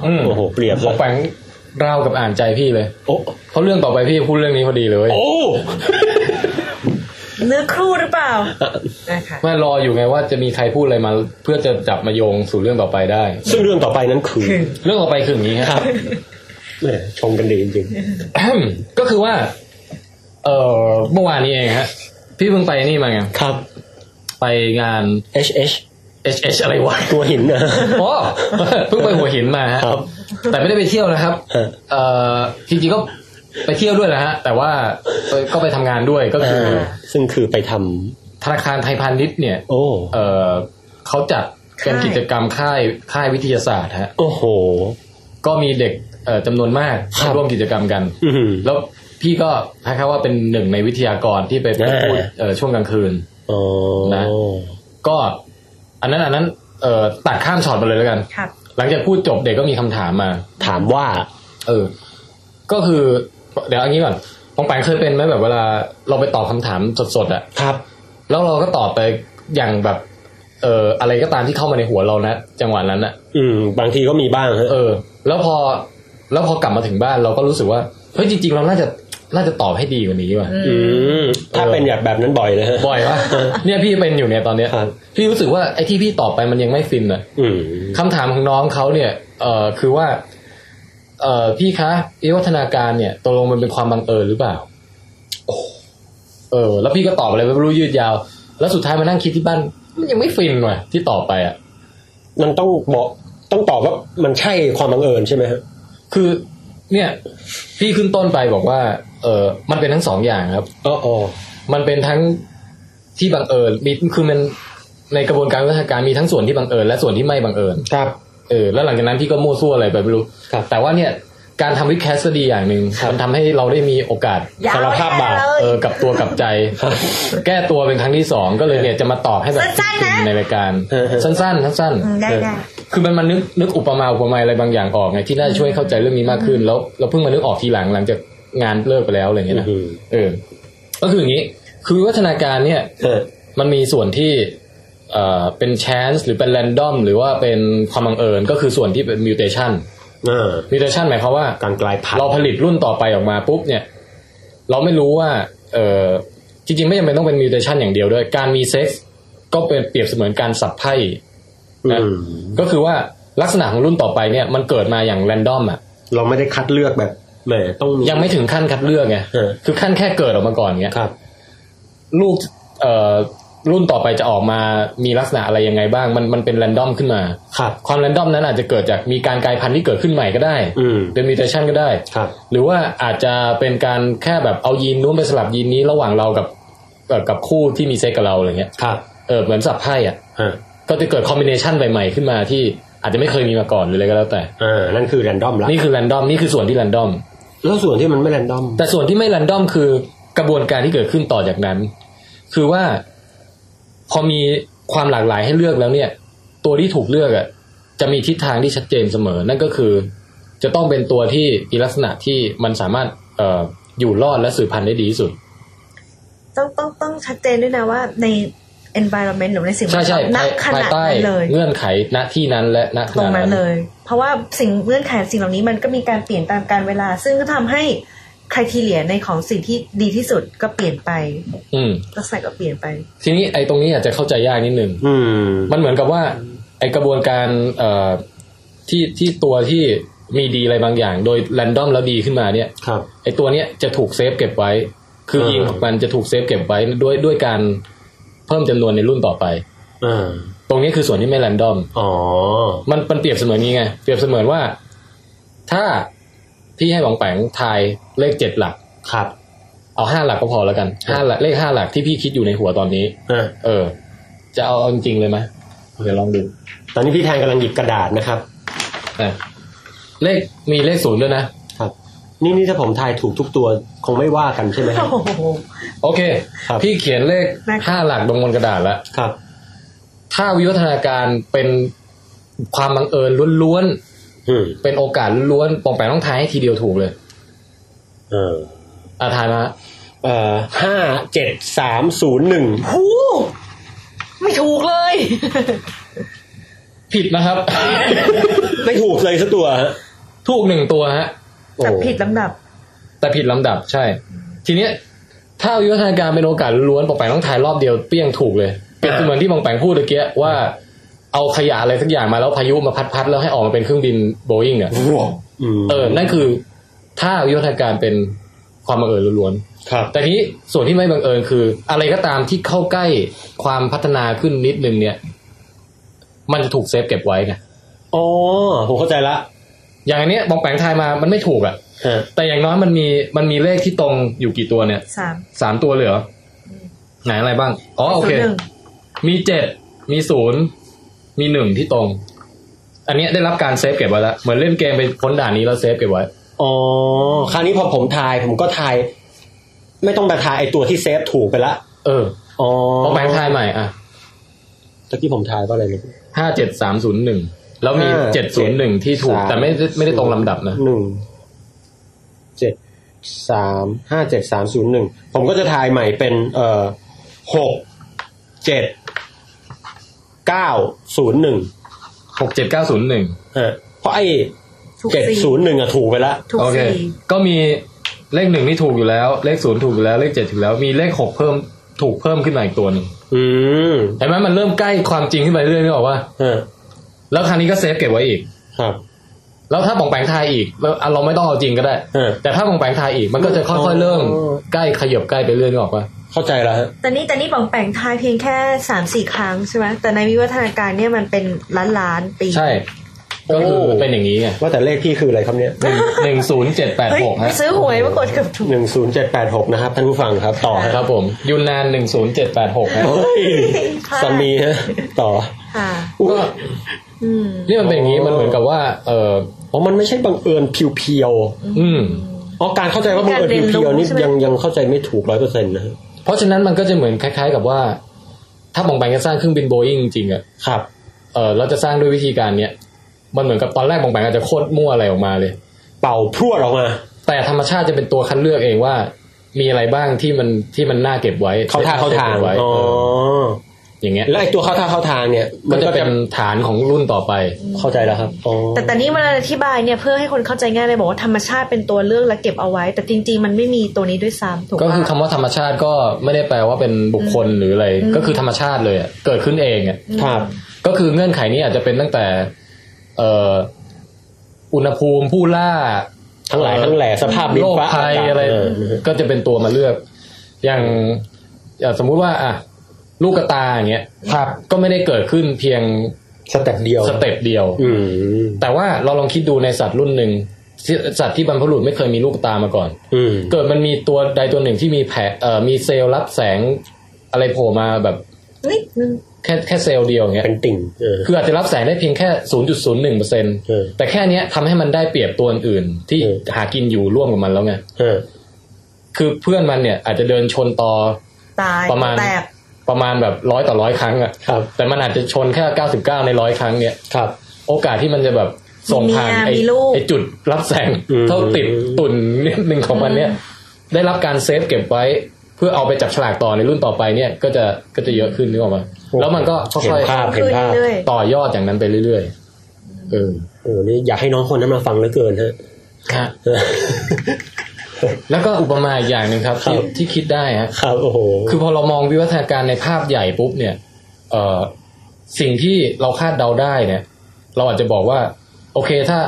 D: อืม
C: โอ้โห เปรียบ
D: ข
C: เล
D: อยแฝงราวกับอ่านใจพี่เลย
C: โอ้
D: เพราะเรื่องต่อไปพี่พูดเรื่องนี้พอดีเลยเว้ย
C: โอ้
E: เนื้อครูหรือเปล่านะคะ
D: ไม่รออยู่ไงว่าจะมีใครพูดอะไรมา เพื่อจะจับมาโยงสู่เรื่องต่อไปได้
C: ซึ่งเรื่องต่อไปนั้นคือ
E: คือ
D: เรื่องต่อไปคืออย่างนี้ครับ
C: แหมชงกันดีจริง
D: ก็คือว่า เออเมื่อวานนี้เองฮะ พี่เพิ่งไปนี่มาไง
C: ๆ ครับ
D: ไปงาน
C: H H
D: H H อะไรวะ
C: ตัวหินนะ
D: อ๋อ เพิ่งไปหัวหินมาฮะ
C: ครับ
D: แต่ไม่ได้ไปเที่ยวนะครับ
C: เออ
D: เอ่อจริงๆก็ไปเที่ยวด้วยแหละฮะ แต่ว่าเอ่อก็ไปทำงานด้วยก็คืออา
C: ซึ่งคือไปทำ
D: ธนาคารไทยพาณิชย์เนี่ย
C: โอ้
D: เอ่อเขาจัดเป็นกิจกรรมค่ายค่ายวิทยาศาสตร์ฮะ
C: โอ้โห
D: ก็มีเด็กเอ่อจำนวนมาก
C: ครับ
D: ร่วมกิจกรรมกัน
C: อื้อหือ
D: แล้วพี่ก็คล้ายๆว่าเป็นหนึ่งในวิทยากรที่ไปพูด
C: อ่า
D: เอ่อช่วงกลางคืน
C: อ๋อ
D: นะ ก็ อันนั้นอันนั้นเอ่อตัดข้ามช็อตไปเลยแล้วกัน
E: ครับ
D: หลังจากพูดจบเด็กก็มีคำถามมา
C: ถามว่า
D: เออ ก็คือเดี๋ยวเอันนี้ก่อนปองแปงเคยเป็นไหมแบบเวลาเราไปตอบคำถามสดๆอะ
C: ครับ
D: แล้วเราก็ตอบไปอย่างแบบ เอออะไรก็ตามที่เข้ามาในหัวเรานะจังหวะนั้นอะ
C: อืม บางทีก็มีบ้างฮะ
D: เออ แล้วพอ แล้วพอกลับมาถึงบ้านเราก็รู้สึกว่าเฮ้ยจริงๆ เราน่าจะน่าจะตอบให้ดีกว่านี้ว่ะ
C: อืม ถ้า
D: เออ
C: เป็นแบบแบบนั้นบ่อยเลยฮะ
D: บ่อยว่ะเนี่ยพี่เป็นอยู่เนี่ยตอนเนี้ย
C: ครับ
D: พี่รู้สึกว่าไอ้ที่พี่ตอบไปมันยังไม่ฟินอะ
C: อืม
D: คำถามของน้องเขาเนี่ย เอ่อ คือว่า เอ่อ พี่คะวิวัฒนาการเนี่ยตกลงมันเป็นความบังเอิญหรือเปล่า เออ แล้วพี่ก็ตอบอะไรไม่รู้ยืดยาว แล้วสุดท้ายมานั่งคิดที่บ้าน มันยังไม่ฟินว่ะที่ตอบไปอ่ะ
C: มันต้องบอกต้องตอบว่ามันใช่ความบังเอิญใช่ไหมฮะ
D: คือ เนี่ย พี่ขึ้นต้นไปบอกว่า เออมันเป็นทั้งสองอย่างครับ
C: อ๋ออ๋อ
D: มันเป็นทั้งที่บังเอิญ มี คือมันในกระบวนการวิวัฒนาการมีทั้งส่วนที่บังเอิญและส่วนที่ไม่บังเอิญ
C: ครับ
D: เออ แล้วหลังจากนั้นพี่ก็มั่วซั่วอะไรไปไม่รู้
C: ครับ
D: แต่ว่าเนี่ย การทำวิดแคสก็ดีอย่างหนึ่งมันทำให้เราได้มีโอกาส
E: ยาว
D: สารภาพบาป
E: แน่เลย
D: เออกับตัวกับ ใจ แก้ตัวเป็นครั้งที่สองก็เลยเนี่ยจะมาตอบให้แบบ
E: สั้นๆนะ
D: ในรายการ
C: เออ
D: สั้นๆสั้น
E: อืมได้ได้
D: ๆคือมันมันนึกนึกอุปมาอุปไมยอะไรบางอย่างออกไงที่น่าจะช่วยเข้าใจเรื่องนี้มากขึ้น แล้วเราเพิ่งมานึกออกทีหลังหลังจากงานเลิกไปแล้วอะไรอย่างเงี้ยนะ
C: อืม
D: เออ ก็คืออย่างนี้ คือวิวัฒนาการเนี่ย
C: เออ
D: มันมีส่วนที่เอ่อเป็น chance หรือเป็น random หรือว่าเป็นความบังเอิญก็คือส่วนที่เป็น mutation
C: เออ
D: mutation หมายความว่า
C: การกลายพันธุ์
D: เราผลิตรุ่นต่อไปออกมาปุ๊บเนี่ย เราไม่รู้ว่า เออจริงๆ ไม่จำเป็นต้องเป็น mutation อย่างเดียวด้วย การมีเซ็กซ์ก็เป็นเปรียบเสมือนการสับไพ่
C: อื
D: นะ
C: ม
D: ก็คือว่าลักษณะของรุ่นต่อไปเนี่ย มันเกิดมาอย่าง random อ่ะ
C: เราไม่ได้คัดเลือกแบบแหมต้อง
D: ยังไม่ถึงขั้นคัดเลือกไง
C: เออ
D: คือขั้นแค่เกิดออกมาก่อนเงี้ย
C: ครับ
D: ลูกเอ่อรุ่นต่อไปจะออกมามีลักษณะอะไรยังไงบ้าง มันมันเป็นแรนดอมขึ้นมา
C: ครับ
D: ความแรนดอมนั้นอาจจะเกิดจากมีการกลายพันธุ์ที่เกิดขึ้นใหม่ก็ได้
C: อืม
D: เป็นมิเทชันก็ได้
C: ครับ
D: หรือว่าอาจจะเป็นการแค่แบบเอายีนนู้นไปสลับยีนนี้ระหว่างเรากับเอ่อกับคู่ที่มีเซ็กกับเราอะไรเงี้ย
C: ครับ
D: เออเหมือนสับไพ่อ่ะ
C: เอ่า
D: ก็จะเกิดคอมบิเนชันใหม่ๆขึ้นมาที่อาจจะไม่เคยมีมาก่อนหรืออะไรก็แล้วแต่
C: อ่านั่นคือแรนดอมละ
D: นี่คือแรนดอมนี่คือส่วนที่แรนดอม
C: แล้วส่วนที่มันไม่แรนดอม
D: แต่ส่วนที่ไม่แรนดอมคือกระบวนการที่เกิดขึ้นต่อจากนั้น คือว่าพอมีความหลากหลายให้เลือกแล้วเนี่ย ตัวที่ถูกเลือกอ่ะจะมีทิศทางที่ชัดเจนเสมอ นั่นก็คือ จะต้องเป็นตัวที่มีลักษณะที่มันสามารถเอ่ออยู่รอดและสืบพันธุ์ได้ดีที่สุด
E: ต้องต้องต้องชัดเจนด้วยนะว่าใน environment หรือในสิ่งแว
D: ใช่
E: ด
D: ใช่
E: ล้อมณ
D: ภาย
E: ข
D: ภาย
E: ณะ
D: ใต้
E: นั้นเลย
D: เงื่อนไขณที่นั้นและณข
E: ตร
D: ณะ
E: งนั้
D: นั้น น
E: เลย เพราะว่าสิ่งเงื่อนไขสิ่งเหล่านี้มันก็มีการเปลี่ยนตามการเวลา ซึ่งก็ทำให้ค r i ทีเ i ียในของสิ่งที่ดีที่สุดก็เปลี่ยนไป
D: อืม
E: ลักษณะก็เปลี่ยนไป
D: ทีนี้ไอ้ตรงนี้อาจจะเข้าใจยากนิดนึง
C: อืม
D: มันเหมือนกับว่าไอกระบวนการเอ่อที่ที่ตัวที่มีดีอะไรบางอย่าง โดยแรนดอมแล้วดีขึ้นมาเนี่ย
C: ครับ
D: ไอตัวเนี้ยจะถูกเซฟเก็บไว้ คือ
C: เออ
D: ยีนของมันจะถูกเซฟเก็บไว้ด้วยด้วยการเพิ่มจำนวนในรุ่นต่อไป
C: เอ่า
D: ตรงนี้คือส่วนที่ไม่แรนดอม
C: อ๋อ
D: มันมันเปรียบเสมือนนี้ไง เปรียบเสมือนว่า ถ้าพี่ให้บองแปงทายเลขเจ็ดหลัก
C: ครับ
D: เอาห้าหลักก็พอแล้วกันห้าหลักเลขห้าหลักที่พี่คิดอยู่ในหัวตอนนี้
C: อ่ะ
D: เออ จะเอาเอาจริงๆเลยไหมเดี๋ยวลองดู
C: ตอนนี้พี่แทนกำลังหยิบกระดาษนะครับ
D: อ่ะเลขมีเลขศูนย์ด้วยนะ
C: ครับ นี่นี่ถ้าผมทายถูกทุกตัวคงไม่ว่ากันใช่ไหมครับ
E: โอ้โห
D: โอเค
C: ครับ
D: พี่เขียนเลข
E: ได้ครับ
D: ห้าหลักลงบนกระดาษแล้ว
C: ครับ
D: ถ้าวิวัฒนาการเป็นความบังเอิญล้วน
C: อืม
D: ๆ เป็นโอกาสล้วนๆปองแปงต้องทายให้ทีเดียวถูกเลย
C: เออ
D: อ่ะทายมาฮะ
C: เอ่อห้าเจ็ดสามศูนย์หนึ่ง
E: หูไม่ถูกเลย
D: ผิด นะครับ
C: ไม่ถูกเลยสักตัวฮะ
D: ถูกหนึ่งตัวฮะ
E: แต่
C: โอ้
E: ผิดลำดับ
D: แต่ผิดลำดับใช่ ทีเนี้ยถ้าวิวัฒนาการเป็นโอกาสล้วนปองแปงต้องถ่ายรอบเดียวเปี้ยงถูกเลยเป็นเหมือนที่ปองแปงพูดเมื่อกี้ว่า เอาขยะอะไรสักอย่างมาแล้วพายุมาพัดๆแล้วให้ออกมาเป็นเครื่องบินโบอิงอ่ะ
C: อืม
D: เออนั่นคือ ถ้าวิวัฒนาการเป็นความบังเอิญล้วน
C: ครับ
D: ๆแต่ทีนี้ส่วนที่ไม่บังเอิญคือ อะไรก็ตามที่เข้าใกล้ความพัฒนาขึ้นนิดนึงเนี่ย มันจะถูกเซฟเก็บไว้ไง
C: อ๋อ ผมเข้าใจละ
D: อย่างอันเนี้ยปองแปงทายมามันไม่ถูกอ่ะ
C: ฮะ
D: แต่อย่างน้อยมันมีมันมีเลขที่ตรงอยู่กี่ตัวเนี่ย
E: สาม
D: สามตัวเลยเหรอไหนอะไรบ้าง อ๋อโอเค
E: ศูนย์หนึ่ง
D: มีเจ็ด มีศูนย์ มีหนึ่งที่ตรง อันเนี้ยได้รับการเซฟเก็บไว้แล้ว เหมือนเล่นเกมไปพ้นด่านนี้แล้วเซฟเก็บไว้
C: อ๋อ คราวนี้พอผมทายผมก็ทาย ไม่ต้องไปทายไอตัวที่เซฟถูกไปละ
D: เออ
C: อ๋อ
D: พอแบงค์ทายใหม่อ่ะ
C: ตะกี้ผมทายว่าอะไรนะ
D: ห้าเจ็ดสามศูนย์หนึ่ง แล้วมี
C: ห้า
D: เจ็ดศูนย์หนึ่งที่ถูก
C: สาม
D: แต่ไม่ได้ไม่ได้ตรงลำดับนะ
C: หนึ่งเจ็ดสามห้าเจ็ดสามศูนย์หนึ่งผมก็จะทายใหม่เป็น เอ่อหกเจ็ดเก้าศูนย์หนึ่ง
D: หกเจ็ดเก้าศูนย์หนึ่ง
C: ฮะเพราะไอ้
E: ถูก
C: เจ็ด
E: สี่
C: ศูนย์หนึ่งอะถูกไปละ
E: ถูก
D: โอเค
E: สี่
D: ก็มีเลขหนึ่งนี่ถูกอยู่แล้ว เลขศูนย์ถูกอยู่แล้ว เลขเจ็ดถูกแล้ว มีเลขหกเพิ่มถูกเพิ่มขึ้นมาอีกตัวหนึ่ง
C: อืม
D: เห็นไหมมันเริ่มใกล้ความจริงขึ้นไปเรื่อยๆนึกออกว่า
C: ฮะ
D: แล้วครั้งนี้ก็เซฟเก็บไว้อีก
C: ครับ
D: แล้วถ้าปองแปงทายอีกแล้วอ่ะเราไม่ต้องเอาจริงก็ได้
C: ฮะ
D: แต่ถ้าปองแปงทายอีกมันก็จะค่อยๆเริ่ม
C: อ๋อ
D: ใกล้ขยบใกล้ไปเรื่อยนึกออกปะ
C: เข้าใจแล้วฮะ
E: แต่นี่แต่นี่ปองแปงทายเพียงแค่สามสี่ครั้งใช่ไหมแต่ในวิวัฒนาการเนี่ยมันเป็นล้านล้านๆปี
D: ใช่ ก็คือเป็นอย่างนี้ไง
C: ว่าแต่เลขพี่คืออะไรครับเนี่ย
D: หนึ่งหนึ่งศูนย์เจ็ดแปด
E: เฮ้ย
D: หก
E: ไป
D: ฮะ
E: ซื้อหวยปรากฏเกือบถูก
C: หนึ่งศูนย์เจ็ดแปดหกนะครับท่านผู้ฟังครับต่อฮะ
D: ครับผมยูนนานหนึ่งศูนย์เจ็ดแปดหกฮะ
C: โอ้ยสามีฮะต่อ
E: ค่ะ
C: อุ๊ย
E: อืม
D: นี่มันเป็นอย่างนี้
C: อ๋อ
D: มันเหมือนกับว่าเออ
C: อ๋อมันไม่ใช่บังเอิญเพียว
D: อืม
C: ๆอ๋อการเข้าใจว่าบังเอิญเพียวๆนี่ยังยังเข้าใจไม่ถูกร้อยเปอร์เซ็นต์นะฮะ
D: เพราะฉะนั้นมันก็จะเหมือนคล้าย ๆ กับว่า ถ้ามองไปก็สร้างเครื่องบินโบอิงจริงๆอะ
C: ครับ
D: เออเราจะสร้างด้วยวิธีการเนี้ยมันเหมือนกับตอนแรกมองไปอาจจะโคตรมั่วอะไรออกมาเลย
C: เป่าพรวดออกมา
D: แต่ธรรมชาติจะเป็นตัวคัดเลือกเองว่า มีอะไรบ้างที่มันที่มันน่าเก็บไว้
C: เข้าท่าเข้าทาง
D: ก็บไว้
C: อ๋อ
D: เอออย่างเงี้ย
C: แล้วไอ้ตัวเข้าท่าเข้าทางเนี่ย มั
D: ก็
C: น
D: จะ
C: ก็
D: เป็
C: จะ
D: นฐานของรุ่นต่อไป
C: เข้าใจแล้วครับอ๋อ
E: แต่แต่นี่มันอธิบายเนี่ยเพื่อให้คนเข้าใจง่ายเลยบอกว่าธรรมชาติเป็นตัวเลือกและเก็บเอาไว้ แต่จริงๆมันไม่มีตัวนี้ด้วยซ้ำถูก
D: ก็
E: ปะ
D: คือคำว่าธรรมชาติก็ไม่ได้แปลว่าเป็นบุคคลหรืออะไร ก็คือธรรมชาติเลยอะเกิดขึ้นเองอะ
C: ครับ
D: ก็คือเงื่อนไขนี้อาจจะเป็นตั้งแต่ เอ่ออุณหภูมิผู้ล่า
C: ทั้งหลายทั้งแหล่สภาพดิน
D: โรค
C: ฟ้า
D: ภัยอะไร
C: เ
D: ก็จะเป็นตัวมาเลือก อย่างอ่าสมมุติว่า อ่ะ ลูกกระตาอย่างเงี้ย
C: ครับ
D: ก็ไม่ได้เกิดขึ้นเพียง
C: สเต็ปเดียว
D: สเต็ปเดียว
C: อืม
D: แต่ว่าเราลองคิดดูในสัตว์รุ่นหนึ่งที่สัตว์ที่บรรพบุรุษไม่เคยมีลูกกระตามาก่อน
C: อืม
D: เกิดมันมีตัวใดตัวหนึ่งที่มีแผลเอ่อมีเซลล์รับแสงอะไรโผล่มาแบบ
E: นิดนึง
D: แค่แค่เซลล์เดียวอย่างเงี้ย
C: เป็นติ่งเออ
D: คืออาจจะรับแสงได้เพียงแค่ 0.01%
C: เออ
D: แต่แค่เนี้ยทำให้มันได้เปรียบตัวอื่นๆที่
C: เออ
D: หากินอยู่ร่วมกับมันแล้วไง
C: เออ
D: คือเพื่อนมันเนี่ยอาจจะเดินชนต่อ
E: ตาย
D: ประมาณ
E: แตก
D: ประมาณแบบร้อยต่อร้อยครั้งอะ
C: ครับ
D: แต่มันอาจจะชนแค่ 99 ในร้อยครั้งเนี่ย
C: ครับ
D: โอกาสที่มันจะแบบส่งผ่าน
E: มี
D: ไอ้
E: เมียมีลูก
D: ไอ้จุดรับแสง
C: อืม
D: เท่าติดตุ่นนิดนึงของมันเนี่ย ได้รับการเซฟเก็บไว้ เพื่อเอาไปจับฉลากต่อในรุ่นต่อไปเนี่ย ก็จะก็จะเยอะขึ้นนึกออกมาแล้วมันก็ค่
C: เห็น
D: อย
C: ภาพเห็น
E: ขึ้น
C: ภาพ
E: เรื่อย
D: ๆต่อยอดอย่างนั้นไปเรื่อยๆเออ
C: โอ้นี่อยากให้น้องคนนั้นมาฟังเหลือเกินฮะ
D: ฮะแล้วก็อุปมาอีกอย่างหนึ่งครับที่
C: ครับ
D: ที่คิดได้ฮะ
C: ครับโอ้โห
D: คือพอเรามองวิวัฒนาการในภาพใหญ่ปุ๊บเนี่ย เออสิ่งที่เราคาดเดาได้เนี่ย เราอาจจะบอกว่า โอเคถ้า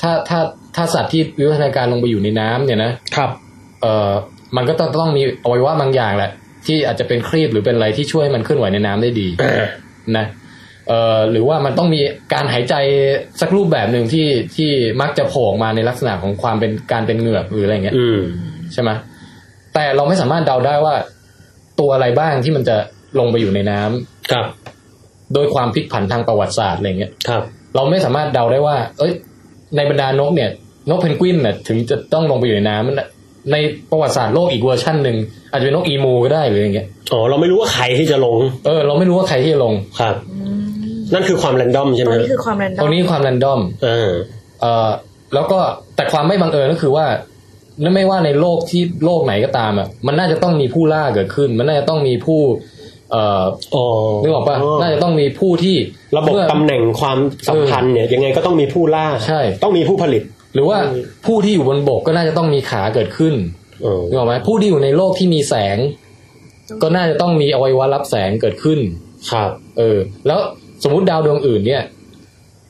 D: ถ้าถ้าถ้าสัตว์ที่วิวัฒนาการลงไปอยู่ในน้ำเนี่ยนะครับ เออมันก็ต้องต้องมีอวัยวะบางอย่างแหละ ที่อาจจะเป็นครีบหรือเป็นอะไรที่ช่วยให้มันเคลื่อนไหวในน้ำได้ดี
C: เออ
D: นะเออหรือว่ามันต้องมีการหายใจสักรูปแบบหนึ่งที่ที่มักจะโผล่ออกมาในลักษณะของความเป็นการเป็นเหงือกหรืออะไรอย่างเงี้ย
C: อืม
D: ใช่ไหมแต่เราไม่สามารถเดาได้ว่า ตัวอะไรบ้างที่มันจะลงไปอยู่ในน้ำ
C: ครับ
D: โดยความพลิกผันทางประวัติศาสตร์อะไรเงี้ย
C: ครับ
D: เราไม่สามารถเดาได้ว่า เอ้ย ในบรรดานกเนี่ย นกเพนกวินน่ะถึงจะต้องลงไปอยู่ในน้ำน่ะในประวัติศาสตร์โลกอีกเวอร์ชันหนึ่งอาจจะเป็นนกอีมูก็ได้หรืออย่างเงี้ย
C: อ๋อ เราไม่รู้ว่าใครที่จะลง
D: เออเราไม่รู้ว่าใครที่จะลง
C: ครับ นั่นคือความแรนดอมใช่
E: ๆ
C: ไห
E: ตร
C: ม
E: งนี้คือความแรนดอ
D: ตรง
E: ม
D: นี้ความแรนดอม
C: เออ
D: เอ่อแล้วก็แต่ความไม่บังเอิญก็คือว่าไม่ว่าในโลกที่โลกไหนก็ตามอ่ะมันน่าจะต้องมีผู้ล่าเกิดขึ้น มันน่าจะต้องมีผู้ เอ่อ
C: อ๋อ
D: นึกออกปะน่าจะต้องมีผู้ที่
C: ระบบ
D: เมื่อ
C: ตำแหน่งความสัมพันธ์เนี่ย ยังไงก็ต้องมีผู้ล่า
D: ใช่
C: ต้องมีผู้ผลิต
D: หรือว่าผู้ที่อยู่บนบกก็น่าจะต้องมีขาเกิดขึ้น
C: เออ
D: นึกออกไหมผู้ที่อยู่ในโลกที่มีแสง ก็น่าจะต้องมีอวัยวะรับแสงเกิดขึ้น
C: ครับ
D: เออ แล้วสมมุติดาวดวงอื่นเนี่ย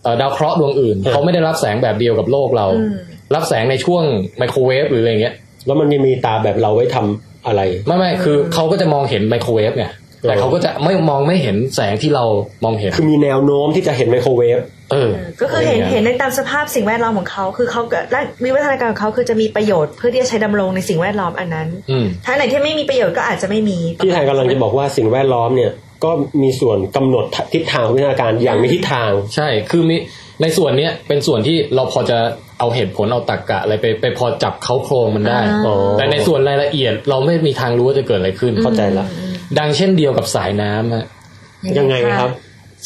D: เอ่อดาวเคราะห์ดวงอื่น
C: เออ
D: เขาไม่ได้รับแสงแบบเดียวกับโลกเรา
E: อืม
D: รับแสงในช่วงไมโครเวฟหรืออะไรเงี้ย
C: แล้วมันยังมีตาแบบเราไว้ทำอะไร
D: ไม่ไม่คือเขาก็จะมองเห็นไมโครเวฟไงแต่เขาก็จะไม่มองไม่เห็นแสงที่เรามองเห็น
C: คือมีแนวโน้มที่จะเห็นไมโครเวฟ
D: เออ
E: ก็คือเห็น
D: อะไรอย่างเงี้ย
E: เห็นในตามสภาพสิ่งแวดล้อมของเขา คือเขาก็และวิวัฒนาการของเขาคือจะมีประโยชน์เพื่อที่จะใช้ดำรงในสิ่งแวดล้อมอันนั้น
D: อืม
E: ถ้าไหนที่ไม่มีประโยชน์ก็อาจจะไม่มี
C: ที่ไทยกำลังจะบอกว่าสิ่งแวดล้อมเนี่ย ก็มีส่วนกำหนดทิศทางวิทยาการอย่างมีทิศทาง
D: ใช่ คือมีในส่วนเนี้ยเป็นส่วนที่เราพอจะเอาเหตุผลเอาตรกกะอะไรไปไปพอจับเขาโครงมันได้
C: อ๋อ
D: แต่ในส่วนรายละเอียดเราไม่มีทางรู้ว่าจะเกิดอะไรขึ้น
C: เข้าใจละ
D: ดังเช่นเดียวกับสายน้ำฮะ
C: ยังไงครับ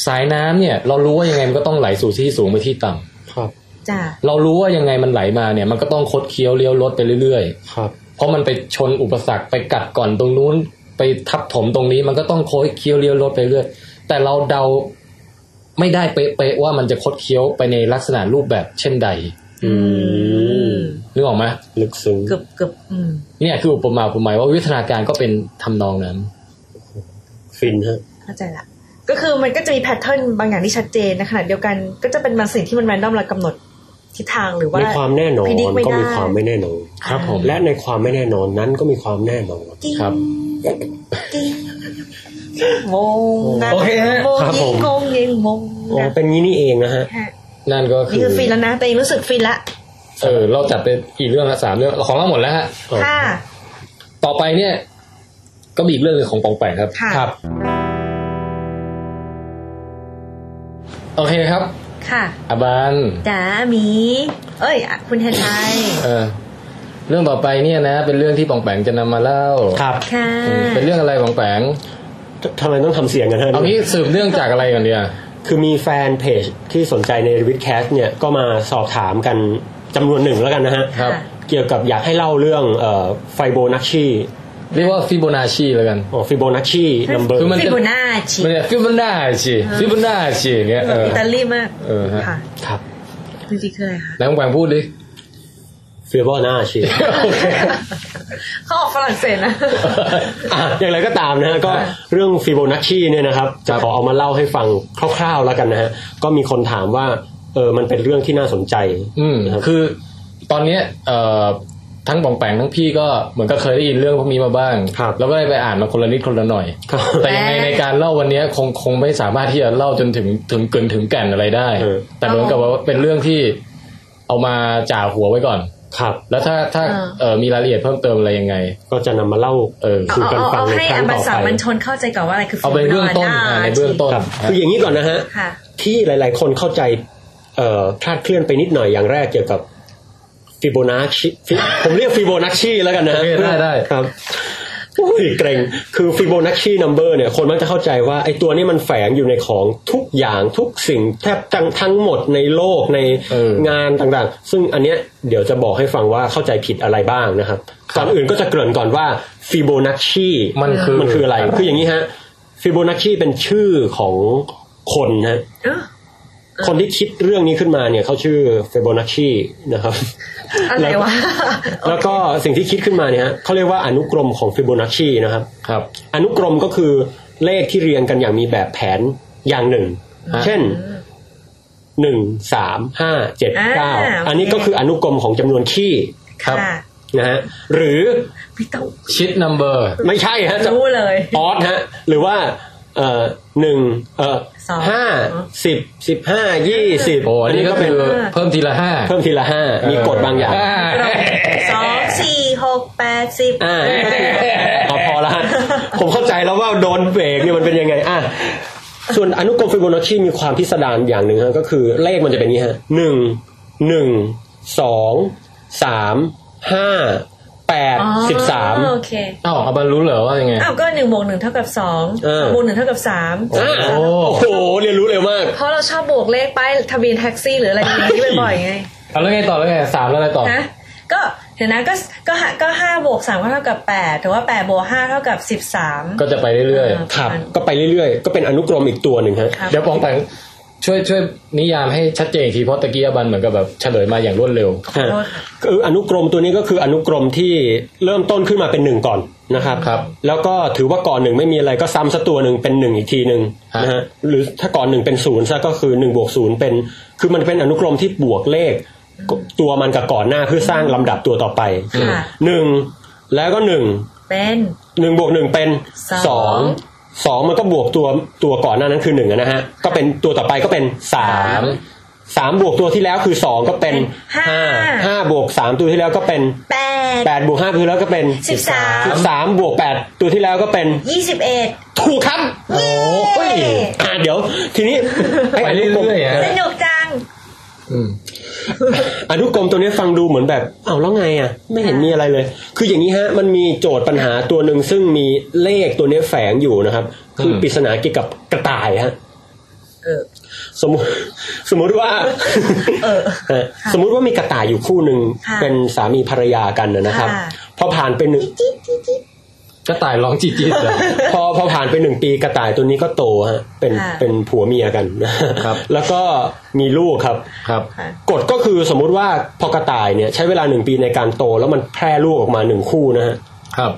D: สายน้ำเนี่ยเรารู้ว่ายังไงมันก็ต้องไหลสู่ที่สูงไปที่ต่ำ
C: ครับ
E: จ้ะ
D: เรารู้ว่ายังไงมันไหลมาเนี่ยมันก็ต้องคดเคี้ยวเลี้ยวรถไปเรื่อย
C: ครับ
D: ๆ เพราะมันไปชนอุปสรรคไปกัดก่อนตรงนู้นไปทับถมตรงนี้มันก็ต้องโค้ยเคี้ยวเลี้ยวรถไปเรื่อย แต่เราเดาไม่ได้เป๊ะๆว่ามันจะคดเคี้ยวไปในลักษณะรูปแบบเช่นใด
C: อืม
D: นึกออกไหม
C: ลึกซึ้ง
E: เกือบเกือบอืม
D: เนี่ยคืออุปมาอุปไมยว่าวิวัฒนาการก็เป็นทำนองนั้น
C: ฟินฮะ
E: เข้าใจละก็คือมันก็จะมีแพทเทิร์นบางอย่างที่ชัดเจนในขณะเดียวกันก็จะเป็นบางสิ่งที่มันแรนดอมเรากำหนดทิศทางหรือว่า
C: ในความแน่นอน
E: predict ไม่
C: ก็
E: ได้
C: มีความไม่แน่นอน
D: ครับผม
C: และในความไม่แน่นอนนั้นก็มีความแน่นอน
E: จริง
D: ครับ
E: จริงงงนะ
C: โอเคฮะ
E: งง
C: ครับ
E: ยิ
C: ผ
E: ง
C: ม
E: งงยิงงง
C: อ๋อ
E: นะ
C: เป็นงี้นี่เองนะฮะ
E: ฮะ
D: นั่นก็
E: นี่
D: คือ
E: คือฟินแล้วนะตัวเองรู้สึกฟินละ
D: เออเราจัดไปกี่เรื่องละสามเรื่องของเราหมดแล้วฮะ
E: ค่ะ
D: ต่อไปเนี่ย ก็มีอีกเรื่องหนึงของปองแปงครับ
E: ค่ะ
D: โอเคครับ
E: ค่ะ
D: อาบัน
E: จ๋าหมี เอ้ยอ่ะคุณแทนไทย
D: เออ เรื่องต่อไปเนี่ยนะ เป็นเรื่องที่ปองแปงจะนำมาเล่า
C: ครับ
E: ค่ะ
D: อืมเป็นเรื่องอะไรปองแปง
C: ททำไมต้องทำเสียงกันฮะ
D: เอางี้สืบเรื่องจากอะไรก่อนเดีย
C: คือมีแฟนเพจที่สนใจในรีวิทแคสเนี่ยก็มาสอบถามกันจำนวนหนึ่งแล้วกันนะฮะ
D: ครับ
C: เกี่ยวกับอยากให้เล่าเรื่องไฟโบนัชชี
D: เรียกว่าฟิโบนาชีแล้วกัน
C: ฟิโบนัชชีนัมเบอร์
D: คือมัน
E: ฟิบูน่าชิ
D: ไม่ได้ฟิโบนาชีฟิโบนาชีเงี้ย
E: แบ
D: เอบ อ
E: อิตาลีมาก
D: เออฮะ
E: ค่ะ
C: ครับ
E: จริงๆคืออะไรคะ
D: แล้วปองแปงพูดดิ
C: ฟิโบนัชชี
D: โอเค
E: เขาออกฝรั่งเศส นะ
C: อ่ะอย่างไรก็ตามนะฮะก็เรื่องฟิโบนัชชีเนี่ยนะครับ จะขอเอามาเล่าให้ฟังคร่าวๆแล้วกันนะฮะ ก็มีคนถามว่าเออมันเป็นเรื่องที่น่าสนใจ
D: อืม
C: นะครับ
D: คือตอนเนี้ยเอ่อทั้งปองแปงทั้งพี่ก็เหมือนก็เคยได้ยินเรื่องพวกนี้มาบ้าง แล้วก็ได้ไปอ่านมาคนละนิดคนละหน่อย
C: ครับ
D: แต่ยังไงในการเล่าวันเนี้ยคงคงไม่สามารถที่จะเล่าจนถึงถึงเกินถึงแก่นอะไรได้ แต่เหมือนกับว่าเป็นเรื่องที่เอามาจ่าหัวไว้ก่อน
C: ครับ
D: แล้วถ้าถ้า
E: อ่า
D: เออมีรายละเอียดเพิ่มเติมอะไรยังไง
C: ก็จะนำมาเล่า
D: เออ
E: เอา
C: สู่กัน
E: เอา
C: ฟัง
E: เอา
C: ใน
E: ให้
C: ครั้
E: อั
C: ง
E: น
C: ต่
E: บา
C: อ
E: สา
C: ไป
E: มันชนเข้าใจก่อนว่าอะไรคือ
D: เอาเป็นเบื้องต้นอ่าในเบื้องต้น
C: ครับ
D: นะ
C: คืออย่างนี้ก่อนนะฮะ
E: ค่ะ
C: ที่หลาย ๆ คนเข้าใจเอ่อคลาดเคลื่อนไปนิดหน่อยอย่างแรกเกี่ยวกับฟิโบนัชชีผมเรียกฟิโบนัชชีแล้วกันนะฮะ
D: โอเคได้ได้
C: ครับอุ้ยเกรงคือฟิโบนัชชีนัมเบอร์เนี่ย คนมักจะเข้าใจว่าไอ้ตัวนี้มันแฝงอยู่ในของทุกอย่างทุกสิ่งแทบทั้งทั้งหมดในโลกใน
D: เออง
C: านต่างๆ ซึ่งอันเนี้ยเดี๋ยวจะบอกให้ฟังว่าเข้าใจผิดอะไรบ้างนะครับ
D: ครับ
C: ก่อนอื่นก็จะเกริ่นก่อนว่าฟิโบนัชชี
D: มันคือ
C: มันคืออะไร คืออย่างนี้ฮะฟิโบนัชชีเป็นชื่อของคนนะฮะ
E: เอ้อ
C: คนที่คิดเรื่องนี้ขึ้นมาเนี่ยเขาชื่อฟิโบนัชชีนะครับ
E: อะไรวะ
C: แล้วก็สิ่งที่คิดขึ้นมาเนี่ยฮะเขาเรียกว่าอนุกรมของฟิโบนัชชีนะครับ
D: ครับ
C: อนุกรมก็คือเลขที่เรียงกันอย่างมีแบบแผนอย่างหนึ่ง
D: ฮะ
C: เช่นหนึ่งสามห้าเจ็ดเก้า
E: อ่า
C: อันนี้ก็คืออนุกรมของจำนวนขี้
D: ครับ
E: ค่ะ
C: นะฮะหรือ
E: พี่เต้า
D: ชิดนัมเบอร์
C: ไม่ใช่ฮะจะ
E: รู้เลย
C: ออสฮะหรือว่าเอ่อหนึ่งเอ่อ
E: สอง
C: ห้าสิบสิบห้ายี่สิบ
D: โอ้อันนี้ก็คือเพิ่มทีละห้า
C: เพิ่มทีละห้ามีกฎบางอย่าง
D: อ่า
E: สองสี่หกแปดสิบ
C: อ่าก็คือพอพอ แล้วฮะผมเข้าใจแล้วว่าโดนเบรกเนี่ยมันเป็นยังไง อ่ะ ส่วนอนุกรมฟิโบนัชชีมีความพิสดารอย่างหนึ่งฮะก็คือเลขมันจะเป็นอย่างนี้ฮะหนึ่งหนึ่งสองสามห้าแปด
E: อ๋อ
C: สิบสาม
E: โอเค
D: เอ้าอาบันรู้เหรอว่ายังไง
E: อ้าวก็หนึ่งบวกหนึ่งเท่ากับสอง
C: เออ
E: สองบวกหนึ่งเท่ากับสาม
C: อ่ะ
D: โอ้
C: โอ้โห เรียนรู้เร็วมาก
E: เพราะเราชอบบวกเลขป้ายทะเบียนแท็กซี่หรืออะไรอย่างนี้บ่อยๆไง
D: เอาแล้วไงต่อแล้วไงสามแล้วอะไรต่อ
E: นะก็เดี๋ยวนะก็ก็ห้าก็ห้าบวกสามก็เท่ากับแปดถือว่าแปดบวกห้าเท่ากับสิบสาม
D: ก็จะไปเรื่อยๆ
C: ครับ ก็ไปเรื่อยๆ ก็เป็นอนุกรมอีกตัวหนึ่งฮะ
D: เดี๋ยวปองแปงช่วยช่วยนิยามให้ชัดเจนอีกทีเพราะตะกี้อาบันเหมือนกับแบบเฉลยมาอย่างรวดเร็ว
C: คืออนุกรมตัวนี้ก็คืออนุกรมที่เริ่มต้นขึ้นมาเป็นหนึ่งก่อนนะครับ
D: ครับ
C: แล้วก็ถือว่าก่อนหนึ่งไม่มีอะไรก็ซ้ำสักตัวหนึ่งเป็นหนึ่งอีกทีหนึ่ง
D: ฮะ
C: นะฮะหรือถ้าก่อนหนึ่งเป็นศูนย์ซะก็คือหนึ่งบวกศูนย์เป็น คือมันเป็นอนุกรมที่บวกเลขตัวมันกับก่อนหน้าเพื่อสร้างลำดับตัวต่อไป
E: ค่ะ
C: หนึ่งแล้วก็หนึ่ง
E: เป็น
C: หนึ่งบวกหนึ่งเป็น
E: ส
C: สอ
E: อง ง
C: สองมันก็บวกตัวตัวก่อนหน้านั้นคือหนึ่งอะนะฮะก็เป็นตัวต่อไปก็เป็นสาม สามบวกตัวที่แล้วคือสองก็เป็น
E: ห้า
C: ห้าห้าบวกสามตัวที่แล้วก็เป็น
E: แปด
C: แปดบวกห้าตัวที่แล้วก็เป็น
E: สิบสาม
C: สิบสามบวกแปดตัวที่แล้วก็เป็น
E: ยี่สิบเอ็ด
C: ถูกครับ
D: โอ้ย
C: อ่าเดี๋ยว ทีนี้
D: ไปเรื่อยๆอะ
E: สนุกจัง
D: อืม
C: อนุกรมตัวนี้ฟังดูเหมือนแบบอ้าวแล้วไงอ่ะ ไม่เห็นมีอะไรเลย คืออย่างนี้ฮะ มันมีโจทย์ปัญหาตัวหนึ่งซึ่งมีเลขตัวนี้แฝงอยู่นะครับ คืออ
D: ม
C: ปริศนาเกี่ยวกับกระต่ายฮะ
E: เออ
C: สมมติสมมติว่า
E: เออ
C: เออสมมุติว่ามีกระต่ายอยู่คู่หนึ่ง
E: ค่ะ
C: เป็นสามีภรรยากันนะนะครับ
E: ค่ะ
C: พอผ่านไปหนึ่ง
D: ก็ตายร้องจีจีเลย
C: พอพอผ่านไปหนึ่งปีกระต่ายตัวนี้ก็โตฮะเป็น
E: ค่ะ
C: เป็นผัวเมียกันนะครับ แล้วก็มีลูกครับ
D: ครับ
C: กฎก็คือสมมุติว่าพอกระต่ายเนี่ยใช้เวลาหนึ่งปีในการโตแล้วมันแพร่ลูกออกมาหนึ่งคู่นะฮะ
D: ครับ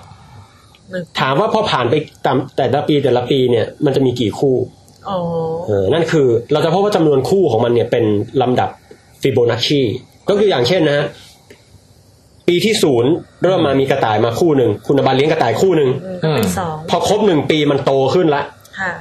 C: ถามว่าพอผ่านไปตามแต่ละปีแต่ละปีเนี่ยมันจะมีกี่คู่
E: อ๋อ
C: เออนั่นคือเราจะพบว่าจำนวนคู่ของมันเนี่ยเป็นลำดับฟิโบนัชชีก็คืออย่างเช่นนะฮะปีที่ศูนย์เริ่มมามีกระต่ายมาคู่หนึ่งคุณบาลเลี้ยงกระต่ายคู่หนึ่ง
D: อืม
E: เป็นสอง
C: พอครบหนึ่งปีมันโตขึ้นละ
E: ค่ะ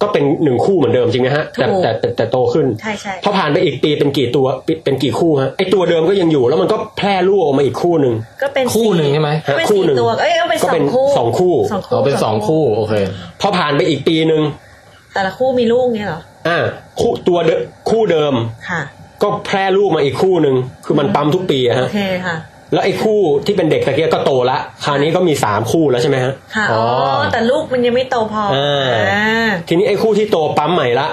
C: ก็เป็นหนึ่งคู่เหมือนเดิมจริงไหมฮะแต่
E: ถูก
C: แต่แต่แต่โตขึ้น
E: ใช่ใช่
C: พอผ่านไปอีกปีเป็นกี่ตัวเป็นเป็นกี่คู่ฮะไอตัวเดิมก็ยังอยู่แล้วมันก็แพร่ลูกออกมาอีกคู่หนึ่ง
E: ก็เป็น
D: คู่หนึ่ง
E: สี่
D: ใช่ไหม
E: ก็เป็น
C: คู่
E: สี่
C: หนึ่ง
E: ตัว เอ้ยก็เป็น
C: ก็
E: สอ
C: เป็
E: ง
C: น
E: คู่
C: สองคู่
D: อ๋อเป็นสองคู่ โอเค
C: พอผ่านไปอีกปีหนึ่ง
E: แต่ละคู่มีลูกเนี่ยเหรอ
C: อ่าคู่ตัวเดิมคู่เดิม
E: ค่ะ
C: ก็แพร่ลูกมาอีกคู่หนึ่งคือมันปั๊มทุกปีอะ
E: โอ
C: ฮะ
E: เคค่ะ
C: แล้วไอ้คู่ที่เป็นเด็กตะเกียก็โตละคราวนี้ก็มีสามคู่แล้วใช่ไหมฮะ
E: ค่ะ อ๋อ แต่ลูกมันยังไม่โตพอ
C: เอออ่
E: า
C: ทีนี้ไอ้คู่ที่โตปั๊มใหม่ละ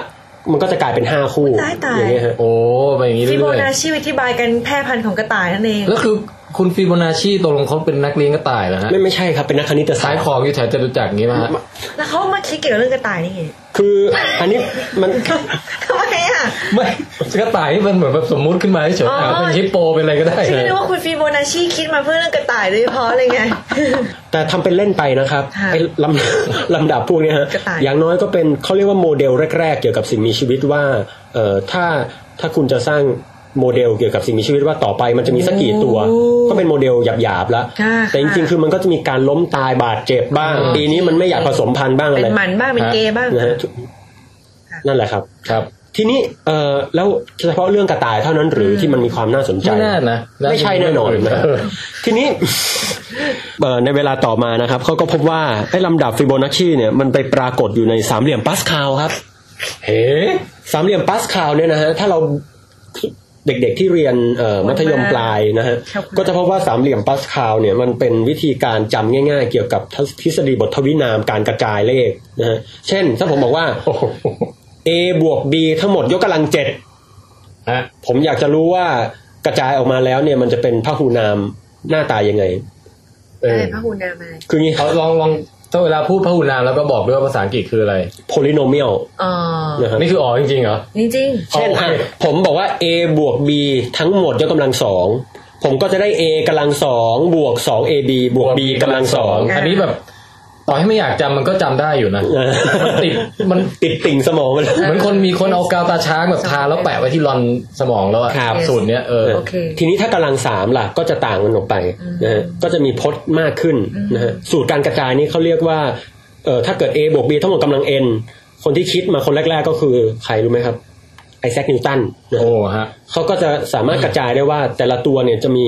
C: มันก็จะกลายเป็นห้าคู่
E: ตายตาย
C: อย่างเงี้ยฮะ
D: โอ้ไปอย่างนี้
E: ฟิโบ
D: เรื่อย
E: นาชิอธิบายกันแพร่พันธุ์ของกระต่ายนั่นเอง
D: ๆแล้วคือคุณฟิโบนาชีตกลงเขาเป็นนักเลี้ยงกระต่ายเหรอฮะ
C: ไม่ไม่ใช่ครับเป็นนักคณิตศา
D: ขา
C: สต
D: ย
C: ร์
D: ของอยู่แถวจตุจักรอย่างนี้มาฮะ
E: แล้วเขามาคิดเกี่ยวกับเรื่องกระต่ายนี่ไง
C: คืออันนี้มัน
E: ทำไมอ่ะ
D: ไม่กระต่ายที่มันเหมือนแบบสมมุติขึ้นมาเฉย
E: อ๋อ
D: ๆเอาเป็นฮิปโปเป็นอะไรก็ได้
E: ฉันก็นึกว่าคุณฟิโบนาชิคิดมาเพื่อเรื่องกระต่ายโดยเฉพาะเลยไง
C: แต่ทำเป็นเล่นไปนะครับ
E: ค่ะ
C: ไอ้ลำ ลำดับพวกเนี้ยฮะ
E: กระต่าย
C: อย่างน้อยก็เป็นเขาเรียกว่าโมเดลแรก ๆ เกี่ยวกับสิ่งมีชีวิตว่าเอ่อถ้าถ้าคุณจะสร้างโมเดลเกี่ยวกับสิ่งมีชีวิตว่าต่อไปมันจะมีสักกี่ตัว ก็เป็นโมเดลหยาบๆแล้ว
E: ค่ะ
C: แต่จริงๆคือมันก็จะมีการล้มตายบาดเจ็บบ้าง
D: อืม
C: ปีนี้มันไม่อยากผสมพันธุ์บ้างอะ
E: เป็
C: ไร
E: นหมันบ้างเป็นเกย์บ้าง
C: นะฮะนั่นแหละครับ
D: ครับ
C: ทีนี้เอ่อแล้วเฉพาะเรื่องกระต่ายเท่านั้นหรือที่มันมีความน่าสนใจ
D: ไม่น่านะาจะ
C: ไม่ใช่แน่นอนนะ
D: เออ
C: ทีนี้ เอ่อในเวลาต่อมานะครับเขาก็พบว่าไอ้ลำดับฟิโบนัชชีเนี่ยมันไปปรากฏอยู่ในสามเหลี่ยมปาสคาลครับ เฮ้สามเหลี่ยมปาสคาลเนี่ยนะฮะถ้าเราเด็กๆที่เรียนเอ่อมัธยมปลายนะฮะ
E: ครับคุณ
C: ก็จะพบว่าสามเหลี่ยมปาสคาลเนี่ยมันเป็นวิธีการจำง่าย ๆ เกี่ยวกับทฤษฎีบททวินามการกระจายเลขนะฮะเช่น ถ้าผมบอกว่า
D: โอ้โห
C: a บวก b ทั้งหมดยกกำลังเจ็ด
D: ฮะ
C: ผมอยากจะรู้ว่ากระจายออกมาแล้วเนี่ยมันจะเป็นพหูนามหน้าตายังไง
D: เอ
E: อะไร
D: อ
E: พระหูนามา
C: คืองี้ค
D: เอา
C: รับ
D: ลองลองถ้าเวลาพูดพหูนามแล้วก็บอกด้วยว่าภาษาอังกฤษคืออะไร
C: โพลิโนเมียล
E: อ๋อ
C: นะครับ
D: นี่คืออ๋อจริงๆเหรอ
E: จริง
C: เช่น
D: โอเค
C: อ่ะผมบอกว่า a บวก b ทั้งหมดยกกำลังสองผมก็จะได้ a กำลังสองบวก 2 ab บวก b กำลังสอง
D: อันนี้แบบ ต่อให้ไม่อยากจำมันก็จำได้อยู่นะ
C: เออ
D: มันติดมัน
C: ติดติ่งสมองมัน
D: เหมือนคนมีคนเอากาวตาช้างแบบทาแล้วแปะไว้ที่รอนสมองแล้วอะ
C: ครับ
D: สูตรเนี้ยเออ
E: ๆ โอเค
C: ทีนี้ถ้ากำลังสามล่ะก็จะต่างมันออกไปนะฮะก็จะมีพจน์มากขึ้นนะฮะสูตรการกระจายนี้เขาเรียกว่าเออถ้าเกิด a บวก b ทั้งหมดกำลัง n คนที่คิดมาคนแรก ๆ ก็คือใครรู้ไหมครับไอแซคนิวตันนะฮะ
D: โอ้ฮะ
C: เขาก็จะสามารถกระจายได้ว่าแต่ละตัวเนี่ยจะมี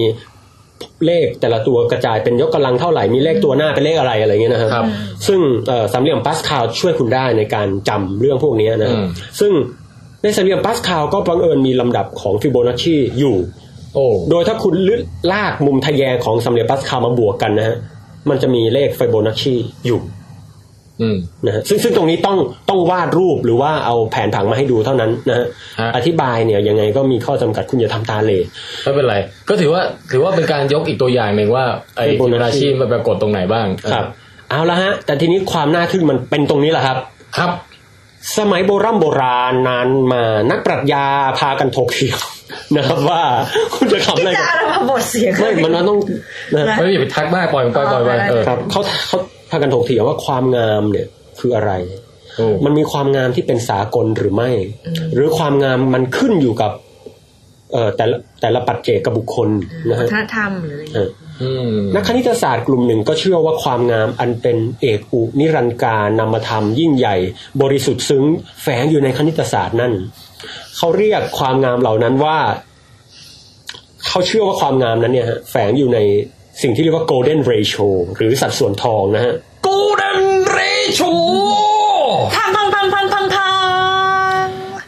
C: เลขแต่ละตัวกระจายเป็นยกกำลังเท่าไหร่มีเลขตัวหน้าเป็นเลขอะไรอะไรเงี้ยนะค
D: ครั
C: รับ ซึ่งเอ่อสามเหลี่ยมปาสคาลช่วยคุณได้ในการจำเรื่องพวกเนี้ยนะ
D: อืม
C: ซึ่งในสามเหลี่ยมปาสคาลก็บังเอิญมีลำดับของฟิโบนัชชีอยู่
D: โอ้
C: โดยถ้าคุณลึกลากมุมทะแยงของสามเหลี่ยมปาสคาลมาบวกกันนะฮะมันจะมีเลขฟิโบนัชชีอยู่
D: อืม
C: นะฮะซึ่งซึ่งตรงนี้ต้องต้องวาดรูปหรือว่าเอาแผนผังมาให้ดูเท่านั้นนะฮะ
D: ฮะ
C: อธิบายเนี่ยยังไงก็มีข้อจำกัดคุณอย่าทำตาเหล
D: ไม่เป็นไร ก็ถือว่าถือว่าเป็นการยกอีกตัวอย่างหนึ่งว่าไอ้
C: เป็นโบ
D: ฟิ
C: นั
D: โบ
C: ส
D: นาชีมันปรากฏตรงไหนบ้าง
C: ครับเอาละฮะ แต่ทีนี้ความน่าทึ่งมันเป็นตรงนี้แหละครับ
D: ครับ
C: สมัยโบรำโบราณนานมานักปรัชญาพากันถกเถียง นะครับว่าคุณจะทำอะไร
E: จะ
C: กั
E: อะไร
C: บ
E: มาบทเสียง
C: ไม่มันมันต้อง นะ
E: นะ
D: ไม่อย่าไปทักมากปล่อยมันปล่อยปล่อยไปเออ
C: ครับเขาเขาพากันถกเถียงว่าความงามเนี่ยคืออะไร
D: โอ้
C: มันมีความงามที่เป็นสากลหรือไม่ หรือความงามมันขึ้นอยู่กับเอ่อแต่ละแต่ละปัจเจกบุคคลนะ
E: วั
C: ฮะ
E: ฒนธรรมหรืออะไรอย่าง
C: เอ
E: เงี้ย
C: อ
D: อืม
C: นักคณิตศาสตร์กลุ่มหนึ่งก็เชื่อว่าความงามอันเป็นเอกอุนิรันดร์การนามธรรมยิ่งใหญ่ บริสุทธิ์ซึ้งแฝงอยู่ในคณิตศาสตร์นั่นเขาเรียกความงามเหล่านั้นว่า เขาเชื่อว่าความงามนั้นเนี่ยฮะแฝงอยู่ในสิ่งที่เรียกว่า golden ratio หรือสัดส่วนทองนะฮะ
D: กูเดนเรชู
E: พังพังพังพังพังพัง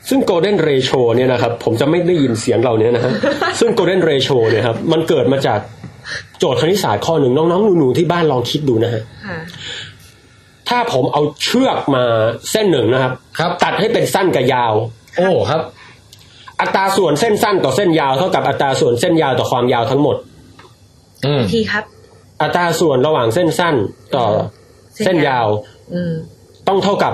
C: ซึ่ง golden ratio เนี่ยนะครับ ผมจะไม่ได้ยินเสียงเราเนี่ยนะฮะ ซึ่ง golden ratio เนี่ยครับมันเกิดมาจากโจทย์คณิตศาสตร์ข้อหนึ่งน้องๆหนูๆที่บ้านลองคิดดูนะฮะ
E: ค่ะ
C: ถ้าผมเอาเชือกมาเส้นหนึ่งนะครับ
D: ครับ
C: ตัดให้เป็นสั้นกับยาว
D: โอ้ครับ
C: อัตราส่วนเส้นสั้นต่อเส้นยาวเท่ากับอัตราส่วนเส้นยาวต่อความยาวทั้งหมด
D: อืม
E: ทีครับ
C: อัตราส่วนระหว่างเส้นสั้นต่อ
E: เส้
C: เส้น
E: น
C: ยาย
E: าว ว อืม
C: ต้องเท่ากับ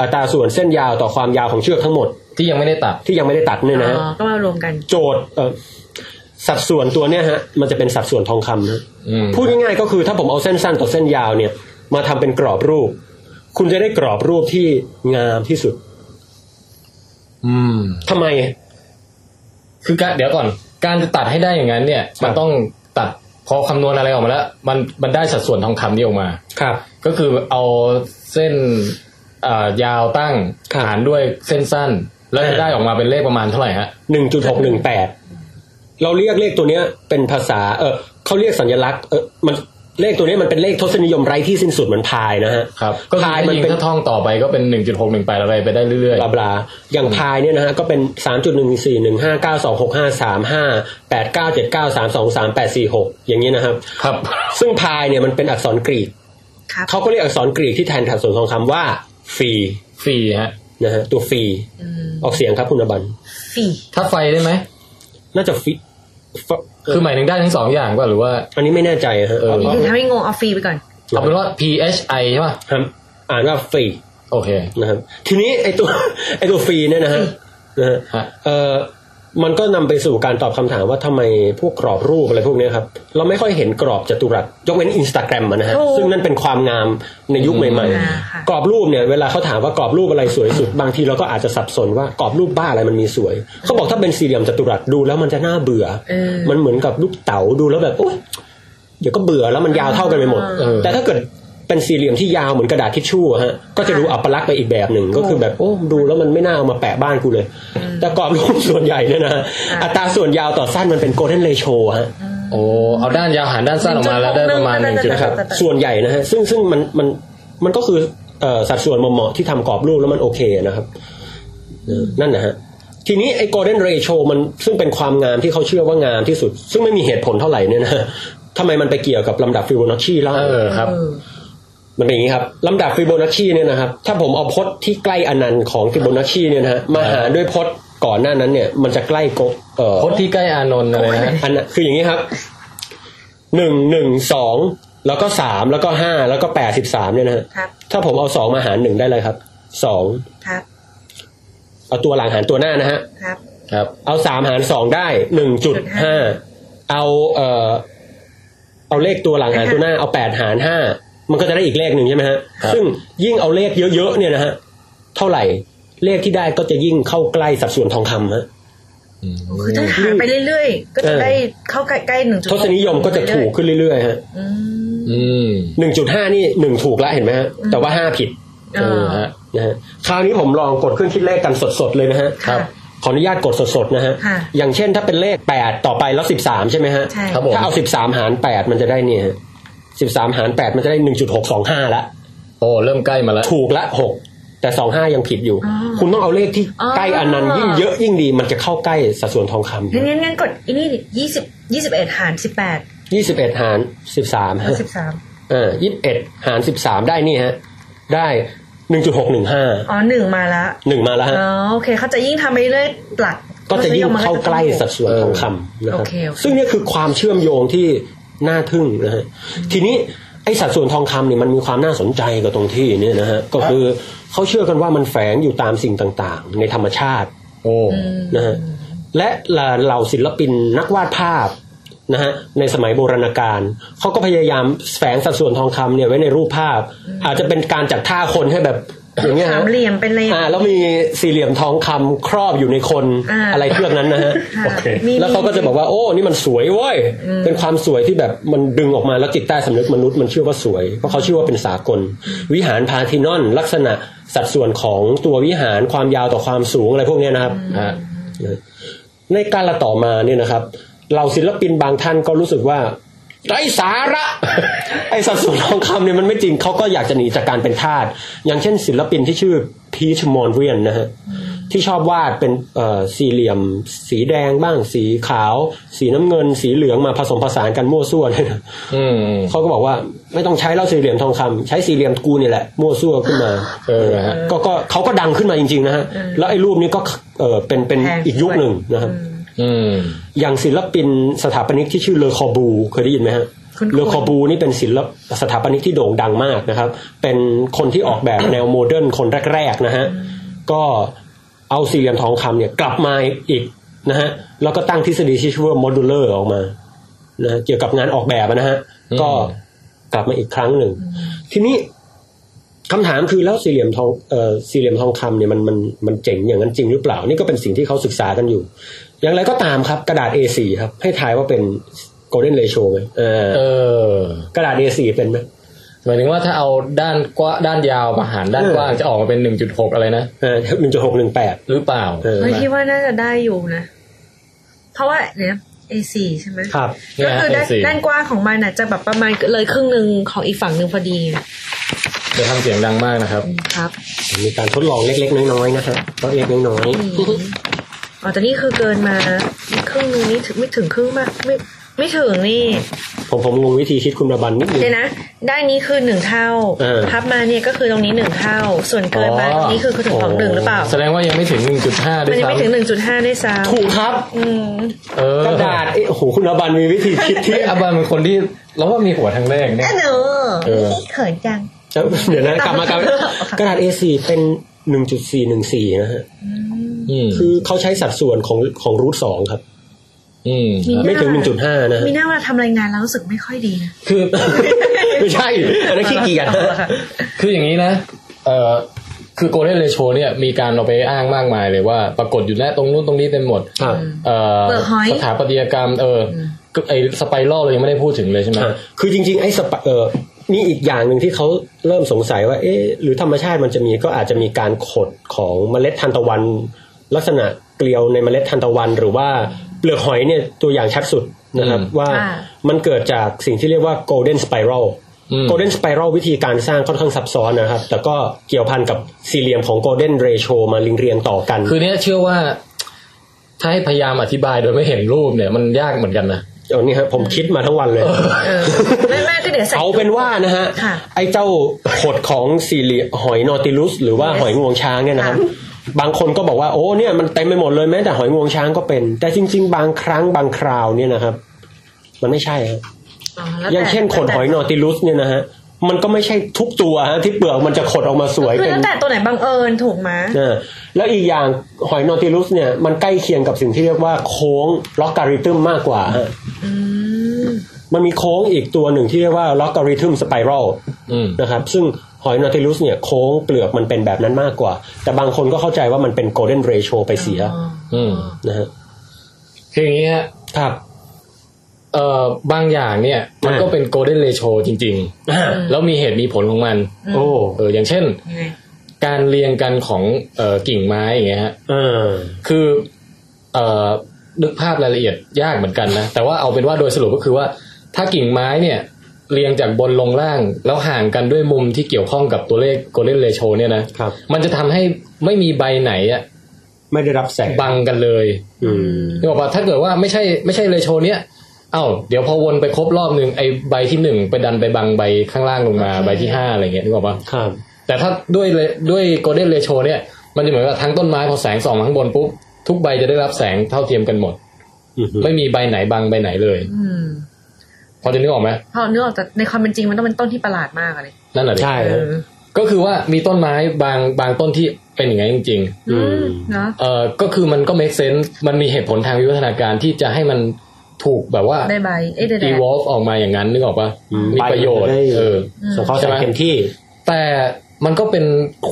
C: อัตราส่วนเส้นยาวต่อความยาวของเชือกทั้งหมด
D: ที่ยังไม่ได้ตัด
C: ที่ยังไม่ได้ตัดเนี่ยนะฮะ
E: อ๋อ ก็มารวมกัน
C: โจทย์เอ่อสัดส่วนตัวเนี่ยฮะมันจะเป็นสัดส่วนทองคำนะ
D: อืม
C: พูดง่ายๆก็คือถ้าผมเอาเส้นสั้นต่อเส้นยาวเนี่ย มาทำเป็นกรอบรูป คุณจะได้กรอบรูปที่งามที่สุด
D: อืม
C: ทำไม
D: คือการเดี๋ยวก่อน การจะตัดให้ได้อย่างนั้นเนี่ย มันต้องตัดพอคำนวณอะไรออกมาแล้ว มันมันได้สัดส่วนทองคำนี้ออกมา
C: ครับ
D: ก็คือเอาเส้นอ่ายาวตั้ง
C: ครับ
D: หารด้วยเส้นสั้น แล้วจะ
C: อ่า
D: ได้ออกมาเป็นเลขประมาณเท่าไหร่ฮะ
C: หนึ่งจุดหกหนึ่งแปดเราเรียกเลขตัวเนี้ยเป็นภาษา เออเขาเรียกสัญลักษณ์เออมันจ เลขตัวนี้มันเป็นเลขทศนิยมไร้ที่สิ้นสุดเหมือนพายนะฮะ
D: ครับ ก็คือ
C: พาย
D: ถ้า
C: มัน
D: ยิง
C: เป็น
D: ถ้าท่องต่อไปก็เป็นหนึ่งจุดหกหนึ่งแปดอะไรไปได้เรื่อย
C: บลาบลาอย่างพายเนี่ยนะฮะก็เป็นสามจุดหนึ่งสี่หนึ่งห้าเก้าสองหกห้าสามห้าแปดเก้าเจ็ดเก้าสามสองสามแปดสี่หกอย่างนี้นะครับ
D: ๆ ครับ
C: ซึ่งพายเนี่ยมันเป็นอักษรกรีก
E: ครับ
C: เขาก็เรียกอักษรกรีกที่แทนขัดสนทองคำว่าฟรี
D: ฟรีฮะ
C: นะฮะตัวฟรีออกเสียงครับคุณอบัน
E: ฟี
D: ถ้าไฟได้ไหม
C: น่าจะฟิฟ
D: คือหมายถึงได้ทั้งสองอย่างป่ะหรือว่า
C: อันนี้ไม่แน่ใจฮะ
D: เออ
E: นี่คือทำให้งงเอาฟรีไปก่อน
D: เอาเป็นว่า PHI ใช่ป่ะ
C: ครับอ่านว่าฟรี
D: โอเค
C: นะครับทีนี้ไอตัว ไอตัวฟรีเนี่ยนะฮะนะฮะ
D: ฮะ
C: เอ่อมันก็นำไปสู่การตอบคำถามว่าทำไมพวกกรอบรูปอะไรพวกเนี้ยครับ เราไม่ค่อยเห็นกรอบจัตุรัสยกเว้นอินสตาแกรมนะฮะ
E: ถูก
C: ซึ่งนั่นเป็นความงามในยุคใหม่
E: อ่าค่ะ
C: ๆ กรอบรูปเนี่ยเวลาเขาถามว่ากรอบรูปอะไรสวยสุด บางทีเราก็อาจจะสับสนว่ากรอบรูปบ้าอะไรมันมีสวย เขาบอกถ้าเป็นสี่เหลี่ยมจัตุรัสดูแล้วมันจะน่าเบื่อ มันเหมือนกับลูกเต๋าดูแล้วแบบโอ๊ยเดี๋ยวก็เบื่อแล้วมันยาวเท่ากันไปหมด
D: เออ
C: แต่ถ้าเกิดเป็นสี่เหลี่ยมที่ยาวเหมือนกระดาษทิชชู่อะฮะก็จะดูอัปลักษณ์ไปอีกแบบหนึ่งก็คือแบบโอ้ดูแล้วมันไม่น่าเอามาแปะบ้านกูเลย แต่กรอบรูปส่วนใหญ่เนี่ยนะอัตราส่วนยาวต่อสั้นมันเป็นโกลเด้นเรโชฮะ
D: โอ้เอาด้านยาวหารด้านสั้นออกมาแล้วได้ประมาณหนึ่งจุ
E: 1.6
D: ด
C: นะครับส่วนใหญ่นะฮะซึ่งซึ่งมันมันมันก็คือเอ่อสัดส่วนเหมาะๆที่ทำกรอบรูปแล้วมันโอเคนะครับเออนั่นนะฮะทีนี้ไอ้โกลเด้นเรโชมันซึ่งเป็นความงามที่เขาเชื่อว่างามที่สุด ซึ่งไม่มีเหตุผลเท่าไหร่เนี่ยนะทำไมมันไปเกี่ยวกับลำดับฟิโบนัชชีแล้ว
D: เออครับ
C: มันเป็นอย่างนี้ครับ ลำดับฟิโบนัชชีเนี่ยนะครับ ถ้าผมเอาพจน์ที่ใกล้อนันต์ของฟิโบนัชชีเนี่ยนะฮะมาหารด้วยพจน์ก่อนหน้านั้นเนี่ย มันจะใกล้โกเอ่อ
D: พจน์ที่ใกล้อานนท์อะไรนะฮะ
C: อันน่ะคืออย่างนี้ครับหนึ่งหนึ่งสองแล้วก็สามแล้วก็ห้าแล้วก็แปดสิบสามเนี่ยนะฮะ
E: ครับ
C: ถ้าผมเอาสองมาหารหนึ่งได้เลยครับสอง
E: ครับ
C: เอาตัวหลังหารตัวหน้านะฮะ
E: ครับ
D: ครับ
C: เอาสามหารสองได้หนึ่งจุดห้าเอาเอ่อเอาเลขตัวหลังหาร ตัวหน้าเอาแปดหารห้ามันก็จะได้อีกเลขหนึ่งใช่ไหมฮะ
D: ครับ
C: ซึ่งยิ่งเอาเลขเยอะๆเนี่ยนะฮะเท่าไหร่เลขที่ได้ก็จะยิ่งเข้าใกล้สัดส่วนทองคำฮะ
E: คือถ้าหารไปเรื่อยๆ ก็จะ
C: เออ
E: ได้เข้าใกล้ๆหนึ่งจุด
C: ทศนิยมก็จะถูกขึ้นเรื่อยๆฮะ
D: อืม
C: หนึ่งจุดห้านี่หนึ่งถูกแล้วเห็นไหมฮะแต่ว่าห้าผิด
D: เออฮะ
C: นะฮะคราวนี้ผมลองกดเครื่องคิดเลขกันสดๆเลยนะฮะ
D: ครับ
C: ขออนุญาตกดสดๆนะฮะ
E: ค่ะ
C: อย่างเช่นถ้าเป็นเลขแปดต่อไปแล้วสิบสามใช่ไหมฮะ
E: ใช่
D: ครับผม
C: ถ้าเอาสิบสามหารแปดมันจะได้เนี่ยสิบสามหารแปดมันจะได้หนึ่งจุดหกสองห้าละ
D: โอ้เริ่มใกล้มาแล้ว
C: ถูกละหกแต่สองห้ายังผิดอยู่ คุณต้องเอาเลขที่ใกล้อันนั้นยิ่งเยอะยิ่งดีมันจะเข้าใกล้สัดส่วนทองค
E: งั้นงั้นงั้นกดอีนี่ยี่สิบยี่สิบเอ็ดหารสิบแปด
C: ำยี่สิบเอ็ดหารสิบสาม
E: สิบสาม
C: เออยี่สิบเอ็ดหารสิบสามได้นี่ฮะ ได้หนึ่งจุดหกหนึ่งห้า
E: อ๋อหนึ่งมาละ
C: หนึ่งมาแล้วฮะ
E: อ๋อโอเค เขาจะยิ่งทำไปเรื่อยหลัก
C: ก็จะยิ่งเข้าใกล้สัด
E: ด
C: ส่วนทองคำนะครับ
E: โอเคโอเค
C: ซึ่งเนี่ยคือความเชื่อมโยงที่น่าทึ่งนะฮะ ทีนี้ไอสัดส่วนทองคำเนี่ยมันมีความน่าสนใจกับตรงที่เนี่ยนะฮะ ก็คือเขาเชื่อกันว่ามันแฝงอยู่ตามสิ่งต่างๆ ในธรรมชาติ
D: โอ้
C: นะฮะ และเหล่าศิลปินนักวาดภาพนะฮะในสมัยโบราณกาลเขาก็พยายามแฝงสัดส่วนทองคำเนี่ยไว้ในรูปภาพ อาจจะเป็นการจัดท่าคนให้แบบอย่างเงี้ย
E: สา
C: ฮะ
E: มเหลี่ยมเป็นเลย
C: อ่าแล้วมีสี่เหลี่ยมทองคำครอบอยู่ในคน
E: อ่า
C: อะไรเครื่องนั้นนะฮะ
E: ค่ะ
C: โอเค
E: มี
C: แล้วเขาก็จะบอกว่าโอ้นี่มันสวยเว้ยเป็นความสวยที่แบบมันดึงออกมาแล้วจิตใต้สำนึกมนุษย์มันเชื่อว่าสวย เพราะเขาเชื่อว่าเป็นสากล วิหารพาร์ทินอนลักษณะสัดส่วนของตัววิหารความยาวต่อความสูงอะไรพวกเนี้ยนะครับ
D: ฮะ
C: ในการละต่อมาเนี่ยนะครับเราศิลปินบางท่านก็รู้สึกว่าไร้สาระ ไอสัดส่วนทองคำเนี่ยมันไม่จริงเขาก็อยากจะหนีจากการเป็นทาสอย่างเช่น ศิลปินที่ชื่อพีชมอนเวียนนะฮะที่ชอบวาดเป็นเอ่อสี่เหลี่ยม สีแดงบ้าง สีขาว สีน้ำเงิน สีเหลืองมาผสมผสานกันมั่วซั่ว เลยนะ
D: อืม
C: เขาก็บอกว่าไม่ต้องใช้เหล้าสี่เหลี่ยมทองคำใช้สี่เหลี่ยมกูนี่แหละมั่วซั่วขึ้นมา
D: เออฮะ
C: ก็ก็เขาก็ดังขึ้นมาจริงๆนะฮะแล้วไอ้รูปนี้ก็เออเป็นเป็น
E: แพง
C: อีกยุคหนึ่งนะครับ
D: อืม
C: อย่างศิลปินสถาปนิกที่ชื่อเลอคอบู เคยได้ยินไหมฮะ
E: คุ้นๆ
C: เลอคอบูนี่เป็นศิลปสถาปนิกที่โด่งดังมากนะครับ เป็นคนที่ออกแบบ แนวโมเดิร์นคนแรกๆนะฮะก็เอาสี่เหลี่ยมทองคำเนี่ยกลับมาอีกนะฮะแล้วก็ตั้งทฤษฎีที่ชื่อว่าโมดูลเลอร์ออกมานะฮะเกี่ยวกับงานออกแบบนะฮะ
D: อืม
C: ก็กลับมาอีกครั้งหนึ่ง ทีนี้คำถามคือแล้วสี่เหลี่ยมทองเอ่อสี่เหลี่ยมทองคำเนี่ยมันมันมันเจ๋งอย่างนั้นจริงหรือเปล่า นี่ก็เป็นสิ่งที่เขาศึกษากันอยู่ อย่างไรก็ตามครับกระดาษ A4 ครับให้ทายว่าเป็น golden ratio ไหมเออ
D: เออ
C: กระดาษ A4 เป็นไหม
D: หมายถึงว่าถ้าเอาด้านกว้างด้านยาวมาหารด้าน
C: เออ
D: กว้างจะออกมาเป็นหนึ่งจุดหกอะไรนะ
C: เออหนึ่งจุดหกหนึ่งแปด
D: หรือเปล่า
C: เออ
E: เฮ้ยคิดว่าน่าจะได้อยู่นะ เพราะว่าเนี่ยว A4 ใช่ไหม
C: ครับ
D: เนี่ย
E: ก็คือด้าน
D: A4
E: ด้านกว้างของมันน่ะจะแบบประมาณเลยครึ่งหนึ่งของอีกฝั่งหนึ่งพอดีอะ
D: จะทำเสียงดังมากนะครับ
E: ครับ
C: มีการทดลองเล็ก ๆ น้อยๆนะฮะทดเล็กๆน้อย
E: อ๋อแต่นี่คือเกินมาครึ่งหนึงนี่ถึงไม่ถึงครึ่งมากไม่ไม่ถึงนี่
C: ๆผมผมงงวิธีคิดคุณระบันนิดนึง
E: เดี๋ยวนะ ด้านนี้คือหนึ่งเท่า
C: เออ
E: พับมาเนี่ยก็คือตรงนี้หนึ่งเท่า ส่วนเกินมา
D: อ๋อ
E: ตรงนี้คือคือถึงของหนึ่งหรือเปล่า
D: แสดงว่ายังไม่ถึง 1.5 ด้
E: มั
D: วน ย
E: ยังไม่ถึง
D: ซ้ำ
E: หนึ่งจุดห้าด้วยซ้
D: ถูกครับ
E: ำอืม
D: เออก
C: ระดาษเอ้โอ้โหคุณระบันมีวิธีคิดที่
D: ที่อาบานเป็นคนที่เราว่ามีหัวทางเลขเนี่ย
E: เน
D: เออ
E: อะเขินจัง
C: เอ้าเดี๋ยวนะกลับมากลับมากระดาษ A4 เป็น 1.414นะฮะ
D: อืม
C: คือเขาใช้สัดส่วนของของรูทสองครับ
D: อืม
C: ไม่ถึง 1.5 นะฮะ
E: มีหน้าเวลาทำรายงานแล้วรู้สึกไม่ค่อยดีนะ
D: คือ ไม่ใช่
C: อันนั้นขี้เกียจ
D: คืออย่างนี้นะ เอ่อ คือโกลเด้นเรโชเนี่ย มีการเอาไปอ้างมากมายเลยว่า ปรากฏอยู่แน่ตรงนู้นตรงนี้เต็มหมด
C: ครับ
D: เอ่อ
E: เปลือกหอย
D: สถาปัตยกรรม เอออก็ไอสไปรัลเรายังไม่ได้พูดถึงเลยใช่ไหม
C: อ่ะคือจริงๆ ไอ้สปะเออนี่อีกอย่างหนึ่งที่เขาเริ่มสงสัยว่า เอ๊ะ หรือธรรมชาติมันจะมีก็อาจจะมีการขดของเมล็ดทานตะวัน ลักษณะเกลียวในเมล็ดทานตะวัน หรือว่าเปลือกหอยเนี่ยตัวอย่างชัดสุดนะครับ
D: อืม
C: ว่า
E: อ่า
C: มันเกิดจากสิ่งที่เรียกว่า golden spiral
D: อืม
C: golden spiral วิธีการสร้างค่อนข้างซับซ้อนนะครับ แต่ก็เกี่ยวพันกับสี่เหลี่ยมของ golden ratio มาลิงเรียงต่อกัน
D: คือเนี้ยเชื่อว่า ถ้าให้พยายามอธิบายโดยไม่เห็นรูปเนี่ย มันยากเหมือนกันนะ
C: เดี๋ยวนี้ครับผมคิดมาทั้งวันเลย
E: เออไม่ไม่ก็เดี๋ยวใส่
C: เอาเป็นว่านะฮะ
E: ค่ะ
C: ไอ้เจ้าขดของสี่เหลี่ยมหอยนอติลุส หรือว่าหอยงวงช้างเนี่ยนะครับ บางคนก็บอกว่าโอ้เนี่ยมันเต็มไปหมดเลยแม้แต่หอยงวงช้างก็เป็น แต่จริง ๆ บางครั้งบางคราวเนี่ยนะครับ มันไม่ใช่ฮะ
E: อ๋อแล้วแต่
C: อย่างเช่นขดหอยนอติลุสเนี่ยนะฮะมันก็ไม่ใช่ทุกตัวฮะที่เปลือกมันจะขดออกมาสวย
E: คือ
C: เป็น
E: แล้วแต่ตัวไหนบังเอิญถูกไหมย
C: นะแล้วอีกอย่างหอยนอติลุสเนี่ยมันใกล้เคียงกับสิ่งที่เรียกว่าโค้งล็อกการิทึมมากกว่าฮะมันมีโค้งอีกตัวหนึ่งที่เรียกว่าล็อกการิทึมสไปรัล
D: อืม
C: นะครับซึ่งหอยนอติลุสเนี่ยโค้งเปลือกมันเป็นแบบนั้นมากกว่า แต่บางคนก็เข้าใจว่ามันเป็นโกลเด้นเรโชไปเสีย
D: อืม
C: นะฮะ
D: คืออย่างนี้ฮะ
C: ครับ
D: เอ่อบางอย่างเนี่ย มัน
C: อ่า
D: ก็เป็นโกลเด้นเรโชจริง ๆ แล้วมีเหตุมีผลของมัน
C: โอ้
D: เอออย่างเช่น
E: ยังไง
D: การเรียงกันของเอ่อกิ่งไม้อย่างเงี้ยฮะ
C: เออ
D: คือเอ่อนึกภาพรายละเอียดยากเหมือนกันนะ แต่ว่าเอาเป็นว่าโดยสรุปก็คือว่า ถ้ากิ่งไม้เนี่ย เรียงจากบนลงล่าง แล้วห่างกันด้วยมุมที่เกี่ยวข้องกับตัวเลขโกลเด้นเรโชเนี่ยนะครับ มันจะทำให้ไม่มีใบไหนอะ
C: ไม่ได้รับแสง
D: บังกันเลย
C: อืม
D: นึกออกปะถ้าเกิดว่าไม่ใช่ไม่ใช่เรโชเนี้ยเอ้าเดี๋ยวพอวนไปครบรอบหนึ่งไอใบที่หนึ่งไปดันไปบังใบข้างล่างลงมาใบที่ห้าอะไรเงี้ยนึกออกปะ
C: ครับ
D: แต่ถ้าด้วยเลด้วยโกลเด้นเรโชเนี่ย มันจะเหมือนกับทั้งต้นไม้พอแสงส่องมาข้างบนปุ๊บ ทุกใบจะได้รับแสงเท่าเทียมกันหมด
C: อือฮึ
D: ไม่มีใบไหนบังใบไหนเลย
E: อืม
D: พอจะนึกออกไหม
E: พอเนื้อออกจากในความเป็นจริงมันต้องเป็นต้นที่ประหลาดมากอะเลย
D: นั่นแหละดิ
C: ใช่ฮะ
D: ก็คือว่ามีต้นไม้บางบางต้นที่เป็นอย่างไงนจริง
E: อืมเนาะ
D: ๆเอ่อก็คือมันก็ make sense มันมีเหตุผลทางวิวัฒนาการที่จะให้มันถูกแบบว่า
E: ได้ใบเอ้ยได้แดด
D: evolve ออกมาอย่างนั้นนึกออกปะ
C: อื
D: มีประโยชน์
C: ได้
D: เออ
C: สงเคราะห์แสงเต็มที่
D: แต่มันก็เป็น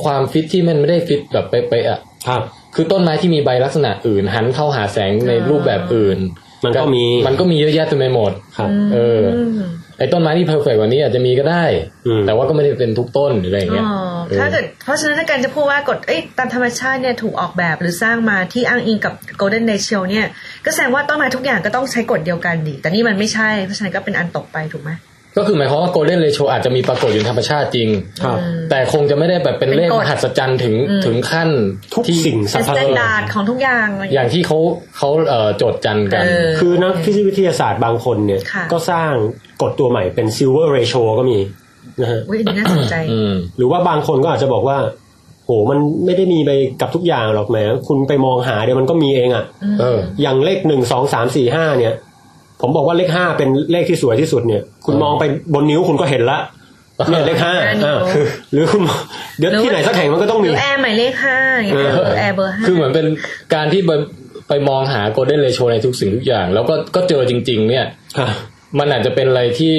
D: ความฟิตที่มันไม่ได้ฟิตแบบเป๊ะๆอะ
C: ครับ
D: คือต้นไม้ที่มีใบลักษณะอื่น หันเข้าหาแสงในรูปแบบอื่น
C: มันก็มี
D: มันก็มีเยอะแยะเต็มไปหมด
C: ครับ
D: เอออ
E: ม
D: ไอ้ต้นไม้ที่เพอร์เฟกต์กว่านี้อาจจะมีก็ได้
C: อืม
D: แต่ว่าก็ไม่ได้เป็นทุกต้นหรืออะไรอย่างเงี้ย
E: อ๋อ
D: เออ
E: ถ้าเกิดเพราะฉะนั้นถ้าการจะพูดว่ากฎเอ้ยตามธรรมชาติเนี่ยถูกออกแบบหรือสร้างมาที่อ้างอิงกับ golden ratio เนี่ย ก็แสดงว่าต้นไม้ทุกอย่างก็ต้องใช้กฎเดียวกันดิแต่นี่มันไม่ใช่เพราะฉะนั้นก็เป็นอันตกไปถูกไหม
D: ก็คือหมายความว่าโกลเด้นเรโชอาจจะมีปรากฏอยู่ในธรรมชาติจริง
C: ครับ
D: แต่คงจะไม่ได้แบบเป็นเลข
E: เป็นกฎ
D: มหัศจรรย์ถึง
E: อืม
D: ถึงขั้น
C: ทุก
D: ที่
C: สิ่งสร
E: เป็น
C: รพ
E: มาตร
C: สิ่ง
E: ฐานของทุกอย่างอะไร
D: อ
E: อย่าง
D: ที่เขาเขาเอ่อโจทย์จันทร์กัน
E: เออ
C: คือนักฟิสิกส์วิทยาศาสตร์บางคนเนี่ย
E: ค่ะ
C: ก็สร้างกฎตัวใหม่เป็น silver ratio ก็มีนะฮะ
E: อุ้ยอันนี้น่าสนใจ
D: อืม
C: หรือว่าบางคนก็อาจจะบอกว่า โหมันไม่ได้มีไปกับทุกอย่างหรอกแหมคุณไปมองหาเดี๋ยวมันก็มีเองอะ
D: เออ
C: อย่างเลขหนึ่งสองสามสี่ห้าเนี่ย ผมบอกว่าเลขห้าเป็นเลขที่สวยที่สุดเนี่ย คุณ
D: เออ
C: มองไปบนนิ้วคุณก็เห็นละเนี่ยเลข ห้า
E: อันนี้
C: อ่ะ หรือคุณเดี๋ยวที่ไหนสักแห่งมันก็ต้อง
E: ห
C: มี
E: รือแอร์หมายเลขห้าอย่างเงี้ย
C: เออ
E: แอร์เบอร์ห้า
D: คือเหมือนเป็นการที่ไปไปมองหาโกลเด้นเรโชในทุกสิ่งทุกอย่าง แล้วก็ก็เจอจริง ๆ เนี่ย
C: ค่ะ
D: มันอาจจะเป็นอะไรที่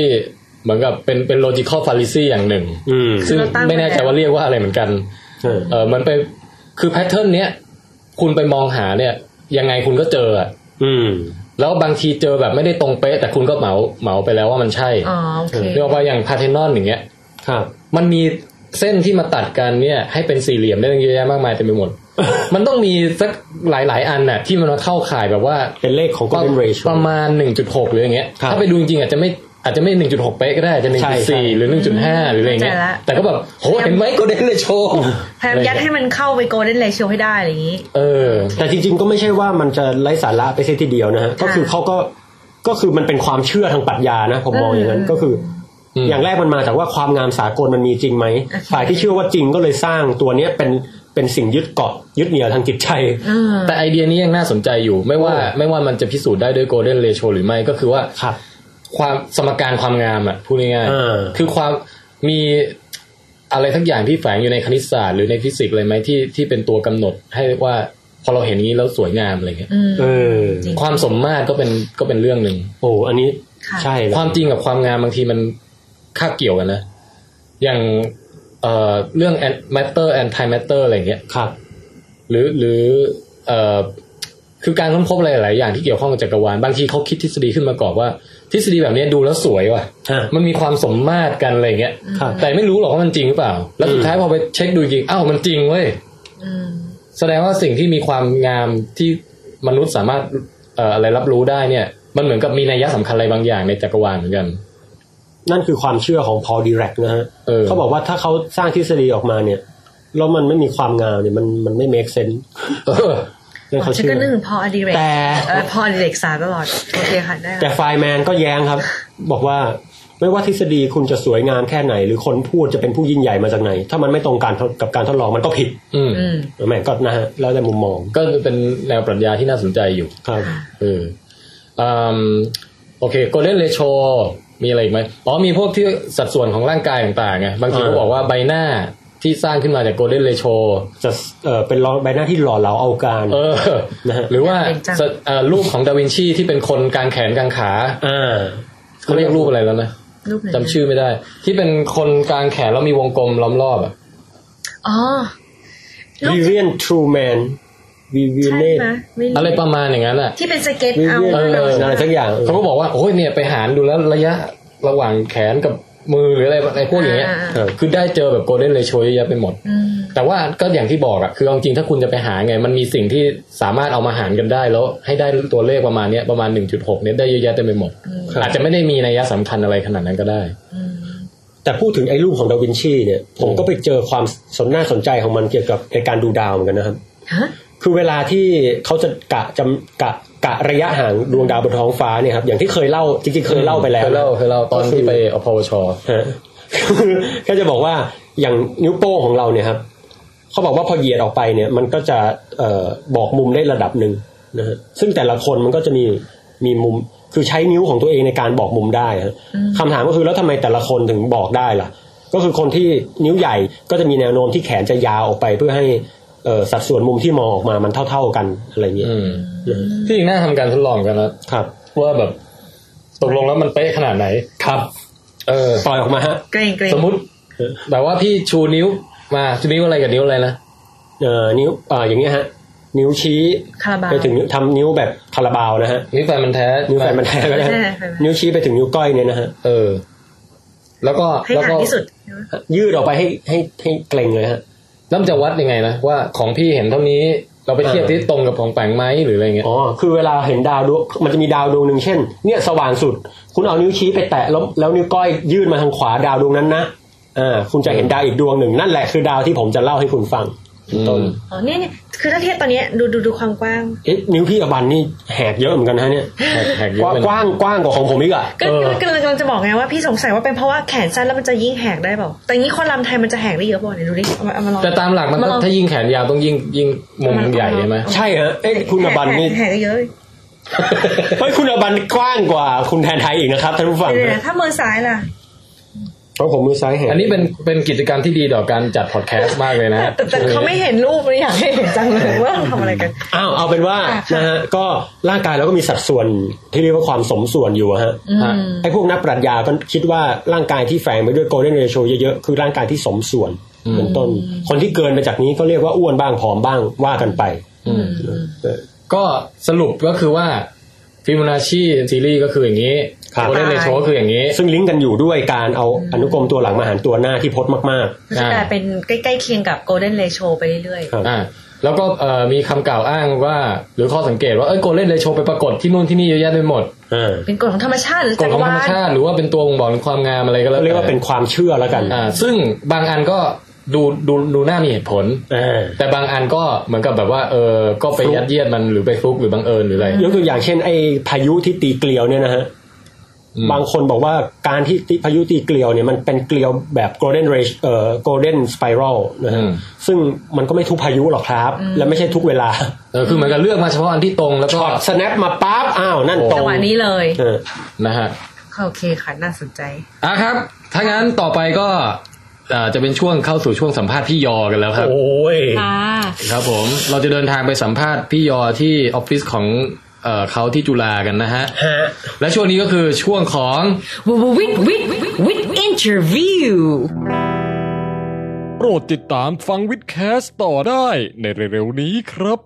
D: เหมือนกับเป็นเป็น logical fallacy อย่างหนึ่ง
C: อืม
D: ซึ่งไม่แน่ใจว่าเรียกว่าอะไรเหมือนกัน
C: เออ
D: เออมันไปคือแพทเทิร์นเนี้ยคุณไปมองหาเนี่ย ยังไงคุณก็เจออะ
C: อืม
D: แล้วบางทีเจอแบบไม่ได้ตรงเป๊ะ แต่คุณก็เหมาเหมาไปแล้วว่ามันใช่
E: อ๋อโอเค
D: เรียกว่าอย่างพาเทนอนอย่างเงี้ย
C: ครับ
D: มันมี เส้นที่มาตัดกันเนี่ย ให้เป็นสี่เหลี่ยมได้ตั้งเยอะแยะมากมายเต็มไป หมด มันต้องมีสักหลาย ๆ อันน่ะ ที่มันมาเข้าข่ายแบบว่า
C: เป็นเลขของ golden ratio
D: ประมาณ 1.6 หรืออย่างเงี้ย
C: ครับ
D: ถ้าไปดูจริงๆอาจจะไม่อาจจะไม่ 1.6 เป๊ะก็ได้อาจจะ
C: ใช่ใช่
D: 1.4 หรือ 1.5 หรืออะไรอย่างเงี้ย
E: เข้าใจละ
D: แต่ก็แบบโหเห็นไหมก็ได้เลยโชว์
E: พยายามยัดให้มันเข้าไปโกลเด้นเลเชลให้ได้อะไรอย่างนี้
D: เออ
C: แต่จริงๆก็ไม่ใช่ว่ามันจะไร้สาระไปเสียทีเดียวนะฮะก็คือเขาก็ก็คือมันเป็นความเชื่อทางปรัชญานะผมมองอย่างนั้น
E: อืม
C: ก็คือ
D: อืม
C: อย่างแรกมันมาจากว่าความงามสากลมันมีจริงไหมฝ่ายที่เชื่อว่าจริงก็เลยสร้างตัวเนี้ยเป็นเป็นสิ่งยึดเกาะยึดเหนี่ยวทางจิตใจ
E: อืม
D: แต่ไอเดียนี้ยังน่าสนใจอยู่ ไม่ว่า
C: โอ้
D: ไม่ว่ามันจะพิสูจน์ได้ด้วย golden ratio หรือไม่ก็คือว่า
C: ครับ
D: ความสมการความงามอ่ะพูดง่าย
C: เออ
D: ๆคือความมีอะไรทักอย่างที่แฝงอยู่ในคณิตศาสตร์หรือในฟิสิกส์อะไรไหมที่ที่เป็นตัวกำหนดให้ว่าพอเราเห็นอย่างนี้แล้วสวยงามอะไรเงี้ย
C: เออ
D: ความสมมาตรก็เป็นก็เป็นเรื่องหนึ่ง
C: โอ้อันนี้ใช่เลย
D: ความจริงกับความงามบางทีมันคาบเกี่ยวกันนะอย่างเอ่อเรื่อง an- matter anti matter อะไรเงี้ย
C: ครับ
D: หรือหรือเอ่อคือการค้นพบอะไรหลายอย่างที่เกี่ยวข้องกับจักรวาลบางทีเขาคิดทฤษฎีขึ้นมาก่อนว่า ทฤษฎีแบบเนี้ยดูแล้วสวยว่ะ
C: ฮะ
D: มันมีความสมมาตรกันอะไรอย่างเงี้ย
C: ครับ
D: แต่ไม่รู้หรอกว่ามันจริงหรือเปล่า แล้วสุดท้ายพอไปเช็คดูจริงอ้าวมันจริงเว้ยแสดงว่าสิ่งที่มีความงามที่มนุษย์สามารถเอ่ออะไรรับรู้ได้เนี่ย มันเหมือนกับมีนัยสำคัญอะไรบางอย่างในจักรวาลเหมือนกัน
C: นั่นคือความเชื่อของพอดีแรกนะฮะ
D: เออ
C: เขาบอกว่าถ้าเขาสร้างทฤษฎีออกมาเนี่ยแล้วมันไม่มีความงามเนี่ยมันมันไม่ make sense
D: เออ
C: เรื่องเขา
E: ฉัน
C: เชื่
E: ก็
C: อ
E: นึกถึงพออดิเรก
C: แต่
E: เออพออดิเรกสารตลอด โอเคค่ะได้
C: แต่
E: ละ
C: ไฟแมนก็แย้งครับ บอกว่าไม่ว่าทฤษฎีคุณจะสวยงามแค่ไหน หรือคนพูดจะเป็นผู้ยิ่งใหญ่มาจากไหน ถ้ามันไม่ตรงกันกับการทดลองมันก็ผิด
D: อืม
E: อืม
C: แม่งก็นะฮะแล้วแต่มุมมอง
D: ก็เป็นแนวปรัชญาที่น่าสนใจอยู่
C: ครับ
D: เอออืมโอเค โกลเด้นเรโชมีอะไรอีกไหมอ๋อมีพวกที่สัดส่วนของร่างกายต่างๆไงบางทีเขา
C: อ่า
D: บอกว่าใบหน้าที่สร้างขึ้นมาจากโกลเด้นเรโช
C: จะเอ่อเป็นรอยใบหน้าที่หล่อเหลาเอาการ
D: เออ
C: นะฮะ
D: หรือว่า
E: เก่งจัง
D: สเอ่อรูปของดาวินชีที่เป็นคนกางแขนกางขา
C: อ่า
D: เขาเรียกรูปอะไรแล้วนะ
E: รูปไหน
D: จำชื่อไม่ได้ ที่เป็นคนกางแขนแล้วมีวงกลมล้อมรอบอะ
E: อ๋อ รูป
C: วิเวียนทรูแมนวิเวียน
E: ใช่
C: เน
E: ไหมไม่
D: อะไร
E: รู้
D: ประมาณอย่างนั้นอ่ะ
E: ที่เป็นสเก็ตเอา
D: เออ
C: อะไรสักอย่าง
D: เขาก็บอกว่าโอ้ยเนี่ยไปหารดูแล้วระยะระหว่างแขนกับมือหรืออะไรไอ้พวกอย่างเงี้ย
C: เออ
D: คือได้เจอแบบโกลเด้นเลยโชยเยอะแยะไปหมด
E: อืม
D: แต่ว่าก็อย่างที่บอกอะคือเอาจริงถ้าคุณจะไปหาไง มันมีสิ่งที่สามารถเอามาหารกันได้ แล้วให้ได้ตัวเลขประมาณเนี้ยประมาณ 1.6 เนี้ยได้เยอะแยะเต็มไปหมด อาจจะไม่ได้มีนัยสำคัญอะไรขนาดนั้นก็ได้
C: แต่พูดถึงไอ้รูปของดาวินชีเนี่ยผมก็ไปเจอความสนน่าสนใจของมันเกี่ยวกับในการดูดาวเหมือนกันนะครับ
E: ฮะ
C: คือเวลาที่เขาจะกะจำกะกะระยะห่างดวงดาวบนท้องฟ้าเนี่ยครับอย่างที่เคยเล่าจริงๆเคยเล่าไปแล้ว
D: เคยเล่าเคยเล่าตอนที่ไปอพวช
C: ฮะคือ ก็จะบอกว่าอย่างนิ้วโป้งของเราเนี่ยครับเขาบอกว่าพอเหยียดออกไปเนี่ย มันก็จะเอ่อบอกมุมได้ระดับหนึ่งนะฮะซึ่งแต่ละคนมันก็จะมีมีมุมคือใช้นิ้วของตัวเองในการบอกมุมได้ฮะคำถามก็คือแล้วทำไมแต่ละคนถึงบอกได้ล่ะ ก็คือคนที่นิ้วใหญ่ก็จะมีแนวโน้มที่แขนจะยาวออกไป เพื่อให้เอ่อสัดส่วนมุมที่มองออกมามันเท่า ๆกันอะไรอย่างเงี้ย
D: อืมที่จริงน่าทำการทดลองกันนะครับ ว่าแบบตกลงแล้วมันเป๊ะขนาดไหน
C: ครับ
D: เออ
C: ปล่อยออกมาฮะ
E: เกรงเกรง
D: สมมติแบบว่าพี่ชูนิ้วมาชูนิ้วอะไรกับนิ้วอะไรนะ
C: เอ่อ นิ้วเอ่ออย่างเงี้ยฮะ นิ้วชี้
E: คาราบาว
C: ไปถึงนิ้วทำนิ้วแบบคาราบาวนะฮะ
D: นิ้วแฟนมันแท้
C: นิ้วแฟนมันแท้ก็ได้
E: ใช่
C: ฮะ
E: ใช่ใช่
C: นิ้วชี้ไปถึงนิ้วก้อยเนี่ยนะฮะ
D: เออ แล้วก็
E: ให้
D: แล้ว
E: ห่าง
D: ก็
E: ที่สุด
C: ยืดออกไปให้ให้ให้เกรงเลยฮะ
D: น้ำจะวัดยังไงนะว่าของพี่เห็นเท่านี้เราไปเทียบที่ตรงกับของแปงไหมหรืออะไรเงี้ย
C: อ๋อ คือเวลาเห็นดาวดวงมันจะมีดาวดวงหนึ่งเช่น เนี่ยสว่างสุด คุณเอานิ้วชี้ไปแตะแล้วแล้วนิ้วก้อยยื่นมาทางขวาดาวดวงนั้นนะ อ่า คุณจะเห็นดาวอีกดวงหนึ่งนั่นแหละคือดาวที่ผมจะเล่าให้คุณฟังเป็นต้น
D: อืม
E: อ๋อเนี่ยเนี่ยคือถ้าเทียบตอนเนี้ยดูดูดูความกว้าง
C: เอ๊ะ นิ้วพี่อบันนี่แหกเยอะเหมือนกันนะฮะเนี่ย
D: แหกแหกเย
C: ก
D: อะ
C: ว้าง
D: ไป
C: กว้างกว้างกว่าของผมอีกอะ
E: ก็
C: เออ
E: ก็กำลังจะบอกไงว่าพี่สงสัยว่าเป็นเพราะว่าแขนสั้นแล้วมันจะยิ่งแหกได้เปล่า แต่อย่างนี้คนลำไทยมันจะแหกได้เยอะเปล่าเนี่ยดูดิเอามาเอามาลอง
D: แต่ตามหลักมันก็
E: อลอง
D: ถ้ายิ่งแขนยาวต้องยิ่งยิ่งมุมใหญ่ใช่ไหม
C: ใช่ฮะเอ๊ะคุณอบันนี่
E: แหกแหกแหกได้เยอะ
C: เฮ้ยคุณอบันกว้างกว่าคุณแทนไทยอีกนะครับท่านผู้ฟัง
E: เนี่ยถ้ามือซ้ายล่ะ
C: เพราะผมมือซ้ายแหง
D: อันนี้เป็นเป็นกิจกรรมที่ดีต่อการจัดพอดแคสต์มากเลยนะฮะ
E: แต่แต่เขาไม่เห็นรูปเลยอยากให้เห็นจังเลยว่าเราทำอะไรกัน
C: อ้าวเอาเป็นว่านะฮะก็ร่างกายเราก็มีสัดส่วนที่เรียกว่าความสมส่วนอยู่อะฮะ
D: ฮะ
C: ไอ้พวกนักปรัชญาก็คิดว่าร่างกายที่แฝงไปด้วยโกลเด้นเรโชเยอะๆคือร่างกายที่สมส่วนเป็นต้น คนที่เกินไปจากนี้ก็เรียกว่าอ้วนบ้างผอมบ้างว่ากันไป
D: ก็สรุปก็คือว่า ฟิโมนาชีซีรีส์ก็คืออย่างนี้
C: ครับ
D: โคเรนเลโชก็คืออย่างนี้
C: ซึ่งลิงก์กันอยู่ด้วยการเอาอนุกรมตัวหลังมาหารตัวหน้าที่พจน์มาก
E: มันจะกลายเป็นใกล้ๆเคียงกับโกลเด้นเ t โชไปเรื่อย
C: ครับ
D: อ่าแล้วก็เอ่อมีคำกล่าวอ้างว่า หรือข้อสังเกตว่าเอ้ยโกลเด้นเลโชไปปรากฏที่นู่นที่นี่เยอะแยะไปหมด
C: ๆอ่า
E: ๆ เป็นกฎของธรรมชาติหรือก
D: ฎ
E: จักร
D: ของธร
E: วาร
D: ม
E: ล
D: ชาติหรือว่าเป็นตัวบ่งบอกถึงความงามอะไรก็แล้ว
C: เรียกว่า
D: แต่
C: เป็นความเชื่อแล้วกัน
D: อ่าซึ่งบางอันก็ดูดูดูหน้ามีเหตุผล
C: อ่า
D: แต่บางอันก็เหมือนกับแบบว่าเออก็ไป
C: ฟลุก
D: ยัดเยียดมันหรือไปฟลุกหรือบังเอิญหรืออะไร
C: ยกตัวอย่างเช่นไอ้พายุที่ตีเกลียวเนี่ยนะฮะ
D: อืม
C: บางคนบอกว่าการที่ที่พายุตีเกลียวเนี่ยมันเป็นเกลียวแบบ golden ray เอ่อ golden spiral นะฮะ ซึ่งมันก็ไม่ทุกพายุหรอกครับ และไม่ใช่ทุกเวลา
D: เออคือเหมือนกับเลือกมาเฉพาะอันที่ตรงแล้วก็
C: ช็อต snap มาปั๊บอ้าว นั่นตร
E: จัง
C: ง
E: หวะนี้เลย
C: เออ
D: นะฮะ
E: โอเคค่ะน่าสนใจ
D: อ่ะครับ ถ้างั้นต่อไปก็เอ่อจะเป็นช่วงเข้าสู่ช่วงสัมภาษณ์พี่ยอกันแล้วครับ
C: โอ้ย
B: ค่ะ
D: ครับผม เราจะเดินทางไปสัมภาษณ์พี่ยอที่ออฟฟิศของเอ่อเขาที่จุฬากันนะฮะ
C: ฮะ
D: และช่วงนี้ก็คือช่วงของ
B: วิดวิดวิดอินเทอร์วิว
G: โปรดติดตามฟังวิดแคสต์ต่อได้ในเร็วๆนี้ครับ